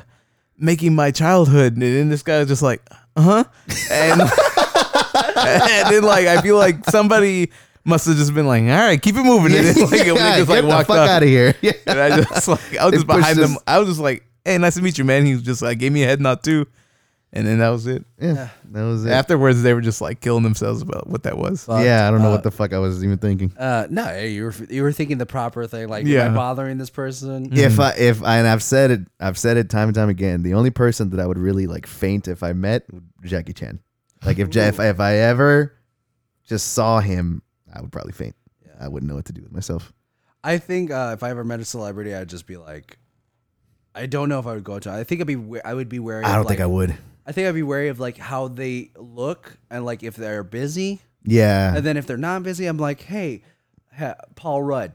making my childhood. And then this guy's just like, uh huh. And, and then, like, I feel like somebody must have just been like, all right, keep it moving. And then, like,
Yeah,
a nigga's,
get
like,
the
walked
fuck
up.
out of here. Yeah.
And I just, like, I was
They
just behind
pushed
them.
us-
I was just like, hey, nice to meet you, man. He was just like, gave me a head nod too. And then that was it.
yeah, that was it.
Afterwards, they were just like killing themselves about what that was.
yeah, I don't know
Uh,
what the fuck I was even thinking.
Uh, no, hey, you were you were thinking the proper thing. Like,
Yeah.
am I bothering this person?
if I if I, and I've said it I've said it time and time again the only person that I would really like faint if I met would Jackie Chan like if Ja- if, I- if I ever just saw him I would probably faint I wouldn't know what to do with myself
I think uh, if I ever met a celebrity, I'd just be like, I don't know if I would go to. I think I'd be. we- I would be wary.
I don't
of,
think
like,
I would
I think I'd be wary of like how they look and like if they're busy.
Yeah.
And then if they're not busy, I'm like, hey, ha- Paul Rudd,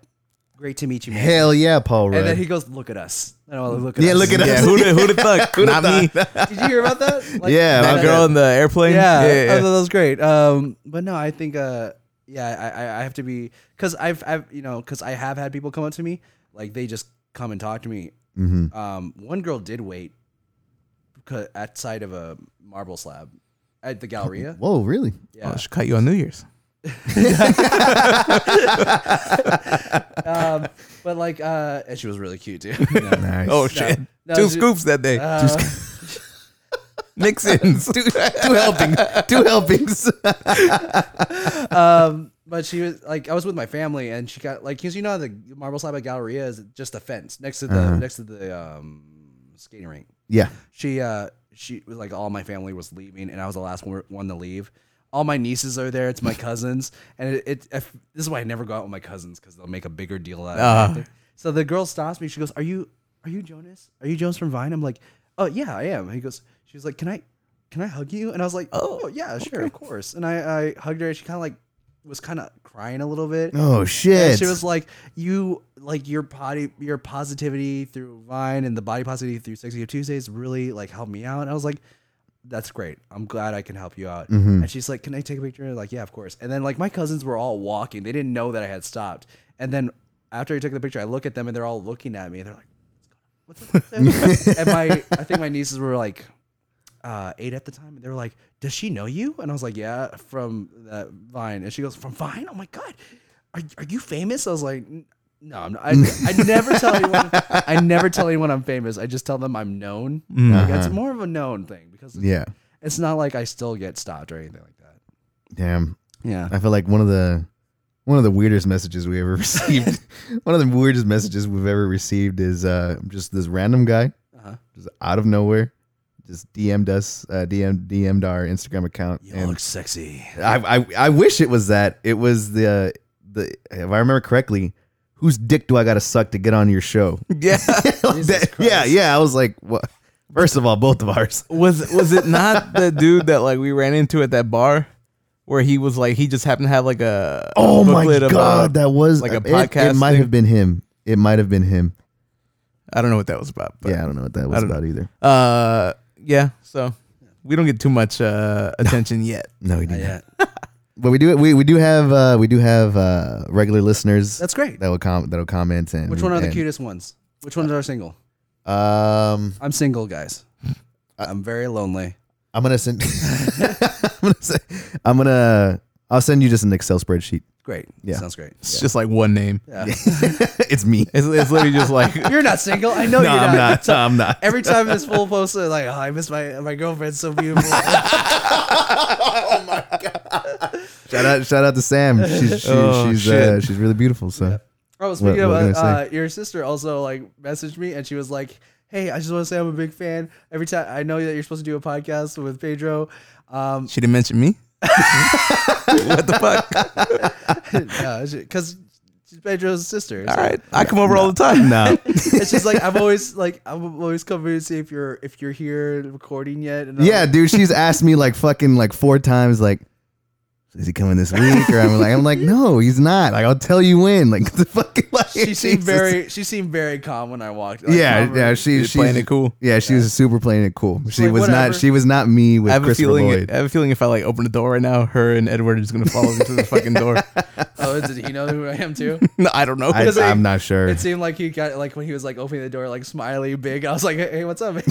great to meet you, man.
Hell yeah, Paul
And then
Rudd.
he goes, look at us. And I'm like, look at
Yeah,
us.
look at
Yeah,
us.
who the who the fuck? Not me.
Did you hear about that? Like,
Yeah,
that
my
That girl in the airplane.
yeah,
yeah, yeah.
I thought that was great. Um, but no, I think uh, yeah, I, I I have to be because I've I've you know because I have had people come up to me like they just come and talk to me.
Mm-hmm.
Um, one girl did wait because outside of a marble slab at the Galleria.
Whoa, really?
Yeah,
Oh, she cut you on New Year's.
um, but like uh, and she was really cute too.
Nice.
Oh shit!
No,
two
dude.
scoops that day.
Uh,
Nixon's.
two, two helpings. Two helpings.
um, but she was like, I was with my family, and she got like, 'cause you know, how the marble slab at Galleria is just a fence next to the next to the um, skating rink.
yeah.
she uh she was like all my family was leaving and i was the last one, one to leave all my nieces are there it's my cousins and it, it, if, this is why i never go out with my cousins because they'll make a bigger deal out of it so the girl stops me she goes are you are you jonas are you jonas from vine i'm like oh yeah i am he goes she was like can i can i hug you and i was like oh, yeah sure of course and i i hugged her and she kind of like was kind of crying a little bit
Oh
and
shit.
she was like, "You like your body, your positivity through Vine and the body positivity through Sexy Tuesdays really like helped me out." And I was like, "That's great. I'm glad I can help you out." And she's like, "Can I take a picture?" And I'm like, "Yeah, of course." And then like my cousins were all walking; they didn't know that I had stopped. And then after I took the picture, I look at them and they're all looking at me. They're like, "What's up?" What's up? and my I think my nieces were like. Uh, eight at the time, and they were like, "Does she know you?" And I was like, "Yeah, from uh, Vine." And she goes, "From Vine? Oh my god, are, are you famous? I was like, "N- no, I'm not. I, I never tell anyone. I never tell anyone I'm famous. I just tell them I'm known. Like, it's more of a known thing because it's,
yeah.
it's not like I still get stopped or anything like that.
Damn.
Yeah.
I feel like one of the one of the weirdest messages we ever received. one of the weirdest messages we've ever received is uh, just this random guy,
Uh-huh.
just out of nowhere, just DM'd us, uh, DM DM'd our Instagram account, and
sexy.
I, I I wish it was that. It was the uh, the if I remember correctly, whose dick do I gotta suck to get on your show?
yeah.
Like that- yeah, yeah. I was like, what? First of all, both of ours.
Was was it not the dude that like we ran into at that bar where he was like he just happened to have like a a
Oh my
booklet of, uh,
god, that was
like a
it- It,
podcast
might
thing?
have been him. It might have been him.
I don't know what that was about. But,
yeah, I don't know what that was
don't know.
about either.
yeah. Uh, yeah. So we don't get too much uh, attention yet.
No, we
Not
didn't.
yet.
But we do we, we do have uh, we do have uh, regular listeners
That's great.
that will com- that'll comment and
Which one are the
and-
cutest ones? Which ones are single?
Um,
I'm single, guys.
Uh,
I'm very lonely.
I'm gonna send. I'm gonna. Send, I'm gonna. I'll send you just an Excel spreadsheet.
Great.
Yeah.
Sounds great.
It's just like one name.
Yeah.
it's me.
It's, it's literally just like
You're not single. I know
no,
you're
I'm not. No, I'm not.
Every time this fool posts, it, like, oh, I miss my my girlfriend so beautiful.
Shout out! Shout out to Sam. She's she,
Oh,
she's uh,
shit.
she's really beautiful. So
Oh, speaking
what
of
can I
uh, uh, your sister, also like messaged me and she was like, "Hey, I just want to say I'm a big fan. Every time I know that you're supposed to do a podcast with Pedro, um,
she didn't mention me. what the fuck?
because she's Pedro's sister.
All
so-
right, I come over all the time.
no,
It's just like I'm always like I'm always coming to see if you're if you're here and recording yet. And uh, I'm
yeah,
like,
dude. She's asked me like fucking like four times. Like, is he coming this week? Or I'm like, I'm like, no, he's not. Like, I'll tell you when. Like the fucking. Like,
she seemed
Jesus.
very she seemed very calm when I walked. like,
Yeah,
calm.
yeah. She
She's
she's
playing it cool.
Yeah, she was super playing it cool. She
like,
was
whatever.
not. She was not me
I
with
have a
Christopher
feeling.
Lloyd.
I have a feeling if I like open the door right now, her and Edward are just gonna follow me to the fucking door.
Oh, did he know who I am too?
No, I don't know.
I,
because I-
I'm not sure.
It seemed like he got like when he was like opening the door like smiley big. I was like, hey, what's up, man?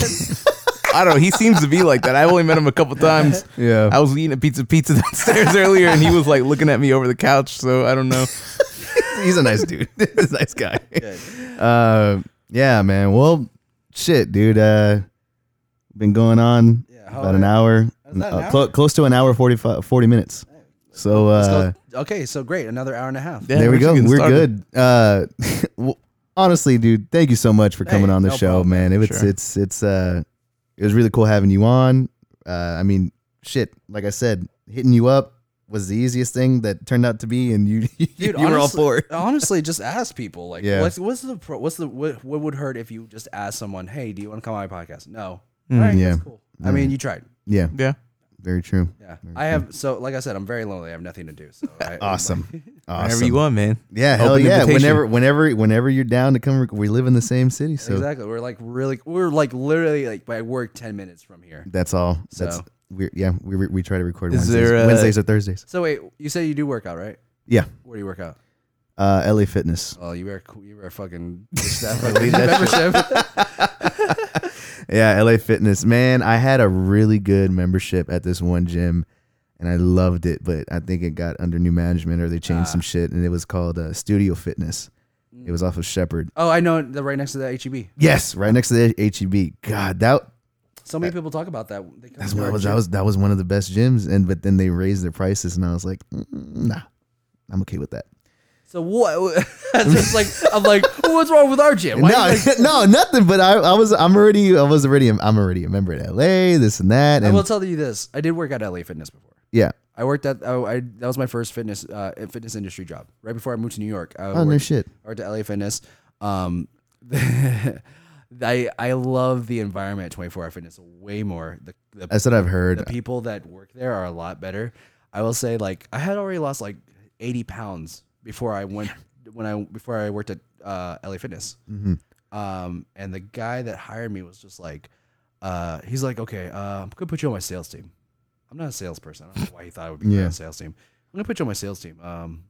I don't know. He seems to be like that. I've only met him a couple times.
Yeah.
I was eating a pizza pizza downstairs earlier, and he was like looking at me over the couch. So I don't know.
he's a nice dude. he's a nice guy. Uh, yeah, man. Well, shit, dude. Uh, been going on
Yeah, how-
about an hour,
Is that an
uh, clo- close to an hour 45, 40 minutes. So
Let's go-
uh,
okay, so great, another hour and a half.
Yeah,
there we
we're just
go.
getting
We're
started.
good. Uh, well, honestly, dude, thank you so much for coming
Hey,
on the
no
show,
problem,
man. It, it's
Sure.
it's it's uh, it was really cool having you on. Uh, I mean, shit. Like I said, hitting you up was the easiest thing that turned out to be, and you you
Dude,
were all
honestly-
for it.
Honestly, just ask people. Like,
Yeah.
what's, what's the pro, what's the what, what would hurt if you just ask someone, "Hey, do you want to come on my podcast?" No. All right,
Mm, yeah.
that's cool. I mean, you tried.
Yeah,
Yeah.
very true.
Yeah, I
mm.
have. So, like I said, I'm very lonely. I have nothing to do. So I,
Ah, Awesome.
Whenever
Awesome.
you want, man.
Yeah, hell
Open
yeah.
invitation.
Whenever, whenever, whenever you're down to come, rec- we live in the same city, so
exactly. We're like really. We're like literally like. I work ten minutes from here.
that's all. That's
So.
we yeah. We we try to record
Is
Wednesdays,
there, uh,
Wednesdays or Thursdays.
So wait, you say you do work out, right?
Yeah,
Where do you work out?
uh, LA Fitness.
Oh, you were cool- you were fucking staff like membership.
Yeah, LA Fitness. Man, I had a really good membership at this one gym, and I loved it. But I think it got under new management, or they
Ah.
changed some shit, and it was called uh, Studio Fitness. It was off of Shepherd.
Oh, I know. The right next to the E HEB.
Yes, right next to the HEB. God, that
So many people talk about that. They come
that's
to
what
our
was
gym.
that was that was one of the best gyms. And but then they raised their prices, and I was like, mm, nah, I'm okay with that.
So what? It's just like I'm like, what's wrong with our gym? Why-
no, no, nothing. But I, I was, I'm already, I was already, I'm already a member at LA, this and that,
I
and
will tell you this: I did work at LA Fitness before.
yeah,
I worked at I, I that was my first fitness uh, fitness industry job right before I moved to New York. I
oh no
worked-
shit,
or to LA Fitness. Um, I I love the environment at 24 Hour Fitness way more. The the,
that's what I've
the
heard.
people that work there are a lot better. I will say, like I had already lost like 80 pounds before I went when I before I worked at uh, LA Fitness.
Mm-hmm.
Um, and the guy that hired me was just like, uh, he's like, okay, uh, I'm gonna put you on my sales team. I'm not a salesperson. I don't know why he thought I would be great
Yeah.
on a sales team. I'm gonna put you on my sales team. Um,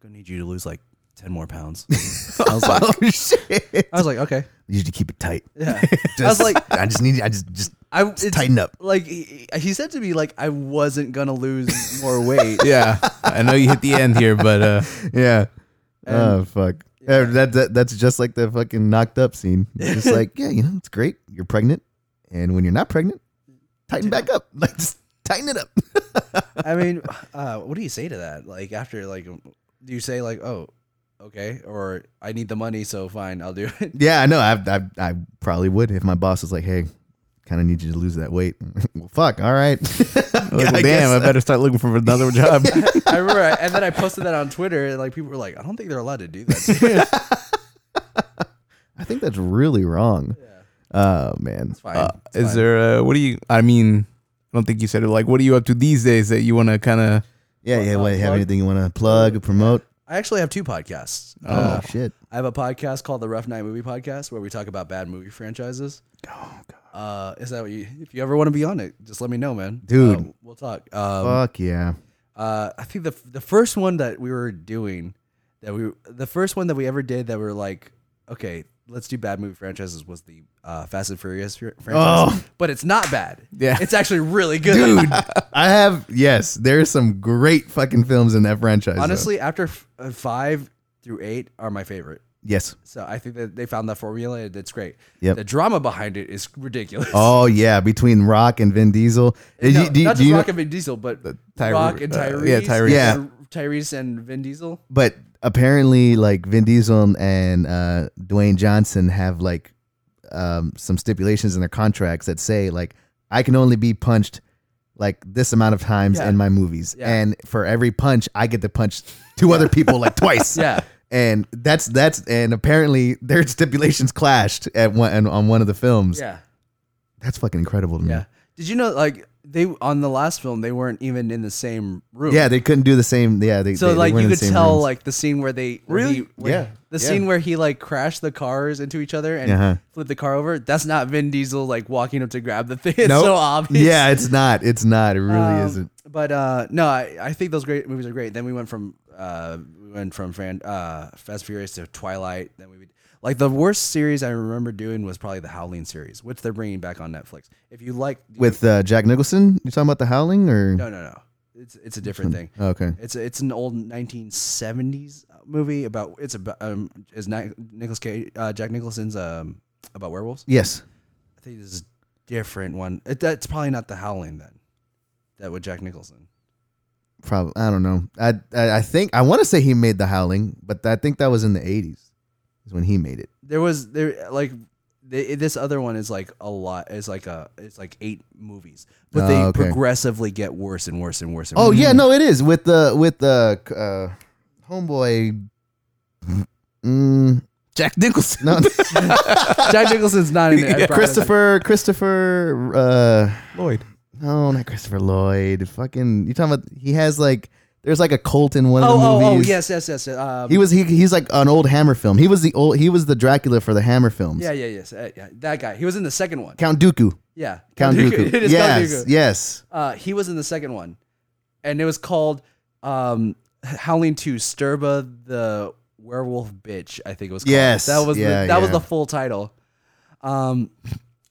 gonna need you to lose like 10 more pounds. I was like,
Oh shit,
I was like, okay.
you need to keep it tight.
Yeah.
Just,
I was like,
I just need, I just, just
I it's,
tighten up.
like he, he said to me like I wasn't gonna lose more weight.
Yeah. I know you hit the end here, but uh,
Yeah. oh fuck. Uh, That, that that's just like the fucking knocked up scene. It's just like yeah, you know, it's great. You're pregnant, and when you're not pregnant, tighten back up. Like just tighten it up.
I mean, uh, what do you say to that? Like after like, do you say like, oh, okay, or I need the money, so fine, I'll do it.
Yeah, I know. I, I, I probably would if my boss was like, "Hey, kind of need you to lose that weight." well, fuck. All right.
well,
I guess,
damn, I
uh,
better start looking for another job.
I remember, I, and then I posted that on Twitter, and like people were like, I don't think they're allowed to do that.
I think that's really wrong. Oh man.
It's fine.
Uh,
It's
is
fine.
there uh what do you I mean, I don't think you said it like what are you up to these days that you want to kind of
Yeah, yeah. What, have
plug?
anything you want to plug or promote?
I actually have two podcasts.
Oh,
Uh,
shit.
I have a podcast called the Rough Night Movie Podcast where we talk about bad movie franchises. Oh, God. Uh, is that what you? If you ever want to be on it, just let me know, man.
Dude.
Um, we'll talk. Um,
Fuck yeah.
uh, I think the the first one that we were doing that we the first one that we ever did that we were like, okay, let's do bad movie franchises was the uh, Fast and Furious fr- franchise, but it's not bad.
Yeah.
it's actually really good.
Oh. Dude, I have yes. There's some great fucking films in that franchise. though.
honestly, after f- uh, five through eight are my favorite.
yes.
So I think that they found that formula and it's great.
Yep.
The drama behind it is ridiculous.
Oh yeah, between Rock and Vin Diesel. Did
No,
you- do-
not
do
just
you know-
Rock and Vin Diesel, but
Tyre-
Rock and
uh,
Tyrese.
yeah, Tyrese.
Yeah.
and Tyrese and Vin Diesel.
but apparently, like Vin Diesel and uh, Dwayne Johnson have like um, some stipulations in their contracts that say like I can only be punched like this amount of times
Yeah.
in my movies,
Yeah.
and for every punch, I get to punch two other people like twice.
Yeah.
and that's that's and apparently their stipulations clashed at one on one of the films.
Yeah.
That's fucking incredible to me.
Yeah. Did you know like they on the last film they weren't even in the same room?
Yeah, they couldn't do the same. Yeah, they
So
they- they
like
weren't
you
in the
could
same
tell
rooms.
like the scene where they where
Really?
he- where-
Yeah.
the
Yeah.
scene where he like crashed the cars into each other and
Uh-huh.
flipped the car over. That's not Vin Diesel like walking up to grab the thing. It's
Nope.
so obvious.
yeah, it's not. It's not. It really
Um,
isn't.
But uh, no, I, I think those great movies are great. Then we went from uh, we went from Fran, uh, Fast Furious to Twilight. Then we would, like the worst series I remember doing was probably the Howling series, which they're bringing back on Netflix. If you like
With uh, Jack Nicholson, you talking about The Howling or
no no no, it's it's a different thing.
Hmm. okay?
It's it's an old 1970s movie about it's about um is Ni- Nicholas Cage uh, Jack Nicholson's um about werewolves.
Yes.
I think this is a different one. It, that's probably not the Howling then. That with Jack Nicholson.
Probably. I don't know. I I, I think I want to say he made The Howling, but I think that was in the '80s, is when he made it.
There was there like they, this other one is like a lot. It's like a it's like eight movies, but they
Oh, okay.
progressively get worse and worse and worse. And
Oh
worse.
yeah, no, it is with the with the uh, homeboy. Mm,
Jack Nicholson.
No,
Jack Nicholson's not in it. I promise.
Christopher, Christopher, uh,
Lloyd.
no, not Christopher Lloyd. Fucking, you talking about? He has like, there's like a cult in one of
Oh,
the
oh,
movies.
oh, yes, yes, yes. Um,
He was he, he's like an old Hammer film. He was the old he was the Dracula for the Hammer films.
yeah, yeah, yes. Uh, yeah, that guy. He was in the second one.
Count Dooku.
Yeah,
Count Dooku.
It is
yes,
Count Dooku.
yes.
Uh, he was in the second one, and it was called um, Howling Two: Sturba the Werewolf Bitch. I think it was. Called.
Yes,
that was
yeah,
the, that was
yeah.
the full title. Um,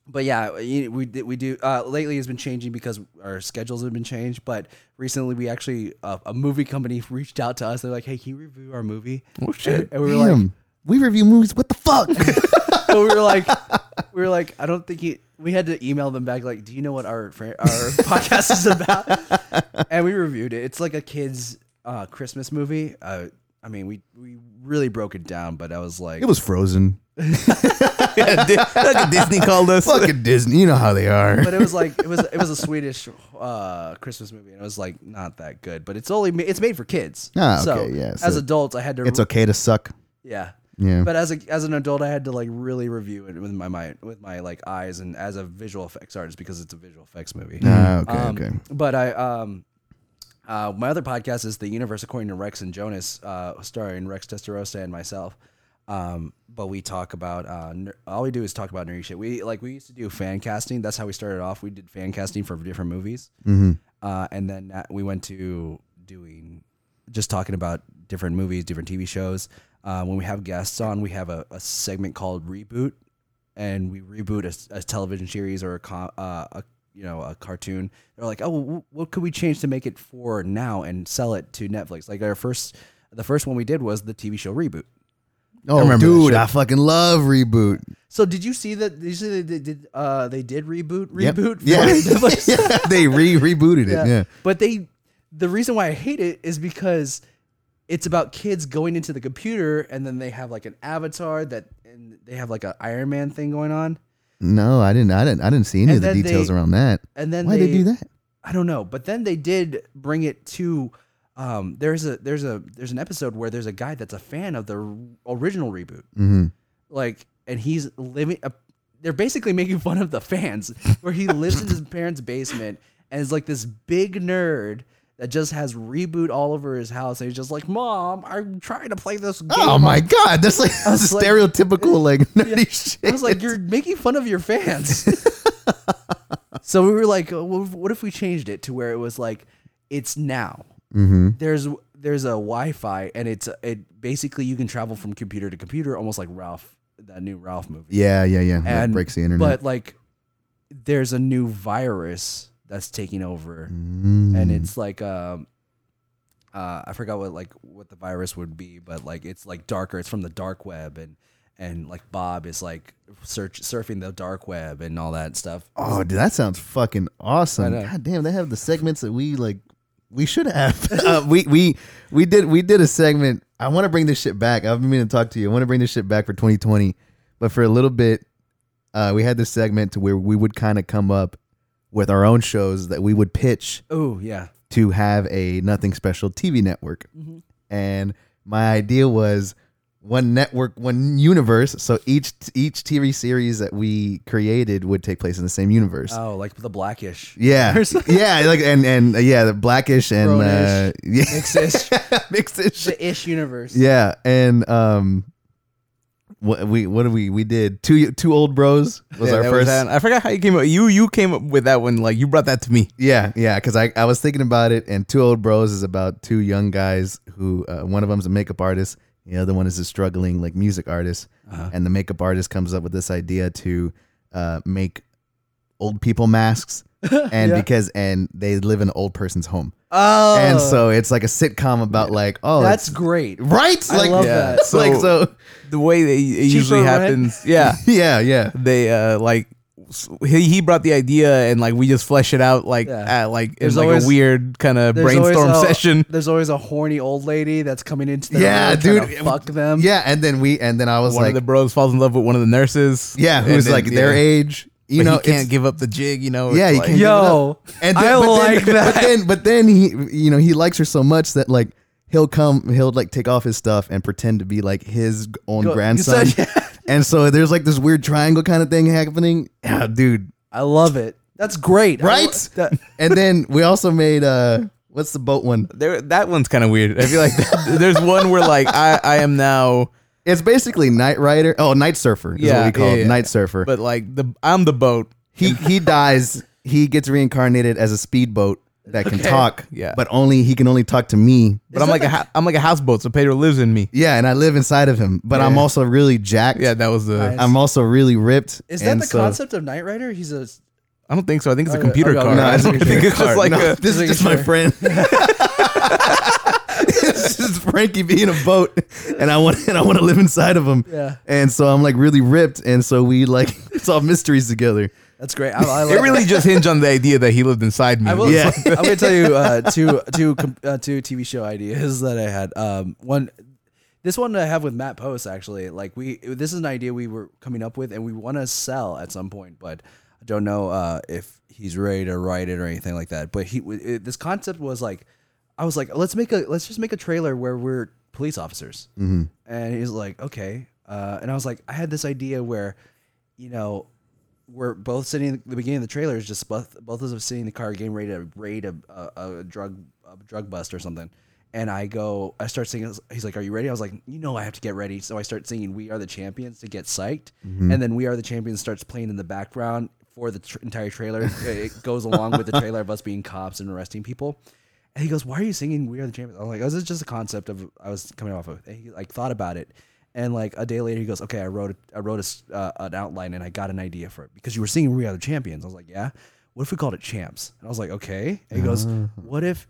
but yeah, we we did- we do. Uh, lately, it's been changing because our schedules have been changed. But recently, we actually uh, a movie company reached out to us. They're like, "Hey, can you review our movie?"
Oh shit.
And we were like,
Damn. we review movies. What the fuck?
but we were like, we were like, I don't think he. We had to email them back like, do you know what our fr- our podcast is about? And we reviewed it. It's like a kids uh, Christmas movie. Uh, I mean, we we really broke it down, but I was like,
it was Frozen.
Yeah, Di- like Disney called us.
Fucking Disney. You know how they are.
but it was like it was it was a Swedish uh, Christmas movie, and it was like not that good. But it's only ma- it's made for kids.
Ah, okay,
so
yeah, so
as adults, I had to.
It's okay to suck.
Yeah.
Yeah.
But as a as an adult, I had to like really review it with my mind, with my like eyes, and as a visual effects artist because it's a visual effects movie.
Ah, okay,
Um,
okay.
But I um, uh, my other podcast is the Universe According to Rex and Jonas, uh, starring Rex Testarossa and myself. Um, but we talk about uh, ner- all we do is talk about nerdy shit. We like we used to do fan casting. That's how we started off. We did fan casting for different movies, mm-hmm. uh, and then that- we went to doing just talking about different movies, different TV shows. Uh, when we have guests on, we have a, a segment called Reboot, and we reboot a s- a, television series or a, co- uh, a you know a cartoon. They're like, oh, w- what could we change to make it for now and sell it to Netflix? Like our first, the first one we did was the TV show Reboot.
Oh,
remember that
dude,
shit.
I fucking love reboot.
So did you see that? Did you see that they did? Uh, they did reboot
Yep.
reboot. for
Yeah.
Netflix?
yeah. They re rebooted it. Yeah.
But they, the reason why I hate it is because it's about kids going into the computer and then they have like an avatar that, and they have like an Iron Man thing going on.
No, I didn't. I didn't. I didn't see any
And
of the
then
details
they-
around that.
And then
Why
they,
they do that?
I don't know. But then they did bring it to. Um, there's a there's a there's an episode where there's a guy that's a fan of the r- original reboot,
Mm-hmm.
like, and he's living. A, they're basically making fun of the fans, where he lives in his parents' basement and is like this big nerd that just has reboot all over his house, and he's just like, "Mom, I'm trying to play this game."
Oh my god, that's like
was like-
stereotypical like nerdy shit.
I was like, "You're making fun of your fans." so we were like, oh, "What if- what if we changed it to where it was like, it's now."
mm-hmm.
there's there's a Wi-Fi and it's it basically you can travel from computer to computer almost like Ralph that new Ralph movie.
Yeah, yeah, yeah. That
And-
breaks the internet.
But like there's a new virus that's taking over
Mm.
and it's like um uh I forgot what like what the virus would be but like it's like darker it's from the dark web and and like Bob is like search surfing the dark web and all that stuff.
oh, dude, that sounds fucking awesome.
I know.
God damn, they have the segments that we like. We should have. uh, we we we did we did a segment. I want to bring this shit back. I've been meaning to talk to you. I want to bring this shit back for 2020, but for a little bit, uh, we had this segment to where we would kind of come up with our own shows that we would pitch
Oh yeah.
to have a nothing special TV network. And my idea was one network, one universe. So each each TV series that we created would take place in the same universe.
Oh, like the blackish.
yeah, yeah, like and and uh, yeah, the blackish and uh, yeah,
Mix-ish.
mixed
The ish universe.
yeah, and um, what we what did we we did two two old bros was
Yeah,
our
that
first.
that. I forgot how you came up. You you came up with that one. Like you brought that to me.
Yeah, yeah, because I, I was thinking about it, and Two Old Bros is about two young guys who uh, one of them's a makeup artist, the other one is a struggling like music artist,
Uh-huh.
and the makeup artist comes up with this idea to uh, make old people masks, and because and they live in an old person's home,
Oh.
and so it's like a sitcom about like oh
That's
it's-
great.
right,
I
like
love
yeah,
that.
it's like
So-
so
The way they, it
Cheaper
usually
rent.
happens. Yeah.
yeah yeah
They uh like s- he, he brought the idea and like we just flesh it out like
Yeah.
at like in
There's
like
always-
a weird kind of
There's always
brainstorm
a-
session.
There's always a horny old lady that's coming into their
Yeah,
room trying to
dude.
fuck them.
yeah, and then we and then I was
One
like
of the bros falls in love with one of the nurses.
yeah, who's like their age,
age.
you
You
know,
know,
it's-
can't give up the jig. You know,
Yeah,
it's
you
like-
can't give it up.
Yo,
And
I
but
like
But
that.
then, but then, he, you know, he likes her so much that like he'll come, he'll like take off his stuff and pretend to be like his g- own
Go-
grandson.
son,
And so there's like this weird triangle kind of thing happening. Yeah, dude.
I love it. That's great. I
Right?
lo- that-
And then we also made uh what's the boat one?
There, that one's kind of weird. I feel like that, there's one where like I, I am now,
It's basically Night Rider. Oh, Night Surfer is what
Yeah,
we call
yeah,
it.
yeah.
Night Surfer.
but like the I'm the boat.
he he dies. He gets reincarnated as a speedboat that can talk.
Yeah.
But only he can only talk to me.
But I'm like, a hou- I'm like a houseboat, so Pedro lives in me.
Yeah, and I live inside of him. But I'm also really jacked.
Yeah, that was the.
I'm also really ripped.
is that
and
the
so-
concept of Knight Rider? He's a
I don't think so. I think it's
Oh,
a computer
okay, okay.
card.
No,
I
it's a
don't think
computer
it's just like
No,
a.
this is just my friend. this is Frankie being a boat, and I want and I want to live inside of him.
Yeah.
And so I'm like really ripped, and so we like solve mysteries together.
that's great. I, I like
It really just hinged on the idea that he lived inside me.
I will.
Yeah.
I'm gonna tell you uh, two two com- uh, two TV show ideas that I had. Um, one, this one I have with Matt Post actually. Like we, this is an idea we were coming up with, and we want to sell at some point, but I don't know uh, if he's ready to write it or anything like that. But he, it, this concept was like, I was like, let's make a, let's just make a trailer where we're police officers, and he's like, okay, uh, and I was like, I had this idea where, you know, we're both sitting at the beginning of the trailer is just both both of us sitting in the car getting ready to raid a, a, a drug a drug bust or something and i go i start singing he's like are you ready i was like you know i have to get ready so i start singing we are the champions to get psyched and then we are the champions starts playing in the background for the tr- entire trailer it goes along with the trailer of us being cops and arresting people and he goes, "Why are you singing We Are the Champions?" I'm like, "Oh, this is just a concept of I was coming off of." And he like thought about it, and like a day later, he goes, "Okay, I wrote a, I wrote a, s- uh, an outline and I got an idea for it because you were singing We Are the Champions." I was like, "Yeah." What if we called it Champs? And I was like, "Okay." And he goes, "What if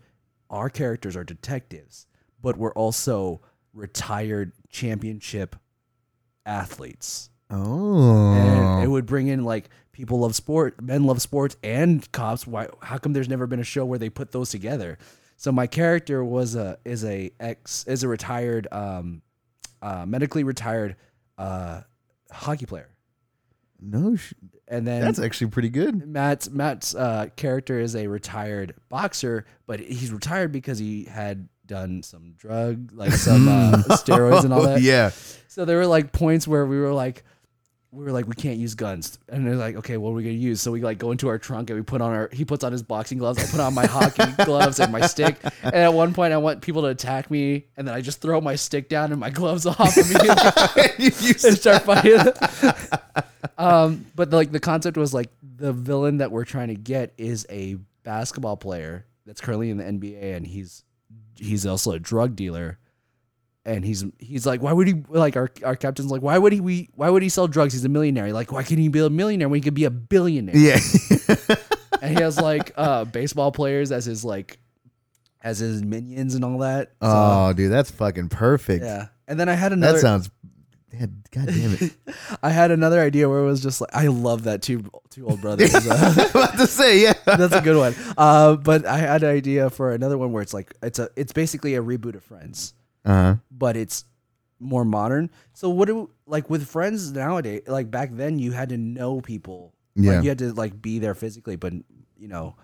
our characters are detectives, but we're also retired championship athletes?" and it
Oh,
would bring in like people love sport, men love sports, and cops. Why? How come there's never been a show where they put those together? So my character was a is a ex is a retired um, uh, medically retired uh, hockey player,
no, sh-
and then
that's actually pretty good.
Matt's Matt's uh, character is a retired boxer, but he's retired because he had done some drug like some uh, steroids and all that.
yeah,
So there were like points where we were like, we were like, we can't use guns, and they're like, okay, what are we gonna use? So we like go into our trunk and we put on our. He puts on his boxing gloves. I put on my hockey gloves and my stick. And at one point, I want people to attack me, and then I just throw my stick down and my gloves off immediately and start fighting. um, but like the concept was like the villain that we're trying to get is a basketball player that's currently in the NBA, and he's he's also a drug dealer, and he's he's like, why would he like our our captain's like, why would he we why would he sell drugs? He's a millionaire. Like, why can't he be a millionaire when he could be a billionaire?
yeah.
And he has like uh baseball players as his like as his minions and all that. So,
oh, dude, that's fucking perfect.
yeah. And then I had
that
another.
sounds. God God damn it!
I had another idea where it was just like I love that two two old brothers. Uh,
about to say, yeah.
that's a good one. Uh, but I had an idea for another one where it's like it's a it's basically a reboot of Friends,
Uh-huh.
but it's more modern. So what do like with Friends nowadays? Like back then, you had to know people. Like,
Yeah.
you had to like be there physically, but you know.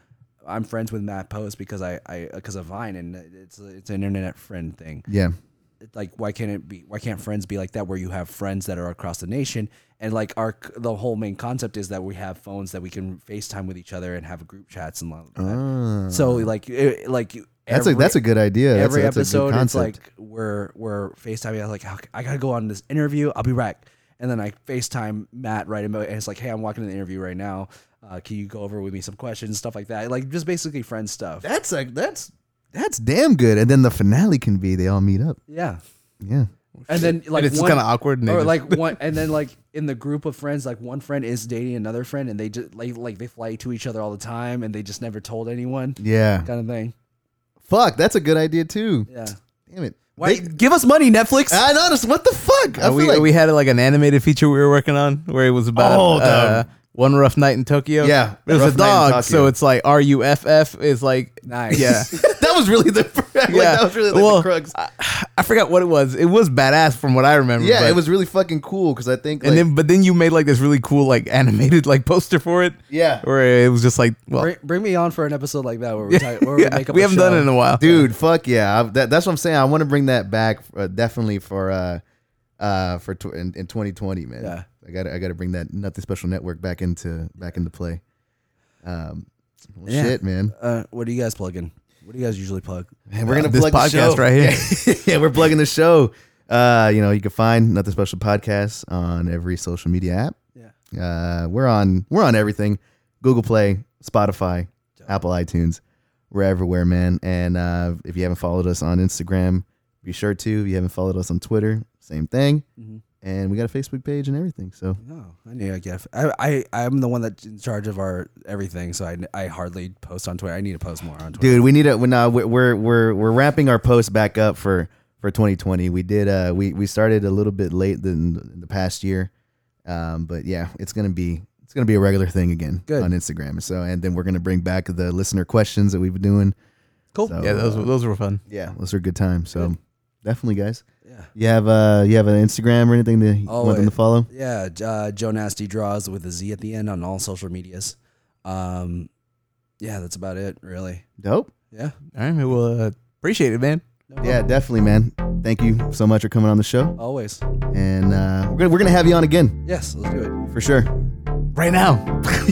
I'm friends with Matt Post because I, I because of Vine and it's it's an internet friend thing
Yeah.
it's like why can't it be why can't friends be like that where you have friends that are across the nation and like our the whole main concept is that we have phones that we can FaceTime with each other and have group chats and all that.
Oh.
so like it, like
That's a that's a good idea. That's
Uh, every
a, that's a
episode
good
it's
concept.
like we're we're FaceTiming I was like "Oh, I gotta go on this interview I'll be back and then I FaceTime Matt right about and it's like hey I'm walking to the interview right now uh, can you go over with me some questions stuff like that like just basically friend stuff
that's like that's that's damn good. And then the finale can be they all meet up.
yeah
Yeah.
and then like
and it's
one-
kind of awkward. And they
or
just-
like one and then like in the group of friends like one friend is dating another friend and they just like like they fly to each other all the time and they just never told anyone
Yeah.
kind of thing
Fuck, that's a good idea too.
yeah
Damn it.
why give us money netflix
I noticed what the fuck? I
Uh,
feel
we,
like
we had like an animated feature we were working on where it was about
Oh, the-
uh, one rough night in Tokyo.
Yeah,
it was
Rough Night
a
in
dog,
Tokyo.
so it's like R U F F is like
nice
yeah.
that was really the like,
Yeah.
that was really like, the
Well,
crux.
I forgot what it was. It was badass from what I remember.
yeah,
but-
it was really fucking cool because I think like,
and then, but then you made like this really cool, like animated, like poster for it.
Yeah.
where it was just like, well,
Bring, bring me on for an episode like that where we talk, where we
yeah,
make up.
we
a
haven't done
show.
it in a while,
dude fuck yeah I, that, that's what i'm saying i want to bring that back uh, definitely for uh uh for tw- in, in 2020 man
Yeah.
i gotta i gotta bring that nothing special network back into back into play um well,
Yeah.
shit man
Uh, what do you guys plug in? What do you guys usually plug?
Man, we're gonna
this
plug the show.
podcast right here.
Yeah. yeah, we're plugging the show. Uh, you know, you can find Nothing Special podcast on every social media app.
Yeah.
Uh, we're on we're on everything: Google Play, Spotify, Apple iTunes. We're everywhere, man. And uh, if you haven't followed us on Instagram, be sure to. If you haven't followed us on Twitter, same thing. And we got a Facebook page and everything. So
No, I knew I get. I I I'm the one that's in charge of our everything, so I, I hardly post on Twitter. I need to post more on Twitter.
dude we need to we're, nah, we're we're we're we're wrapping our post back up for for 2020 we did uh we we started a little bit late than the past year um but yeah it's gonna be it's gonna be a regular thing again
Good.
on instagram so and then we're gonna bring back the listener questions that we've been doing
Cool.
So,
Yeah, those
uh,
those were fun.
yeah those are good times so definitely guys
Yeah.
you have uh you have an instagram or anything that you
Oh,
want them
it-
to follow
Yeah, uh, Joe Nasty draws with a Z at the end on all social medias. Um, yeah, that's about it, really.
dope
Yeah.
All right, man, well, uh, appreciate it, man.
No,
yeah definitely man thank you so much for coming on the show
Always.
and uh we're gonna, we're gonna have you on again
Yes, let's do it.
for sure
Right now,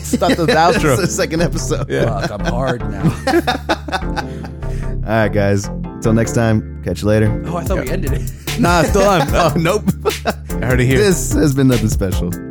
stop the
That's the
outro.
second episode
Yeah.
Fuck, I'm hard now.
All right, guys. Until next time, catch you later.
oh, I thought we ended it.
Nah, it's still on. Oh, nope. I heard it here.
This has been nothing special.